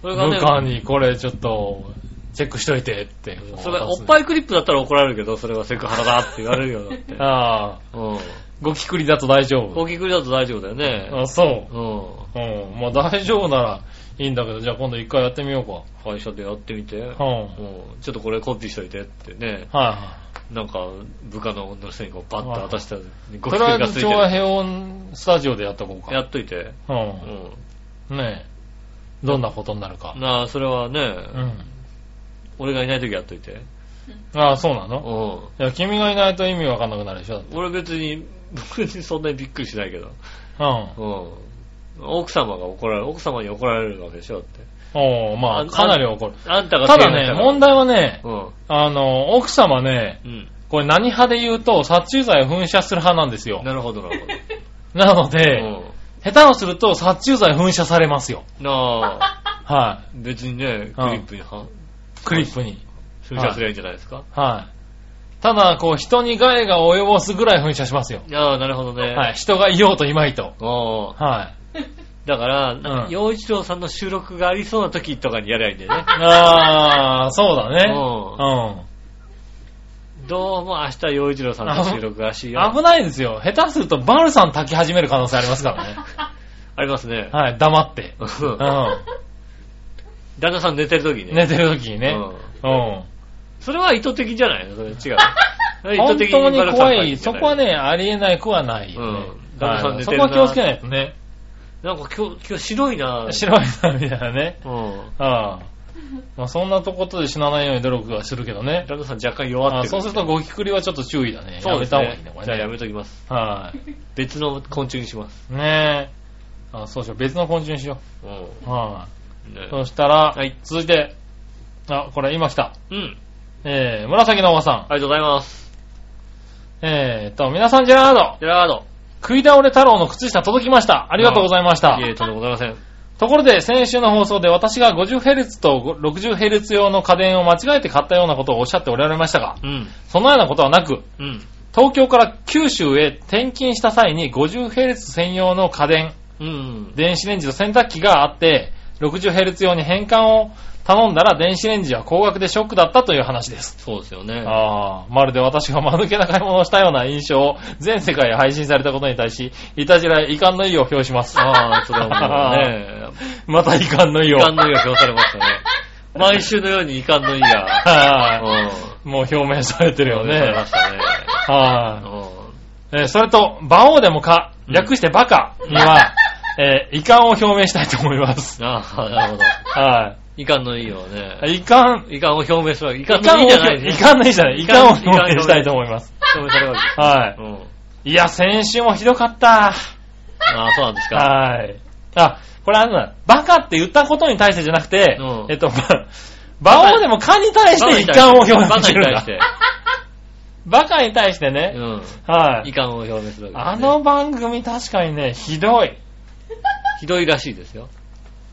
Speaker 2: それが
Speaker 3: 部
Speaker 2: ね、
Speaker 3: 下にこれちょっと、チェックしといてって。
Speaker 2: それおっぱいクリップだったら怒られるけど、それはセクハラだって言われるよだ
Speaker 3: <laughs>
Speaker 2: って。
Speaker 3: ああ。
Speaker 2: うん。
Speaker 3: ゴキクリだと大丈
Speaker 2: 高
Speaker 3: 夫。
Speaker 2: 級クリだと大丈夫だよね。。
Speaker 3: あ、そうう。うん。まあ大丈夫ならいいんだけど、じゃあ今度一回やってみようん
Speaker 2: 会社でやってみて。うん。
Speaker 3: か。うん。
Speaker 2: ちょっとこれコピーしといてってね。
Speaker 3: は
Speaker 2: なんか、部下の女の人にこうパッと渡したら、
Speaker 3: い。
Speaker 2: ゴ
Speaker 3: と
Speaker 2: キク
Speaker 3: りあ
Speaker 2: リ
Speaker 3: え
Speaker 2: が
Speaker 3: ず、
Speaker 2: つい
Speaker 3: 調
Speaker 2: て
Speaker 3: 和
Speaker 2: る。
Speaker 3: 平穏スタジオでやっとこう
Speaker 2: や
Speaker 3: か。
Speaker 2: っといて。
Speaker 3: う。
Speaker 2: うんん。
Speaker 3: ねえ。どんなことになるか。
Speaker 2: なあ、それは
Speaker 3: う
Speaker 2: ね、
Speaker 3: ん。
Speaker 2: 俺がいない時やっといて。
Speaker 3: ああ、そうな
Speaker 2: う
Speaker 3: の
Speaker 2: ん。
Speaker 3: いや、君がいないと意味わかんなくなるでしょ。
Speaker 2: 俺別に、僕にそんなにびっくりしないけど。
Speaker 3: うん。
Speaker 2: うん。奥様が怒られる、奥様に怒られるわけでしょだって。
Speaker 3: おおまあ、
Speaker 2: あ
Speaker 3: かなり怒る。
Speaker 2: あんたが
Speaker 3: ただね、問題はね、
Speaker 2: うん。
Speaker 3: あの、奥様ね、
Speaker 2: うん。
Speaker 3: これ何派で言うと、殺虫剤を噴射する派なんですよ。
Speaker 2: なるほど、なるほど。
Speaker 3: なので、
Speaker 2: う
Speaker 3: 下手をすると殺虫剤噴射されますよ。
Speaker 2: ん。な <laughs> あ、
Speaker 3: は
Speaker 2: 別にね、クリップには、
Speaker 3: い。クリップに。
Speaker 2: 噴射すりゃいいんじゃないですか。
Speaker 3: はい。ただ、こう、人に害が及ぼすぐらい噴射しますよ。
Speaker 2: ああ、なるほどね。
Speaker 3: はい。人がいようといまいと。
Speaker 2: おー
Speaker 3: はい。
Speaker 2: だから、なん
Speaker 3: う
Speaker 2: か
Speaker 3: ん。
Speaker 2: 洋一郎さんの収録がありそうな時とかにやりゃいいんだよね
Speaker 3: あー、そうだね。
Speaker 2: うん
Speaker 3: うん。
Speaker 2: どうも明日洋一郎さんの収録らしいよ。
Speaker 3: 危ないですよ。下手するとバルさん炊き始める可能性ありますか
Speaker 2: <laughs>
Speaker 3: らね。
Speaker 2: ありますね。
Speaker 3: はい、黙って。
Speaker 2: う
Speaker 3: うんん。
Speaker 2: 旦那さん寝てる時にね。
Speaker 3: 寝てる時にね。
Speaker 2: う
Speaker 3: うん。
Speaker 2: それは意図的じゃないのそれ違う。そ <laughs> れ
Speaker 3: 本当に
Speaker 2: バ
Speaker 3: 怖い。
Speaker 2: ルサ
Speaker 3: そ
Speaker 2: ン入ってんじゃな
Speaker 3: こはね、ありえないくはないよね。
Speaker 2: うん
Speaker 3: はい
Speaker 2: 旦那さん寝
Speaker 3: そ
Speaker 2: てる
Speaker 3: こ
Speaker 2: な
Speaker 3: は気をつけないとね。
Speaker 2: なんか今日、今日白いな
Speaker 3: 白いな、みたいなね。
Speaker 2: うん。
Speaker 3: ああ。まあそんなとことで死なないように努力はするけどね。
Speaker 2: ランドさん若干弱っ
Speaker 3: あ
Speaker 2: てる。
Speaker 3: そうするとゴキクリはちょっと注意だね。
Speaker 2: そうですね、
Speaker 3: やめた方がいいね、こ
Speaker 2: じゃあ
Speaker 3: れ
Speaker 2: や
Speaker 3: ね。
Speaker 2: めときます。
Speaker 3: は
Speaker 2: 別の昆虫にします。
Speaker 3: い。ねえ。あ、そうしよう。別の昆虫にしよ
Speaker 2: うん。
Speaker 3: う。は
Speaker 2: ね
Speaker 3: い。そしたら、
Speaker 2: はい
Speaker 3: 続いて、あ、これ今来た。
Speaker 2: うん。
Speaker 3: えー、紫のおばさん。
Speaker 2: ありがとうございます。
Speaker 3: えーと、皆さんジェラード、
Speaker 2: ジェラード。
Speaker 3: 食い倒れ太郎の靴下届きました。ありがとうございました
Speaker 2: い。え、とんでもございません。
Speaker 3: ところで、先週の放送で私が 50Hz と 60Hz 用の家電を間違えて買ったようなことをおっしゃっておられましたが、
Speaker 2: うん。
Speaker 3: そのようなことはなく、
Speaker 2: うん。
Speaker 3: 東京から九州へ転勤した際に 50Hz 専用の家電、
Speaker 2: うん。
Speaker 3: 電子レンジと洗濯機があって、60Hz 用に変換を頼んだら電子レンジは高額でショックだったという話です。
Speaker 2: そうですよね。
Speaker 3: ああ、まるで私が間抜けな買い物をしたような印象を全世界へ配信されたことに対し、いたじら遺憾の意を表します。
Speaker 2: ああ、それ
Speaker 3: <laughs>
Speaker 2: はもうね、
Speaker 3: また遺憾の意
Speaker 2: 遺
Speaker 3: を。
Speaker 2: 憾の意が表されま
Speaker 3: <laughs>
Speaker 2: したね。毎週のように遺憾の意が。
Speaker 3: は
Speaker 2: うん。
Speaker 3: いもう表明されてるよ
Speaker 2: 表されま
Speaker 3: ね
Speaker 2: し。たね。
Speaker 3: は
Speaker 2: うん
Speaker 3: い、えーそれと、馬王でもか、
Speaker 2: うん
Speaker 3: 略してバカに
Speaker 2: <laughs>
Speaker 3: は、えー遺憾を表明したいと思います。
Speaker 2: ああ、なるほど。
Speaker 3: は
Speaker 2: 遺憾の意をね
Speaker 3: い、。遺憾、
Speaker 2: 遺憾を表明するわけ。遺
Speaker 3: 遺
Speaker 2: 憾の意じゃない
Speaker 3: 遺
Speaker 2: ですね。
Speaker 3: 憾の意じゃない。遺憾を表明したいと思います。
Speaker 2: 表明されるわけです。
Speaker 3: は
Speaker 2: うん。
Speaker 3: い。いや、先週もひどかった。
Speaker 2: ああ、そうなんですか。
Speaker 3: はい。あ、これあのだ、バカって言ったことに対してじゃなくて、
Speaker 2: うん
Speaker 3: えっと、ば馬王でもかに対して遺憾を表明
Speaker 2: バカ
Speaker 3: して
Speaker 2: に
Speaker 3: るん
Speaker 2: 対
Speaker 3: だ
Speaker 2: し。て。
Speaker 3: バカに対してね。
Speaker 2: うん。
Speaker 3: はい
Speaker 2: 遺。憾を表明するわ
Speaker 3: あ
Speaker 2: けですね。
Speaker 3: の番組確かにね、ひどい。
Speaker 2: ひどいらしいですよ。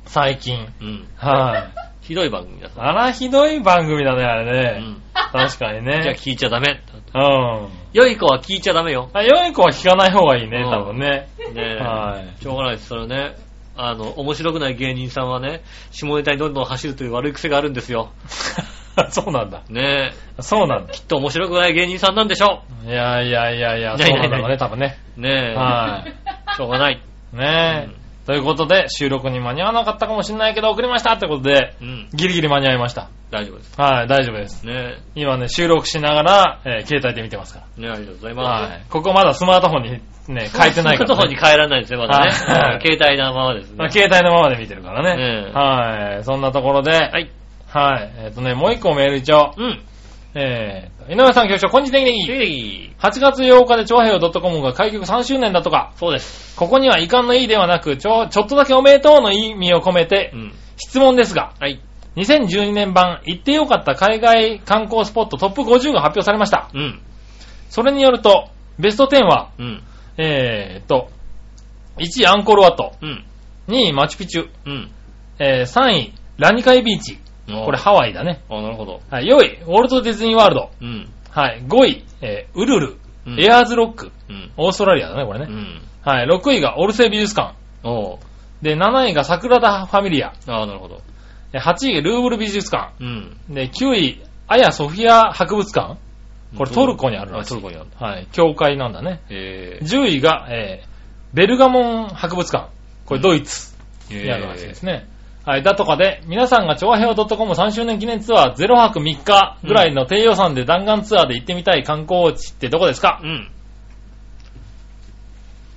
Speaker 3: 最近。
Speaker 2: うん。
Speaker 3: はい、
Speaker 2: ひどい番組だった。
Speaker 3: あら、ひどい番組だね、あ
Speaker 2: う
Speaker 3: れね。
Speaker 2: ん。
Speaker 3: 確かに
Speaker 2: じゃあ
Speaker 3: ね。
Speaker 2: 聞いちゃダメ。
Speaker 3: うん。
Speaker 2: 良い子は聞いちゃダメよ。
Speaker 3: あ、良い子は聞かない方がいいね、
Speaker 2: うん
Speaker 3: 多分ね。 <laughs>
Speaker 2: ねえ。
Speaker 3: はい。
Speaker 2: しょうがないです、それはね。あの、面白くない芸人さんはね、下ネタにどんどん走るという悪い癖があるんですよ。
Speaker 3: そうなんだ。
Speaker 2: ね
Speaker 3: そうなんだ
Speaker 2: え。。きっと面白くない芸人さんなんでしょ
Speaker 3: いやいやいやいや、
Speaker 2: い
Speaker 3: そ
Speaker 2: やいやい
Speaker 3: う
Speaker 2: や
Speaker 3: なんだろうね、多分ね。
Speaker 2: う。ねえ。。
Speaker 3: はい
Speaker 2: しょうがない。
Speaker 3: い。ねえ。ということで、収録に間に合わなかったかもしれないけど、送りましたってことで、
Speaker 2: うん。
Speaker 3: ギリギリ間に合いました。
Speaker 2: 大丈夫です。
Speaker 3: はい、大丈夫です。
Speaker 2: ね
Speaker 3: 今ね、収録しながら、えー携帯で見てますか
Speaker 2: え。ねえ、ありがとうござい
Speaker 3: ら。
Speaker 2: ます。
Speaker 3: はい。ここまだスマートフォンにね、変えてないから、ね。
Speaker 2: スマートフォンに変えられないですね、まだね。
Speaker 3: はい
Speaker 2: うん携帯のままです
Speaker 3: まあ
Speaker 2: ね。
Speaker 3: 携帯のままで見てるからね。
Speaker 2: ええ
Speaker 3: はい。そんなところで、はい。
Speaker 2: はい。
Speaker 3: えっ、とね、もう一個メール一応。
Speaker 2: うん。
Speaker 3: えーと、井上さん局長、こんにちは。
Speaker 2: テレビ
Speaker 3: 8月8日で長平洋 .com が開局3周年だとか、
Speaker 2: そうです。
Speaker 3: ここには遺憾の意ではなく、ちょ、ちょっとだけおめでとうの意味を込めて
Speaker 2: う、ん。
Speaker 3: 質問ですが、
Speaker 2: はい。
Speaker 3: 2012年版、行ってよかった海外観光スポットトップ50が発表されました。
Speaker 2: うん。
Speaker 3: それによると、ベスト10は、
Speaker 2: うん。
Speaker 3: えーと、1位アンコールワット、
Speaker 2: うん。
Speaker 3: 2位マチュピチュ、
Speaker 2: うん。
Speaker 3: えー3位ラニカイビーチ、これハワイだね。
Speaker 2: あ、なるほど。
Speaker 3: はい、4位、ウォルト・ディズニー・ワールド。
Speaker 2: うん。
Speaker 3: はい、5位、えーウルル、
Speaker 2: うん
Speaker 3: エアーズ・ロック。
Speaker 2: うん。
Speaker 3: オーストラリアだね、これ
Speaker 2: う
Speaker 3: ね。
Speaker 2: ん。
Speaker 3: はい、6位がオルセイ美術館。
Speaker 2: おう
Speaker 3: で、7位が桜田ファミリア。
Speaker 2: ああ、なるほど。
Speaker 3: で8位がルーブル美術館。
Speaker 2: うん。
Speaker 3: で、9位、アヤ・ソフィア博物館。これトルコにあるらしい
Speaker 2: トルコにあるんだ。
Speaker 3: はい、教会なんだね。
Speaker 2: えー
Speaker 3: 10位が、えーベルガモン博物館。これドイツにあるらしいですね。はい、だとかで、皆さんが調和平 .com3 周年記念ツアー0泊3日ぐらいの低予算で弾丸ツアーで行ってみたい観光地ってどこですか、
Speaker 2: うん。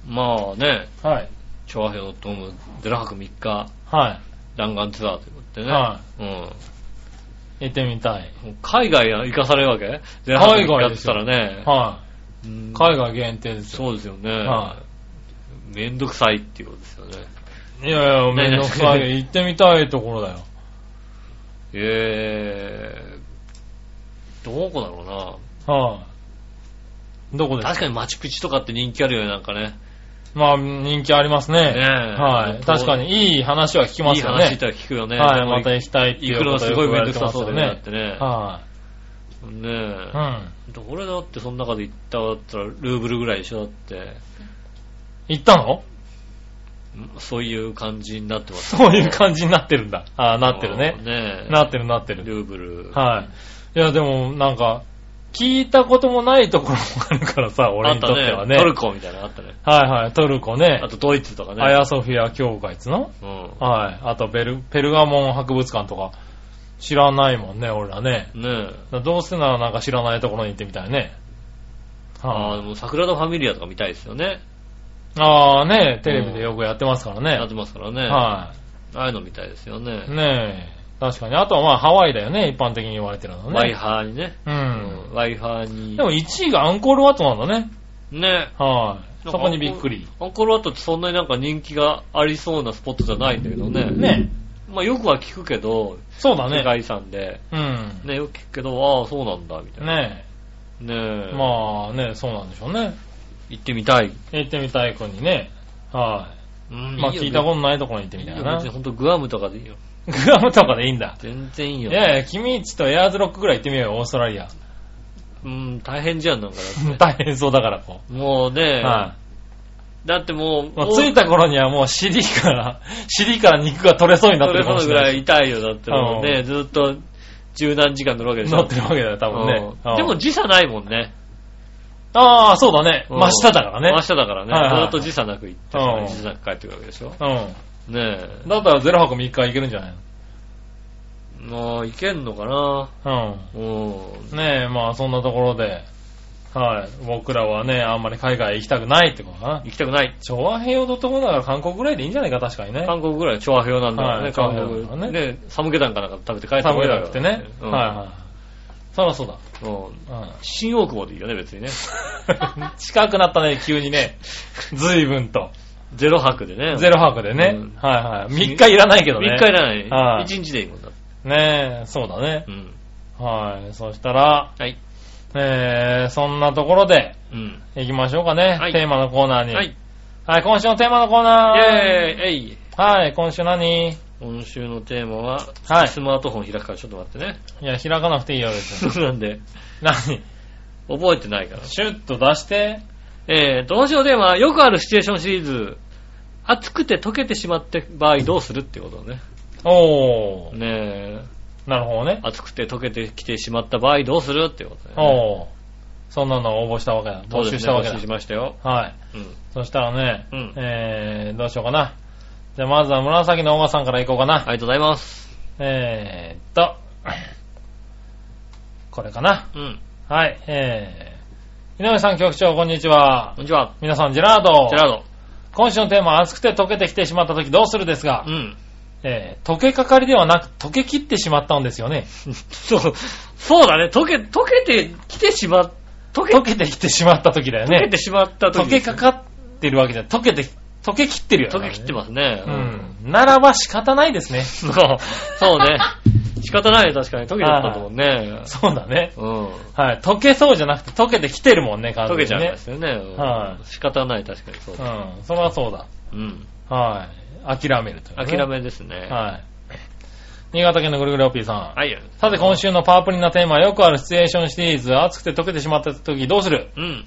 Speaker 2: まあね、
Speaker 3: はい。
Speaker 2: 調和表とも、デラ泊3日、
Speaker 3: は
Speaker 2: 弾丸ツアーということでね。
Speaker 3: は
Speaker 2: う
Speaker 3: い。行ってみたい。
Speaker 2: ん。海外行かされるわけデラ泊3
Speaker 3: 海外
Speaker 2: 日
Speaker 3: で
Speaker 2: っ
Speaker 3: す
Speaker 2: た
Speaker 3: よ
Speaker 2: らね。
Speaker 3: は
Speaker 2: うん
Speaker 3: い。海外限定ですよ。
Speaker 2: そうですよね。
Speaker 3: は
Speaker 2: めんどくさいっていうことですよね。
Speaker 3: いやいや、めんどくさ <laughs> い。行ってみたいところだよ。
Speaker 2: えー、どこだろうな。
Speaker 3: はい。どこですか
Speaker 2: 確かにマチュピチュとかって人気あるよね、なんかね。
Speaker 3: まあ、人気ありますね。
Speaker 2: ねえ
Speaker 3: はい。確かに、いい話は聞きま
Speaker 2: いい
Speaker 3: すよ
Speaker 2: 話っ
Speaker 3: ね。
Speaker 2: たら聞くよね。
Speaker 3: はい、また
Speaker 2: 行
Speaker 3: 行きたいっていう
Speaker 2: くの
Speaker 3: こと
Speaker 2: す
Speaker 3: よ
Speaker 2: ごい
Speaker 3: く
Speaker 2: め
Speaker 3: 言わ
Speaker 2: んど
Speaker 3: れ
Speaker 2: く
Speaker 3: て
Speaker 2: さ
Speaker 3: ま
Speaker 2: そう
Speaker 3: す
Speaker 2: だ
Speaker 3: よ
Speaker 2: よね、だっ
Speaker 3: ね。
Speaker 2: てね。
Speaker 3: は
Speaker 2: ねえ
Speaker 3: い。う。ん。
Speaker 2: 俺だってその中で行っただったらルーブルぐらいでしょだって、
Speaker 3: 行ったの <laughs>
Speaker 2: んそういう感じになってます。
Speaker 3: そういう感じになってるん
Speaker 2: <laughs>
Speaker 3: だ。ああ、なってる
Speaker 2: もう
Speaker 3: ね。
Speaker 2: ねえ
Speaker 3: なってるなってる。
Speaker 2: ルーブル。
Speaker 3: はい。いや、でも、なんか、聞いたこともないところもあるからさ、俺にとってはね。
Speaker 2: あったトルコみたいなのあったね。
Speaker 3: はいはい、トルコね
Speaker 2: あ。とドイツとかね。
Speaker 3: アヤソフィア教会っつの
Speaker 2: う
Speaker 3: はい。あとベル、ペルガモン博物館とか、知らないもんね、俺らね。
Speaker 2: ん。ねえ。
Speaker 3: だからどうせならなんか知らないところに行ってみたいね。
Speaker 2: ああ、
Speaker 3: は
Speaker 2: でも桜のファミリアとか見たいですよね。
Speaker 3: い。ああね、テレビでよくやってますから
Speaker 2: やっ
Speaker 3: ね。
Speaker 2: てますからね。
Speaker 3: は
Speaker 2: ああいうの見たいですよね。
Speaker 3: い。ね確かに。あとはまあハワイだよね、一般的に言われてるのね。
Speaker 2: ワイハーにね。
Speaker 3: う。。
Speaker 2: うんワイハーに
Speaker 3: で。も1位がアンコールワットなんだね。
Speaker 2: ね。
Speaker 3: はい。
Speaker 2: なんか
Speaker 3: そこにびっくり。
Speaker 2: アンコールワットってそんなになんか人気がありそうなスポットじゃないんだけどね。
Speaker 3: ね。
Speaker 2: まあよくは聞くけど、
Speaker 3: そうだ
Speaker 2: 世
Speaker 3: ね。
Speaker 2: 界遺産で。
Speaker 3: うん。
Speaker 2: ね、よく聞くけど、ああ、そうなんだ、みたいな。ね
Speaker 3: ね
Speaker 2: え。
Speaker 3: え。まあね、そうなんでしょうね。
Speaker 2: 行ってみたい。
Speaker 3: 行ってみたい子にね。は
Speaker 2: うん
Speaker 3: い。まあ聞いたこととないところに行ってみたいな。
Speaker 2: 別に
Speaker 3: グ
Speaker 2: ほんとグアムとかでいいよ。
Speaker 3: アムとかでいいんだ。
Speaker 2: 全然いい
Speaker 3: い
Speaker 2: よ。
Speaker 3: やいや、君んちとエアーズロックぐらい行ってみようよ、オーストラリア。
Speaker 2: うん、大変じゃん、なんかだって。
Speaker 3: 大変そうだから、こ <laughs>
Speaker 2: もう
Speaker 3: う。
Speaker 2: ね、
Speaker 3: は
Speaker 2: だってもう、
Speaker 3: い。もう着いた頃にはもう尻から、尻から肉が取れそうになっ
Speaker 2: そ
Speaker 3: て
Speaker 2: れ
Speaker 3: るか
Speaker 2: ほ
Speaker 3: も
Speaker 2: ど
Speaker 3: し
Speaker 2: ぐ
Speaker 3: れ
Speaker 2: ら
Speaker 3: ないい。
Speaker 2: 痛いよ、だってもうね、ずっと十何時間乗るわけ <laughs> でしょ。
Speaker 3: なってるわけだよ、多分ね
Speaker 2: う。んでも
Speaker 3: うん、
Speaker 2: 時差ないもんね。
Speaker 3: ああ、そうだね。
Speaker 2: うん
Speaker 3: 真下だからね。
Speaker 2: 真下だからね。
Speaker 3: はいはいはい
Speaker 2: ずっと時差なく行ってさ
Speaker 3: うん
Speaker 2: 時差なく帰ってくるわけでしょ。
Speaker 3: う
Speaker 2: ね
Speaker 3: ん。だったら0泊3日行けるんじゃない
Speaker 2: え。まあ、行けんのかな
Speaker 3: の
Speaker 2: うん。
Speaker 3: うん。ねえ、まあそんなところで、はい。僕らはね、あんまり海外行きたくないってことかな。
Speaker 2: 行きたくない。
Speaker 3: 調和平洋 .com だから韓国ぐらいでいいんじゃないか、確かにね。
Speaker 2: 韓国ぐらい調和表なんだから
Speaker 3: はい
Speaker 2: ね、
Speaker 3: 調和
Speaker 2: 韓
Speaker 3: 表だから
Speaker 2: 国。
Speaker 3: ね
Speaker 2: ね、サムゲタンかなんか食べて帰って
Speaker 3: 寒
Speaker 2: こ
Speaker 3: い
Speaker 2: い
Speaker 3: な
Speaker 2: だ
Speaker 3: くてね。
Speaker 2: う
Speaker 3: は
Speaker 2: ん
Speaker 3: いはい。そらそうだ。
Speaker 2: うん
Speaker 3: うん。 <laughs>
Speaker 2: 新大久保でいいよね、別にね。
Speaker 3: 近くなったね、急にね。随分と。
Speaker 2: ゼロ泊でね。
Speaker 3: ゼロ泊でね。
Speaker 2: うん
Speaker 3: はいはい。3日いらないけどね。
Speaker 2: 3日い
Speaker 3: い
Speaker 2: ら
Speaker 3: は
Speaker 2: ないい。1日でいいもんだ。
Speaker 3: ねえ、そうだね
Speaker 2: う。ん。
Speaker 3: はい。そしたら、
Speaker 2: はい。
Speaker 3: えー、そんなところで、
Speaker 2: うん。
Speaker 3: 行きましょうかね。
Speaker 2: はい
Speaker 3: テーマのコーナーに。
Speaker 2: は。い。
Speaker 3: はい、今週のテーマのコーナー。
Speaker 2: イェーイえい
Speaker 3: はい、今週何い
Speaker 2: 今週のテーマは、
Speaker 3: はい
Speaker 2: スマートフォン開くからちょっと待ってね。
Speaker 3: や、開かなくていいよ、
Speaker 2: <laughs>
Speaker 3: 別に。
Speaker 2: そうなんで、
Speaker 3: 何
Speaker 2: 覚えてないから。
Speaker 3: シュッと出して。
Speaker 2: えーと、今週のテーマは、よくあるシチュエーションシリーズ、熱くて溶けてしまった場合どうするってことをね。
Speaker 3: おー。
Speaker 2: ねえ、
Speaker 3: なるほどね。
Speaker 2: 熱くて溶けてきてしまった場合どうするってことだよね。
Speaker 3: おー。そんなのを応募したわけだ。
Speaker 2: そうで
Speaker 3: 募
Speaker 2: すね
Speaker 3: 集したわけ
Speaker 2: 募
Speaker 3: だ
Speaker 2: 集し。ましたよ。
Speaker 3: はい。
Speaker 2: うん。
Speaker 3: そしたらね、
Speaker 2: うん
Speaker 3: えー、どうしようかな。じゃあまずは紫のオガさんから行こうかな。
Speaker 2: ありがとうございます。
Speaker 3: えーっと、これかな。
Speaker 2: うん。
Speaker 3: はい、えー、井上さん局長、こんにちは
Speaker 2: こん。にちは。
Speaker 3: 皆さん、ジェラード。
Speaker 2: ジェラード。
Speaker 3: 今週のテーマ、暑くて溶けてきてしまった時どうするですが
Speaker 2: う、ん。
Speaker 3: えー、溶けかかりではなく、溶けきってしまったんですよね。
Speaker 2: <laughs> そう、そうだね。溶け、溶けてきてしまっ、溶け、
Speaker 3: 溶けてきてしまった時だよ
Speaker 2: 溶け
Speaker 3: ね。
Speaker 2: てしまった時
Speaker 3: 溶けかかってるわけじゃ、溶けて、溶けきってるよね。
Speaker 2: 溶け切ってますね。
Speaker 3: う。ん。ならば仕方ないですね。
Speaker 2: そう、 <laughs> そうね。仕方ないね、確かに。溶けちゃったと思うね。
Speaker 3: そうだね。
Speaker 2: うん。
Speaker 3: はい。溶けそうじゃなくて、溶けてきてるもんね、完全
Speaker 2: 溶
Speaker 3: に、ね。
Speaker 2: けちゃいますよね。うん
Speaker 3: はい
Speaker 2: 仕方ない、確かにそうだ。
Speaker 3: うん。それはそうだ。
Speaker 2: うん。
Speaker 3: はい。諦めるというね、
Speaker 2: 諦めですね。
Speaker 3: はい。新潟県のぐるぐるおっぴーさん。
Speaker 2: はい。
Speaker 3: さて今週のパープリンなテーマはよくあるシチュエーションシリーズ、暑くて溶けてしまった時どうする
Speaker 2: うん。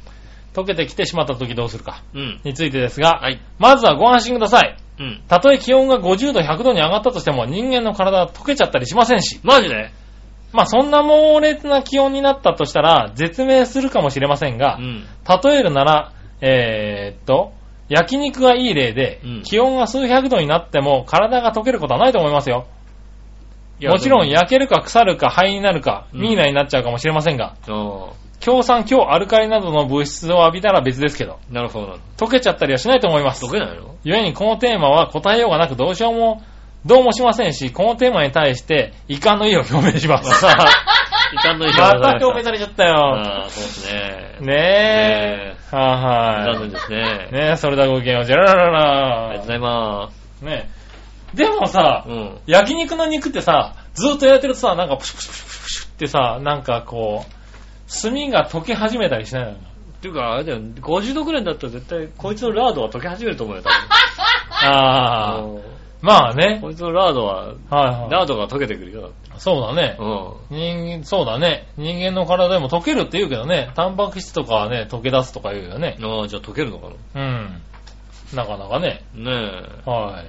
Speaker 3: 溶けてきてしまった時どうするか。
Speaker 2: うん。
Speaker 3: についてですが、
Speaker 2: はい。
Speaker 3: まずはご安心ください。
Speaker 2: うん。
Speaker 3: たとえ気温が50度、100度に上がったとしても人間の体は溶けちゃったりしませんし、
Speaker 2: マジで
Speaker 3: まあそんな猛烈な気温になったとしたら絶命するかもしれませんが
Speaker 2: う、ん。
Speaker 3: 例えるなら、えーっと、焼肉がいい例で、
Speaker 2: うん
Speaker 3: 気温が数百度になっても体が溶けることはないと思いますよ。
Speaker 2: いや
Speaker 3: もちろん
Speaker 2: でも
Speaker 3: 焼けるか腐るか灰になるか、
Speaker 2: うん
Speaker 3: ミイラになっちゃうかもしれませんが、
Speaker 2: あ
Speaker 3: 強酸、強アルカリなどの物質を浴びたら別ですけど、
Speaker 2: あ、なるほどなるほ
Speaker 3: 溶けちゃったりはしないと思います
Speaker 2: ど。溶。けない <laughs> の
Speaker 3: 故にこのテーマは答えようがなくどうしようも、どうもしませんし、このテーマに対して遺憾の意を表明します。ま
Speaker 2: いかんのい
Speaker 3: た表明されちゃったよ。
Speaker 2: ああ、そうですね。
Speaker 3: ねえ。はい
Speaker 2: 残
Speaker 3: は
Speaker 2: 念
Speaker 3: い。
Speaker 2: ですね。
Speaker 3: ねえ、それだごきげんをじゃらら
Speaker 2: ありがとう
Speaker 3: ら
Speaker 2: ござい
Speaker 3: ら。
Speaker 2: ます。
Speaker 3: ねえ。でもさ、
Speaker 2: うん。
Speaker 3: 焼肉の肉ってさ、ずっと焼いてるとさ、なんかプシュプシュプシュプシュってさ、なんかこう、炭が溶け始めたりしないのかな
Speaker 2: っていうか、あれだよ、50度くらいになったら絶対、こいつのラードは溶け始めると思うよ、多分。
Speaker 3: あー。
Speaker 2: うん
Speaker 3: まあね。
Speaker 2: こいつのラードは、
Speaker 3: はいは
Speaker 2: ラードが溶けてくるよ。
Speaker 3: い。そうだね
Speaker 2: う。ん。
Speaker 3: 人間、そうだね。人間の体でも溶けるって言うけどね。タンパク質とかはね、溶け出すとか言うよね。
Speaker 2: ああ、じゃあ溶けるのかな
Speaker 3: うん。なかなかね。
Speaker 2: ねえ。
Speaker 3: はい。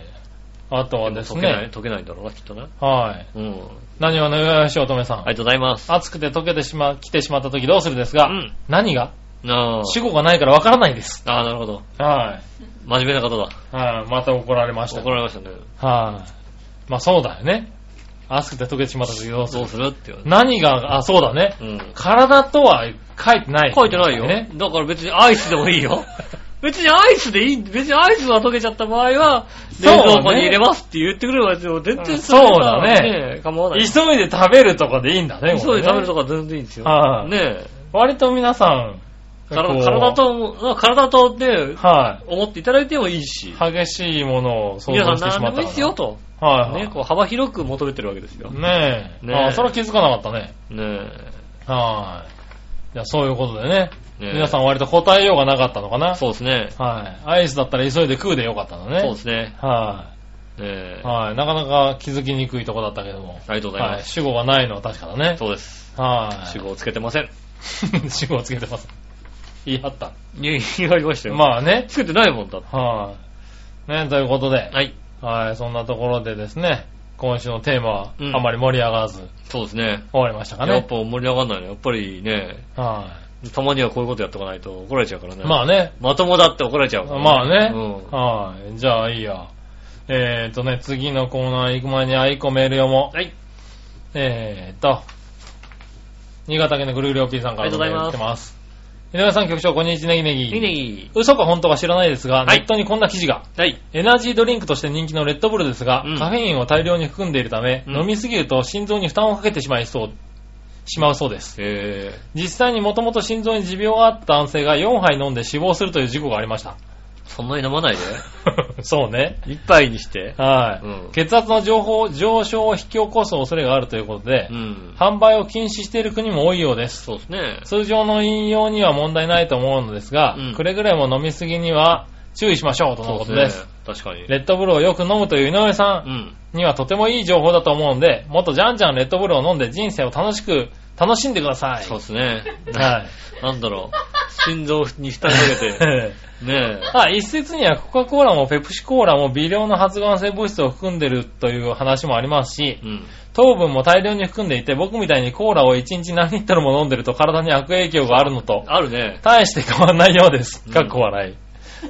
Speaker 3: あとはで
Speaker 2: 溶
Speaker 3: す
Speaker 2: けない、
Speaker 3: ね。
Speaker 2: 溶けないんだろうな、きっとな。
Speaker 3: はい。
Speaker 2: うん。
Speaker 3: 何はのよしおとめさん。
Speaker 2: ありがとうございます。
Speaker 3: 暑くて溶けてしま、来てしまった時どうするですが、
Speaker 2: うん
Speaker 3: 何が
Speaker 2: ああ。
Speaker 3: 主語がないからわからないです。
Speaker 2: ああ、なるほど。
Speaker 3: はい。
Speaker 2: 真面目な方だ。
Speaker 3: はい、また怒られました。
Speaker 2: 怒られましたね。
Speaker 3: はい。まあそうだよね。暑くて溶けてしまった時どうす
Speaker 2: どう
Speaker 3: る
Speaker 2: するって言われて。
Speaker 3: 何が、あ、そうだね。
Speaker 2: うん。
Speaker 3: 体とは書いてない、
Speaker 2: 書いてないよ。
Speaker 3: ね。 <laughs>
Speaker 2: だから別にアイスでもいいよ。別にアイスでいい、別にアイスが溶けちゃった場合は、
Speaker 3: そう
Speaker 2: 冷
Speaker 3: ね
Speaker 2: 蔵庫に入れますって言ってくれれば、でも全然
Speaker 3: そう
Speaker 2: は
Speaker 3: だね
Speaker 2: 構わない。
Speaker 3: 急いで食べるとかでいいんだね、
Speaker 2: 急いで食べると
Speaker 3: か。
Speaker 2: か全然いいんですよ。
Speaker 3: はい
Speaker 2: ねえ。
Speaker 3: 割と皆さん、こ
Speaker 2: 体
Speaker 3: う
Speaker 2: 体、と、体とね、
Speaker 3: は
Speaker 2: 思っていただいてもいいし。
Speaker 3: い。激しいものを想
Speaker 2: 皆
Speaker 3: 像し
Speaker 2: さ
Speaker 3: てし
Speaker 2: ん何でも
Speaker 3: まった
Speaker 2: いいですよと。
Speaker 3: かな。はい
Speaker 2: ね、
Speaker 3: は
Speaker 2: こう幅広く求めてるわけですよ。
Speaker 3: い。
Speaker 2: ね
Speaker 3: ねえ。
Speaker 2: ねえ
Speaker 3: ああ、それは気づかなかったね。
Speaker 2: え。
Speaker 3: はい。じゃあ、そういうことでね。
Speaker 2: ねえ
Speaker 3: 皆さん割と答えようがなかったのかな。
Speaker 2: そうですね。
Speaker 3: はい。アイスだったら急いで食うでよかったのね。
Speaker 2: そうですね。
Speaker 3: は
Speaker 2: え
Speaker 3: い。
Speaker 2: え
Speaker 3: はい。なかなか気づきにくいとこだったけども。
Speaker 2: ありがとうござい
Speaker 3: は
Speaker 2: ま
Speaker 3: い。
Speaker 2: す。
Speaker 3: 主語がないのは確かだね。
Speaker 2: そうです。
Speaker 3: はい。
Speaker 2: 主語をつけてません。
Speaker 3: <laughs> 主語をつけてます。言い張った。
Speaker 2: いや、言われましたよ。あ。
Speaker 3: まあね。
Speaker 2: つけてないもんだって。
Speaker 3: はい、ね、ということで。
Speaker 2: はい。
Speaker 3: はい。そんなところでですね、今週のテーマは、
Speaker 2: うん
Speaker 3: あまり盛り上がらず
Speaker 2: そうですね。
Speaker 3: 終わりましたか
Speaker 2: やっ
Speaker 3: ね。
Speaker 2: ぱ盛り上がんないね。やっぱりね、
Speaker 3: は
Speaker 2: たまにはこういうことやっとかないと怒られちゃうから
Speaker 3: い、
Speaker 2: ね。
Speaker 3: ま
Speaker 2: あ。
Speaker 3: あね。
Speaker 2: まともだって怒られちゃうから
Speaker 3: まあね。
Speaker 2: うん。
Speaker 3: はい。じゃあいいや。えーとね、次のコーナー行く前にあいこメール読もう。
Speaker 2: はい。
Speaker 3: えーと、新潟県のぐるぐるおぴーさんから
Speaker 2: ありがとうございます
Speaker 3: 来てます。井上さん局長、こんにちは、ネギネギ。
Speaker 2: いいねいい。
Speaker 3: 嘘か本当か知らないですが、
Speaker 2: はい
Speaker 3: ネットにこんな記事が。
Speaker 2: はい。
Speaker 3: エナジードリンクとして人気のレッドブルですが、
Speaker 2: うん
Speaker 3: カフェインを大量に含んでいるため、
Speaker 2: うん
Speaker 3: 飲みすぎると心臓に負担をかけてしまいそう、しまうそうです。
Speaker 2: え
Speaker 3: 実際にもともと心臓に持病があった男性が4杯飲んで死亡するという事故がありました。 <laughs>
Speaker 2: ー、そんなに飲まないで。
Speaker 3: そうね。
Speaker 2: 一杯にして。
Speaker 3: はい、
Speaker 2: うん
Speaker 3: 血圧の情報上昇を引き起こす恐れがあるということで、
Speaker 2: うん。
Speaker 3: 販売を禁止している国も多いようです。
Speaker 2: そうですね。
Speaker 3: 通常の飲用には問題ないと思うのですが、
Speaker 2: うん
Speaker 3: くれぐれも飲みすぎには注意しましょうとのことです。
Speaker 2: ね。確かに。
Speaker 3: レッドブルをよく飲むという井上さん
Speaker 2: う、ん。
Speaker 3: にはとてもいい情報だと思うんで、もっとじゃんじゃんレッドブルを飲んで人生を楽しく、楽しんでください。
Speaker 2: そうですね。
Speaker 3: は
Speaker 2: なんだろう、心臓に負担かけ
Speaker 3: <laughs>
Speaker 2: て、 <laughs>
Speaker 3: い。
Speaker 2: ね
Speaker 3: あ、一説にはコカ・コーラもペプシコーラも微量の発がん性物質を含んでるという話もありますし
Speaker 2: え、、うん。
Speaker 3: 糖分も大量に含んでいて、僕みたいにコーラを1日何リットルも飲んでると体に悪影響があるのと、
Speaker 2: あるね。
Speaker 3: 大して変わんないようです
Speaker 2: う。ん
Speaker 3: かっこ笑い。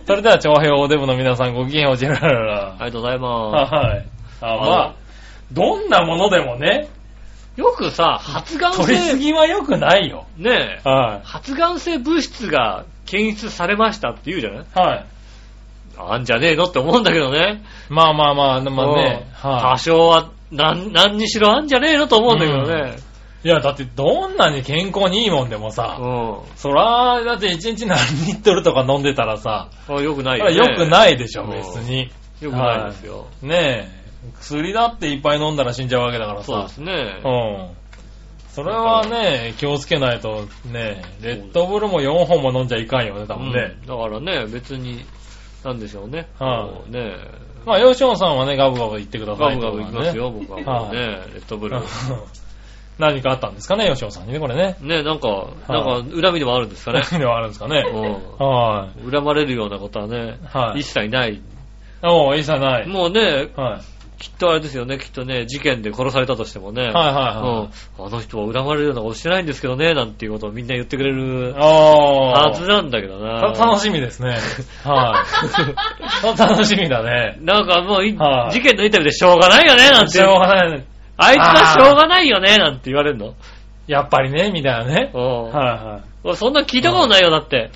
Speaker 3: それでは、長平おデブの皆さんごきげんよう、ジェララ
Speaker 2: あり
Speaker 3: ラ。
Speaker 2: がとうございま
Speaker 3: はい。あ、まあ
Speaker 2: あ、
Speaker 3: どんなものでもね、
Speaker 2: す。よくさ、発がん
Speaker 3: 取りす
Speaker 2: 性、
Speaker 3: ぎは良くないよ。
Speaker 2: ねえ、
Speaker 3: は
Speaker 2: 発がん性物質が検出されましたって言うじゃない
Speaker 3: い。はい。
Speaker 2: あんじゃねえのって思うんだけどね。
Speaker 3: まあまあまあ、でもね、
Speaker 2: うん
Speaker 3: は
Speaker 2: 多少は、なん、何にしろあんじゃねえのと思うんだけどね。
Speaker 3: い。いや、だってどんなに健康にいいもんでも
Speaker 2: う
Speaker 3: さ、
Speaker 2: ん。
Speaker 3: そら、だって1日何リットルとか飲んでたらさ、
Speaker 2: これよくないよ、ね。
Speaker 3: 良く
Speaker 2: い。
Speaker 3: ないでしょ、
Speaker 2: うん
Speaker 3: 別に。
Speaker 2: よくないですよ。
Speaker 3: ねえ、薬だっていっぱい飲んだら死んじゃうわけだから
Speaker 2: そう
Speaker 3: さ
Speaker 2: で。すね。
Speaker 3: うん。それはね、気をつけないと、ね、レッドブルも4本も飲んじゃいかんよね、多分ね。
Speaker 2: うんだからね、別に、なんでしょうね。
Speaker 3: はい
Speaker 2: こうねえ
Speaker 3: まあ、ヨシオンさんはね、ガブガブ言ってくださ
Speaker 2: ガ
Speaker 3: い
Speaker 2: ブ
Speaker 3: と
Speaker 2: ガ
Speaker 3: かね。
Speaker 2: ブいきますよ、僕はもうね。レッドブル。
Speaker 3: 何かあったんですかね、ヨシオンさんにね、これね。
Speaker 2: ね、なんか、なんか、恨みでもあるんです
Speaker 3: <laughs>
Speaker 2: かね。
Speaker 3: 何ではあるんですかね。
Speaker 2: う
Speaker 3: はい。
Speaker 2: ん。恨まれるようなことはね、
Speaker 3: はい
Speaker 2: 一切ない。
Speaker 3: おう、いいさな
Speaker 2: <laughs>
Speaker 3: い。
Speaker 2: もうね、
Speaker 3: はい。
Speaker 2: きっとあれですよね、きっとね、事件で殺されたとしてもね、
Speaker 3: はいはいはい。
Speaker 2: うん、あの人は恨まれるようなことしてないんですけどね、なんていうことをみんな言ってくれる
Speaker 3: あ
Speaker 2: は
Speaker 3: あ
Speaker 2: ずなんだけどな。
Speaker 3: た楽しみですね。はい。楽しみだね。
Speaker 2: なんかもうい、
Speaker 3: はい
Speaker 2: 事件のインタビューでしょうがないよね、なん
Speaker 3: してょう。がない。
Speaker 2: あいつはしょうがないよね、なんて言われるの。
Speaker 3: やっぱりね、みたいなね。
Speaker 2: うん
Speaker 3: は
Speaker 2: 俺そんな聞いたことないよ、だって。
Speaker 3: いはい。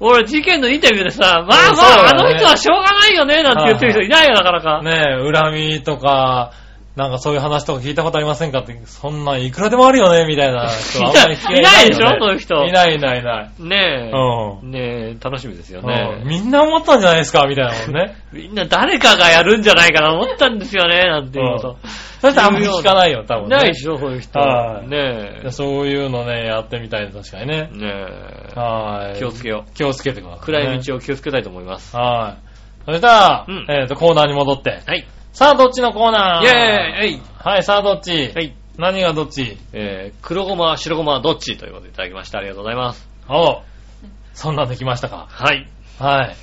Speaker 2: 俺、事件のインタビューでさ、まあ
Speaker 3: うん
Speaker 2: まあ、
Speaker 3: そうだ
Speaker 2: あ
Speaker 3: ね
Speaker 2: の人はしょうがないよね、なんて言ってる人いないよ、なかなか。
Speaker 3: <laughs> ねえ、恨みとか、なんかそういう話とか聞いたことありませんかって、そんなんいくらでもあるよね、みたいな人はあんまり聞け
Speaker 2: いないでしょ
Speaker 3: よね
Speaker 2: そういう人
Speaker 3: いないいないいない。
Speaker 2: ねえ。
Speaker 3: う
Speaker 2: ねえ、楽しみですよ
Speaker 3: ん。うん
Speaker 2: ね。
Speaker 3: みんな思ったんじゃないですか、みたいなもんね。
Speaker 2: みんな誰かがやるんじゃないかな思ったんですよね、なんていうこ
Speaker 3: そしてあんまり聞かないよ、多
Speaker 2: と。
Speaker 3: 分ね。
Speaker 2: ないでしょ、そういう人
Speaker 3: は。い
Speaker 2: ねえ。
Speaker 3: そういうのね、やってみたいね確かにね。
Speaker 2: ねえ。
Speaker 3: はい。
Speaker 2: 気をつけよ
Speaker 3: 気をつけてください、
Speaker 2: う。暗い道を気をつけたいと思います。
Speaker 3: を。はい。それでは、
Speaker 2: うん
Speaker 3: えっ、と、コーナーに戻って。
Speaker 2: はい。
Speaker 3: さあ、どっちのコーナー
Speaker 2: イェーイえい
Speaker 3: はい、さあ、どっち
Speaker 2: はい。
Speaker 3: 何がどっち
Speaker 2: えー、黒ごま、白ごま、どっちということでいただきました。ありがとうございます。
Speaker 3: おうそんなんできましたか。
Speaker 2: はい。
Speaker 3: はい。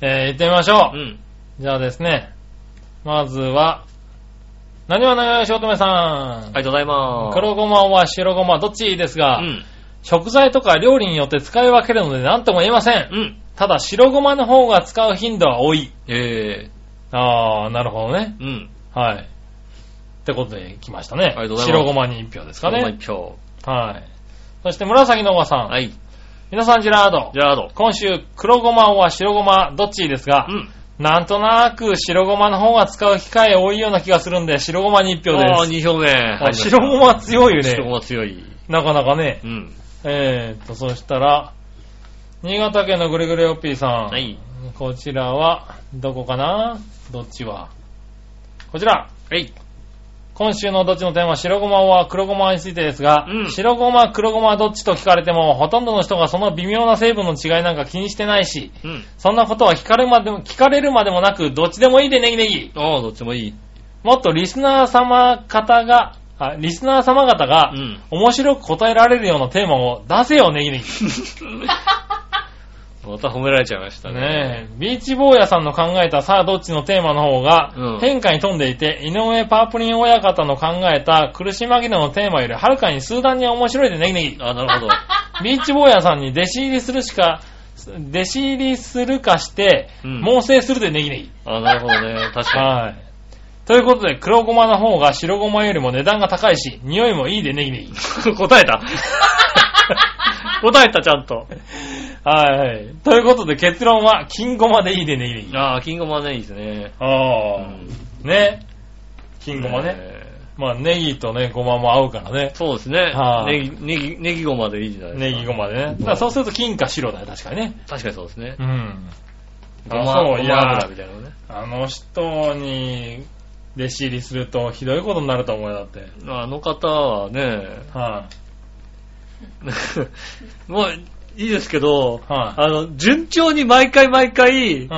Speaker 3: えー、行ってみましょ
Speaker 2: う
Speaker 3: う。
Speaker 2: ん。
Speaker 3: じゃあですね、まずは、何は長いしおとめさ
Speaker 2: あり
Speaker 3: ん。
Speaker 2: がとうございます。
Speaker 3: 黒ごまは白ごまどっちですが、
Speaker 2: うん。
Speaker 3: 食材とか料理によって使い分けるので何とも言えません。
Speaker 2: うん。
Speaker 3: ただ白ごまの方が使う頻度は多い。
Speaker 2: え
Speaker 3: あー、なるほどね。
Speaker 2: ー、うん。
Speaker 3: はい。ってことで来ましたね。
Speaker 2: ありがとうございます
Speaker 3: 白ごまに1票ですか
Speaker 2: 黒ごま
Speaker 3: ね。
Speaker 2: 一票。
Speaker 3: はい。そして紫のおばさん。
Speaker 2: はい。
Speaker 3: 皆さん、ジェラード
Speaker 2: ジ。ェラード。
Speaker 3: 今週、黒ごまは白ごま、どっちですが
Speaker 2: う、ん。
Speaker 3: なんとなく白ごまの方が使う機会多いような気がするんで、白ごまに一票
Speaker 2: ああ、
Speaker 3: です。
Speaker 2: 2票目。
Speaker 3: あ白ごま強いよ
Speaker 2: 白ご
Speaker 3: ね。
Speaker 2: ま強い。
Speaker 3: なかなかね
Speaker 2: う。ん。
Speaker 3: えーっと、そしたら、新潟県のぐるぐるよっぴーさん。
Speaker 2: はい。
Speaker 3: こちらは、どこかなどっちはこちら。
Speaker 2: はい。
Speaker 3: 今週のどっちのテーマ、白ごまは黒ごまについてですが、
Speaker 2: うん
Speaker 3: 白ごま、黒ごまどっちと聞かれても、ほとんどの人がその微妙な成分の違いなんか気にしてないし、
Speaker 2: うん。
Speaker 3: そんなことは聞かれまでも、聞かれるまでもなく、どっちでもいいでネギネギ。
Speaker 2: ああ、どっちもいい。
Speaker 3: もっとリスナー様方が、あ、リスナー様方が、
Speaker 2: うん
Speaker 3: 面白く答えられるようなテーマを出せよ、ネギネギ。
Speaker 2: また褒められちゃいましたね。
Speaker 3: ねえ、ビーチ坊やさんの考えたさあどっちのテーマの
Speaker 2: う
Speaker 3: 方
Speaker 2: ん
Speaker 3: が変化に富んでいて、井上パープリン親方の考えた苦し紛れのテーマよりはるかに数段に面白いでネギネギ。
Speaker 2: あ、な
Speaker 3: <laughs>
Speaker 2: るほど。
Speaker 3: ビーチ坊やさんに弟子入りするしか、弟子入りするかして、
Speaker 2: うん
Speaker 3: 猛省するでネギネギ。
Speaker 2: あ、なるほどね。確か
Speaker 3: はい。ということで、黒ごまの方が白ごまよりも値段が高いし、匂いもいいでネギネギ。
Speaker 2: に。 <laughs> 答えた答えた、ちゃんと。
Speaker 3: <laughs> はい。ということで結論は、金ごまでいいでネギネギ。
Speaker 2: ああ、金ゴマね、いいですね。
Speaker 3: ああ、ね。金ごまね。
Speaker 2: え
Speaker 3: まあ、ネギとね、ごまも合うからね
Speaker 2: ー。そうですね。
Speaker 3: はい
Speaker 2: ネギ、ネギ、ネギゴマでいいじゃないです
Speaker 3: ネ
Speaker 2: か。
Speaker 3: ギごまでね。だからそうすると金か白だよ、確かにね。
Speaker 2: 確かにそうですね
Speaker 3: う。ん。
Speaker 2: ご
Speaker 3: あ
Speaker 2: ま、
Speaker 3: そう
Speaker 2: ご
Speaker 3: いや
Speaker 2: ま油みたいなのね。
Speaker 3: あの人に弟子入りするとひどいことになると思うよ、だって。
Speaker 2: あの方はね、 <laughs>
Speaker 3: はい、
Speaker 2: もう、いいですけど、
Speaker 3: はい
Speaker 2: あの、順調に毎回毎回、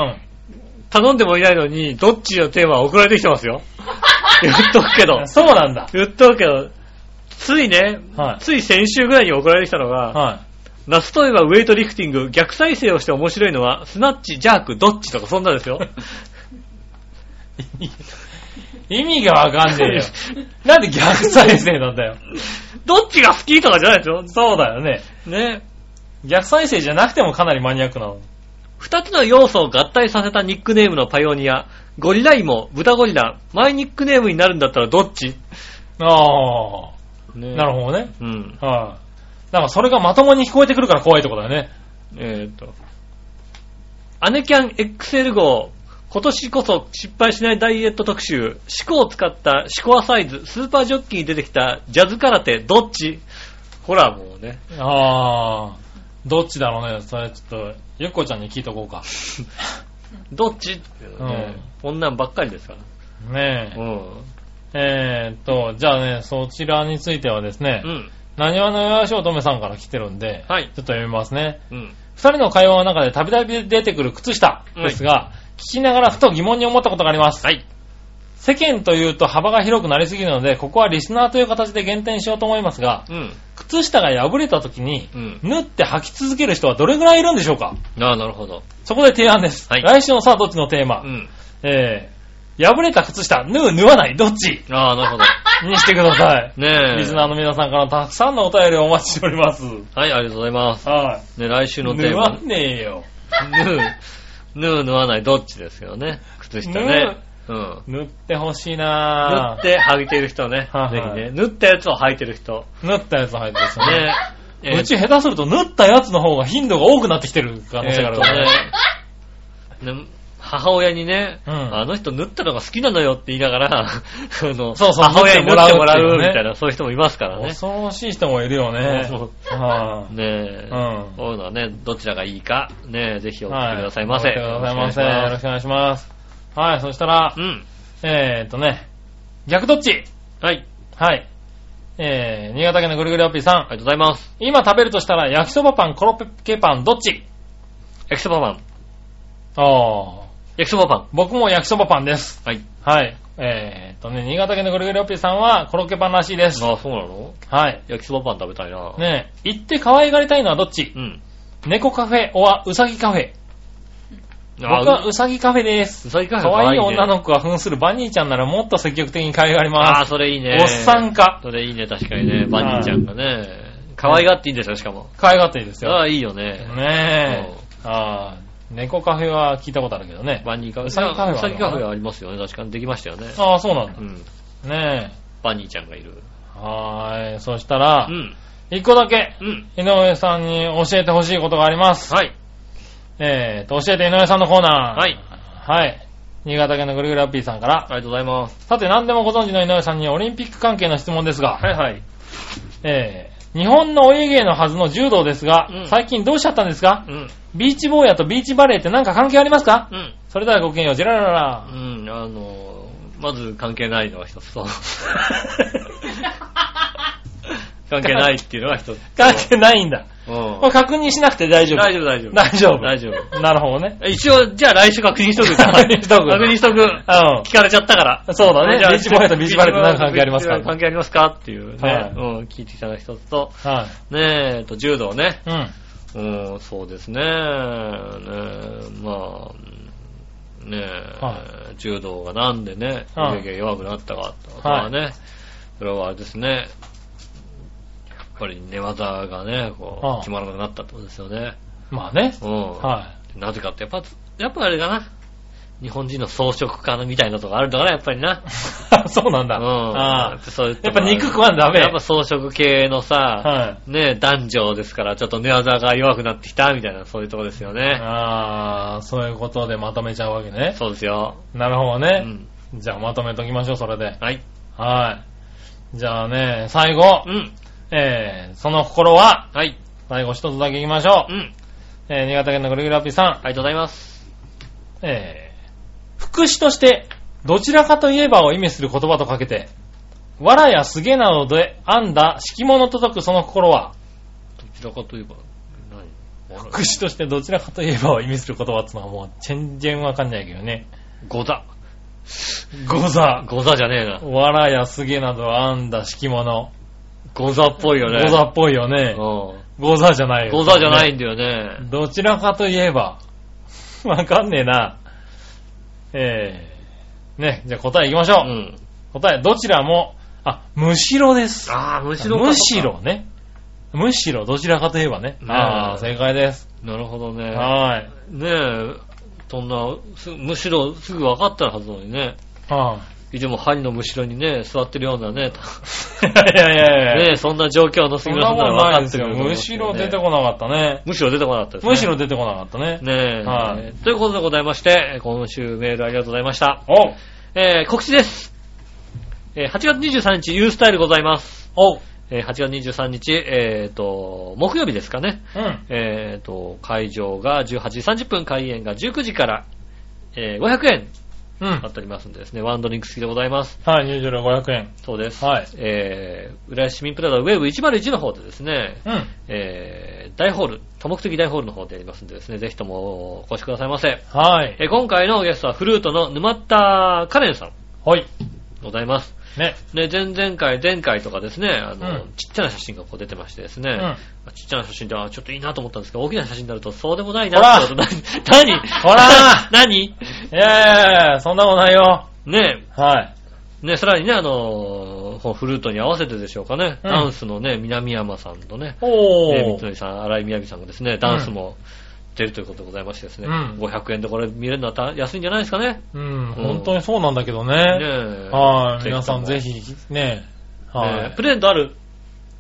Speaker 2: 頼んでもいないのに、どっちのテーマ送られてきてますよ。
Speaker 3: <laughs>
Speaker 2: 言っとくけど
Speaker 3: うん。。そうなんだ。
Speaker 2: 言っとくけど、ついね、
Speaker 3: はい
Speaker 2: つい先週ぐらいに送られてきたのが、
Speaker 3: は
Speaker 2: 夏といえばウェイトリフティング、逆再生をして面白いのは、スナッチ、ジャーク、どっちとかそんなんです <laughs> よ。
Speaker 3: い。意味がわかんねえよ。 <laughs> なんで逆再生なんだよ。
Speaker 2: どっちが好きとかじゃないです <laughs> よ。
Speaker 3: そうだよね。
Speaker 2: ね。
Speaker 3: 逆再生じゃなくてもかなりマニアックなの。
Speaker 2: 二つの要素を合体させたニックネームのパイオニア、ゴリラ芋、豚ゴリラ、マイニックネームになるんだったらどっち
Speaker 3: ああ、
Speaker 2: ね
Speaker 3: なるほどね。
Speaker 2: ど。うん。
Speaker 3: はい、なんかそれがまともに聞こえてくるから怖いとこだよね。
Speaker 2: えーっと。アネキャン XL 号、今年こそ失敗しないダイエット特集、シコを使ったシコアサイズ、スーパージョッキーに出てきたジャズ空手、どっちほら、もうね。
Speaker 3: ああ、どっちだろうね。それちょっと、ゆっこちゃんに聞いとこ
Speaker 2: <laughs>
Speaker 3: うか。
Speaker 2: どっちっていうね、こんなんばっかりですから。
Speaker 3: ね
Speaker 2: う
Speaker 3: え。
Speaker 2: ん。
Speaker 3: えーっと、じゃあね、そちらについてはですね
Speaker 2: う、ん。
Speaker 3: なにわのよやしおとめさんから来てるんで、
Speaker 2: はい
Speaker 3: ちょっと読みますね。
Speaker 2: うん。
Speaker 3: 二人の会話の中でたびたび出てくる靴下ですが、聞きながらふと疑問に思ったことがあります。
Speaker 2: はい。
Speaker 3: 世間というと幅が広くなりすぎるので、ここはリスナーという形で減点しようと思いますが、
Speaker 2: うん。
Speaker 3: 靴下が破れた時に、
Speaker 2: うん
Speaker 3: 縫って履き続ける人はどれぐらいいるんでしょうか
Speaker 2: ああ、なるほど。
Speaker 3: そこで提案です。
Speaker 2: はい
Speaker 3: 来週のさあどっちのテーマ、
Speaker 2: うん。
Speaker 3: えー、破れた靴下、縫う、縫わない、どっ
Speaker 2: <laughs>
Speaker 3: ち
Speaker 2: ああ、なるほど。
Speaker 3: にしてください。
Speaker 2: ねえ。
Speaker 3: リスナーの皆さんからたくさんのお便りをお待ちしております。
Speaker 2: はい、ありがとうございます。
Speaker 3: は
Speaker 2: ね、来
Speaker 3: い。
Speaker 2: 週のテ
Speaker 3: 縫
Speaker 2: ー
Speaker 3: わ
Speaker 2: マ、
Speaker 3: ねえよ。
Speaker 2: 縫う、縫う、縫わない、どっちですけどね。靴下ね。うん。
Speaker 3: 縫ってほしい
Speaker 2: 縫
Speaker 3: な
Speaker 2: って履いてる人ね。
Speaker 3: はい
Speaker 2: ぜ
Speaker 3: は
Speaker 2: ひ
Speaker 3: い
Speaker 2: ね。縫ったやつを履いてる人。
Speaker 3: ぁ。縫ったやつ入ってですね。 <laughs>
Speaker 2: ね。えー
Speaker 3: うち下手すると縫ったやつの方が頻度が多くなってきてる可能性があるからね。
Speaker 2: えーとねね母親にね、
Speaker 3: うん
Speaker 2: あの人縫ったのが好きなのよって言いながら、 <laughs> あの、
Speaker 3: そうそう
Speaker 2: 母親に縫ってもら
Speaker 3: 縫ってもらう
Speaker 2: う
Speaker 3: っていうね
Speaker 2: みたいな、そういう人もいますからね。
Speaker 3: 恐ろしい人もいるよね。
Speaker 2: そう
Speaker 3: はぁ。
Speaker 2: ねえ、
Speaker 3: うん
Speaker 2: こういうのはね、どちらがいいか、ねえ、ぜひお送
Speaker 3: は
Speaker 2: りくださいませ。
Speaker 3: お送りくださいませ。
Speaker 2: お
Speaker 3: よ
Speaker 2: 願
Speaker 3: ろ
Speaker 2: い
Speaker 3: し
Speaker 2: し
Speaker 3: くお願いします。はい、そしたら
Speaker 2: ま、すうん。
Speaker 3: えーっとね、逆どっち
Speaker 2: はい。
Speaker 3: はい。えー、新潟県のぐるぐるおっぴーさん。
Speaker 2: ありがとうございます。
Speaker 3: 今食べるとしたら、焼きそばパン、コロッケパン、どっち
Speaker 2: 焼きそばパン。
Speaker 3: ああ。
Speaker 2: 焼きそばパン。
Speaker 3: 僕も焼きそばパンです。
Speaker 2: はい。
Speaker 3: はい。えーっとね、新潟県のぐるぐるおっぴーさんは、コロッケパンらしいです。
Speaker 2: ああ、そうなの
Speaker 3: はい。
Speaker 2: 焼きそばパン食べたいな。。
Speaker 3: ねえ、行って可愛がりたいのはどっち
Speaker 2: うん。
Speaker 3: 猫カフェ、おは、うさぎカフェ。僕
Speaker 2: あ
Speaker 3: は
Speaker 2: う
Speaker 3: うさぎカフェです。
Speaker 2: うさぎカフェ
Speaker 3: 可愛い
Speaker 2: ね
Speaker 3: 女の子が扮するバニーちゃんならもっと積極的に可愛がり
Speaker 2: あ
Speaker 3: ま
Speaker 2: あ、
Speaker 3: す。
Speaker 2: それいいね。
Speaker 3: おっさんか。
Speaker 2: それいいね、確かにね。バニーちゃんがね。可愛がっていいんですよ、しかも。
Speaker 3: 可愛がっていいですよ。
Speaker 2: ああ、いいよね。
Speaker 3: ねえ。ああ、猫カフェは聞いたことあるけどね。
Speaker 2: バニーカフェ。
Speaker 3: うさぎカフェは
Speaker 2: うさぎカフェはありますよね。確かにできましたよね。
Speaker 3: ああ、そうなん
Speaker 2: うん。
Speaker 3: だ。ね
Speaker 2: バニーちゃんがいる。
Speaker 3: え。はーい。そしたら
Speaker 2: う、ん。
Speaker 3: 一個だけ、
Speaker 2: うん。
Speaker 3: 井上さんに教えてほしいことがあります。
Speaker 2: はい。
Speaker 3: えーと、教えて井上さんのコーナー。
Speaker 2: はい。
Speaker 3: はい。新潟県のぐるぐるアッピーさんから。
Speaker 2: ありがとうございます。
Speaker 3: さて、何でもご存知の井上さんにオリンピック関係の質問ですが、
Speaker 2: はいはい。
Speaker 3: えー日本のお家芸のはずの柔道ですが、
Speaker 2: うん
Speaker 3: 最近どうしちゃったんですか
Speaker 2: うん。
Speaker 3: ビーチ坊やとビーチバレーって何か関係ありますか
Speaker 2: うん。
Speaker 3: それではごきげんよう、ジェラララ。
Speaker 2: うん、あの、まず関係ないのが一つ
Speaker 3: <laughs>
Speaker 2: と。関係ないっていうのが一つ。
Speaker 3: 関係ないんだ。 <laughs>
Speaker 2: うん。
Speaker 3: これ確認しなくて大丈夫。
Speaker 2: 大丈夫、大丈夫。
Speaker 3: 大丈夫
Speaker 2: 大丈
Speaker 3: なるほどね。
Speaker 2: 夫。一応、じゃあ来週確認しとくから。
Speaker 3: 確認しとく
Speaker 2: 確認しとく。
Speaker 3: う
Speaker 2: 聞かれちゃったから。
Speaker 3: ん。そうだね。
Speaker 2: じゃあ
Speaker 3: ビーチボーイとビーチバレーって何か関係ありますか
Speaker 2: ビーチボーイとビーチバレー関係ありますかっていうね、
Speaker 3: はい
Speaker 2: うん、聞いてきたのが一つと、
Speaker 3: はい。
Speaker 2: ねえ、と、柔道ね。
Speaker 3: うん。
Speaker 2: うん、そうですね。ねえ、まあ、ねえ、
Speaker 3: は
Speaker 2: 柔道がなんでね、
Speaker 3: はい
Speaker 2: 腕が弱くなったかってことはね、それはあれですね、やっぱり寝技がね、こう、
Speaker 3: はい
Speaker 2: 決まらなくなったってことですよね。
Speaker 3: まあね。
Speaker 2: うん。
Speaker 3: は
Speaker 2: なぜかって、やっぱ、やっぱあれだな。日本人の装飾家のみたいなとこあるんだから、やっぱりな。
Speaker 3: い。 <laughs> そうなんだ。
Speaker 2: うん。
Speaker 3: ああ
Speaker 2: そういうとこ
Speaker 3: やっぱ肉食わんとダメ。
Speaker 2: やっぱ装飾系のさ、
Speaker 3: は
Speaker 2: ね、男女ですから、ちょっと寝技が弱くなってきた、みたいな、そういうとこですよ
Speaker 3: い。
Speaker 2: ね。
Speaker 3: ああ、そういうことでまとめちゃうわけね。
Speaker 2: そうですよ。
Speaker 3: なるほど
Speaker 2: う
Speaker 3: ね。
Speaker 2: ん。
Speaker 3: じゃあまとめときましょう、それで。
Speaker 2: はい。
Speaker 3: はい。じゃあね、最後
Speaker 2: う。ん。
Speaker 3: えー、その心は、
Speaker 2: はい。
Speaker 3: 最後一つだけ行きましょ
Speaker 2: う
Speaker 3: う。
Speaker 2: ん。
Speaker 3: えー、新潟県のぐるぐるアッピーさん。
Speaker 2: ありがとうございます。
Speaker 3: えー、副詞として、どちらかといえばを意味する言葉とかけて、わらやすげなどで編んだ敷物と解くその心は、
Speaker 2: どちらかといえば、何
Speaker 3: 副詞としてどちらかといえばを意味する言葉ってのはもう全然わかんないけどね。
Speaker 2: ござ。
Speaker 3: ござ。
Speaker 2: ござじゃねえな。
Speaker 3: わらやすげなど編んだ敷物。
Speaker 2: ござっぽいよね。
Speaker 3: ござっぽいよね。
Speaker 2: う
Speaker 3: ござじゃない
Speaker 2: ん。
Speaker 3: よ。
Speaker 2: ござじゃないんだよね。
Speaker 3: どちらかといえば、わかんねえな。えー、ね、じゃあ答え行きましょ
Speaker 2: う
Speaker 3: う。
Speaker 2: ん。
Speaker 3: 答え、どちらも、あ、むしろです。
Speaker 2: ああ、むしろか
Speaker 3: むし。ろね。むしろ、どちらかといえばね。
Speaker 2: ね
Speaker 3: ああ、正解です。
Speaker 2: なるほどね。
Speaker 3: はい。
Speaker 2: ねえ、そんな、すむしろすぐ分かったはずなのにね。
Speaker 3: はい
Speaker 2: つも針のむしろにね、座ってるようなね、
Speaker 3: いやいやいやいや。
Speaker 2: ねえ、そんな状況の
Speaker 3: そ
Speaker 2: 杉
Speaker 3: ん
Speaker 2: 村
Speaker 3: な
Speaker 2: さん
Speaker 3: こ
Speaker 2: な
Speaker 3: と
Speaker 2: ら分
Speaker 3: ないで
Speaker 2: かっ
Speaker 3: す
Speaker 2: てる
Speaker 3: よ。
Speaker 2: と思うん
Speaker 3: む
Speaker 2: です
Speaker 3: し
Speaker 2: けど
Speaker 3: ろ
Speaker 2: ね
Speaker 3: 出てこなかったね。
Speaker 2: むしろ出てこなかったですね。
Speaker 3: むしろ出てこなかったね。
Speaker 2: ねえ。
Speaker 3: はい
Speaker 2: ということでございまして、今週メールありがとうございました。
Speaker 3: お
Speaker 2: えー、告知です。えー、8月23日、ユースタイルございます。
Speaker 3: おう
Speaker 2: えー、8月23日、えーと、木曜日ですかね。
Speaker 3: ん。
Speaker 2: えーと、会場が18時30分、開演が19時から、えー、500円
Speaker 3: う
Speaker 2: 当
Speaker 3: ん。
Speaker 2: たりますんでですね、ワンドリンク付きでございます。
Speaker 3: はい、入場料500円。
Speaker 2: そうです。
Speaker 3: はい。
Speaker 2: えー、浦安市民プラザウェーブ101の方でですね、
Speaker 3: うん。
Speaker 2: えー、大ホール、多目的大ホールの方でやりますんでですね、ぜひともお越しくださいませ。
Speaker 3: はい。
Speaker 2: えー今回のゲストはフルートの沼田カレンさん、
Speaker 3: はい。
Speaker 2: ございます。
Speaker 3: ね。
Speaker 2: ね、前々回、前回とかですね、あの、
Speaker 3: うん
Speaker 2: ちっちゃな写真がこう出てましてですね、
Speaker 3: うん
Speaker 2: まあちっちゃな写真で、あちょっといいなと思ったんですけど、大きな写真になるとそうでもない
Speaker 3: ほ
Speaker 2: な
Speaker 3: ら
Speaker 2: ってことな何
Speaker 3: ほ
Speaker 2: <laughs>
Speaker 3: ら
Speaker 2: 何
Speaker 3: いやいやいや、そんなことないよ。
Speaker 2: ね
Speaker 3: はい。
Speaker 2: ね、さらにね、あのーフルートに合わせてでしょうかね、
Speaker 3: うん
Speaker 2: ダンスのね、南山さんとね、えー
Speaker 3: お
Speaker 2: 三
Speaker 3: ー。
Speaker 2: 成さん、荒井みやびさんがですね、ダンスも出るということでございましてですね、
Speaker 3: うん
Speaker 2: 500円でこれ見れるのはた安いんじゃないですかね。
Speaker 3: うん、本当にそうなんだけどね。
Speaker 2: ねえ
Speaker 3: はい、皆さんぜ。
Speaker 2: ひ
Speaker 3: ひ、ね、
Speaker 2: とも
Speaker 3: は
Speaker 2: ね
Speaker 3: い。
Speaker 2: プレゼントある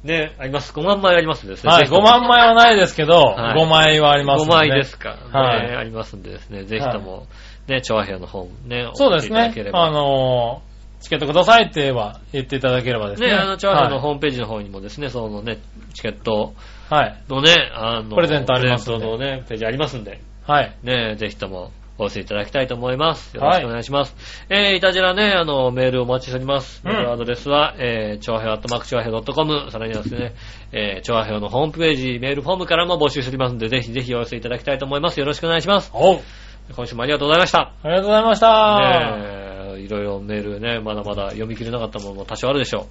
Speaker 2: ね、あります。5万枚ありますんでですね。
Speaker 3: はい、
Speaker 2: ぜひと
Speaker 3: 5
Speaker 2: も
Speaker 3: 万枚はないですけど、
Speaker 2: はい
Speaker 3: 5枚はあります
Speaker 2: 5
Speaker 3: ね。
Speaker 2: 枚ですか。
Speaker 3: はい
Speaker 2: ねありますんでですね、ぜひとも、ね、調和平の方もね、
Speaker 3: そうで
Speaker 2: 送って
Speaker 3: す
Speaker 2: いただ
Speaker 3: ね
Speaker 2: けれ。ば
Speaker 3: あのー、チケットくださいって言えば、言っていただければですね。
Speaker 2: ね、あの、調和平の
Speaker 3: は
Speaker 2: ホームページの方にもですね、そのね、チケット
Speaker 3: い。はい。
Speaker 2: のね、あの、
Speaker 3: プレゼントあります
Speaker 2: プレ
Speaker 3: ん
Speaker 2: ゼ
Speaker 3: で
Speaker 2: ントのね、ページありますんで。
Speaker 3: はい。
Speaker 2: ねえ、ぜひともお寄せいただきたいと思います。よろしくお願いします。えー、いたじらね、あの、メールお待ちしております。
Speaker 3: うん
Speaker 2: メールアドレスは、えー、ちょうへアットマークちょうへ .com、さらにはですね、えー、ちょうへのホームページ、メールフォームからも募集しておりますので、ぜひぜひお寄せいただきたいと思います。よろしくお願いします。
Speaker 3: おう。
Speaker 2: 今週もありがとうございました。
Speaker 3: ありがとうございました。
Speaker 2: ねえ、いろいろメールね、まだまだ読み切れなかったものも多少あるでしょ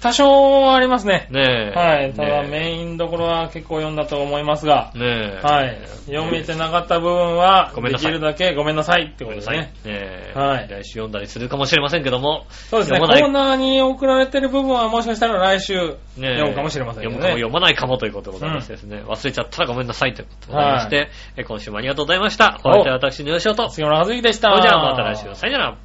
Speaker 3: 多少ありますね
Speaker 2: う。。ねえ。
Speaker 3: はい。ただ
Speaker 2: ね
Speaker 3: メインどころは結構読んだと思いますが、
Speaker 2: え。ねえ。
Speaker 3: はい。読めてなかった部分は
Speaker 2: ご、めん
Speaker 3: で
Speaker 2: なさ
Speaker 3: き
Speaker 2: い
Speaker 3: るだけごめんなさいって
Speaker 2: ご
Speaker 3: こと
Speaker 2: めん
Speaker 3: で
Speaker 2: なさ
Speaker 3: す
Speaker 2: い。
Speaker 3: ね
Speaker 2: ね。え。
Speaker 3: はい
Speaker 2: 来週読んだりするかもしれませんけども。
Speaker 3: そうですね。コ
Speaker 2: 読まない
Speaker 3: ーナーに送られてる部分はもしかしたら来週
Speaker 2: ねえ
Speaker 3: 読むかもしれませんけ
Speaker 2: 読
Speaker 3: ど
Speaker 2: むかも
Speaker 3: ね。
Speaker 2: 読まないかもということでございましてですね、忘れちゃったらごめんなさいということでございまして、え今週もありがとうございました。お相手は私、のよしおと。それ
Speaker 3: 杉村和之でした。
Speaker 2: じゃあまた来週、さよなら。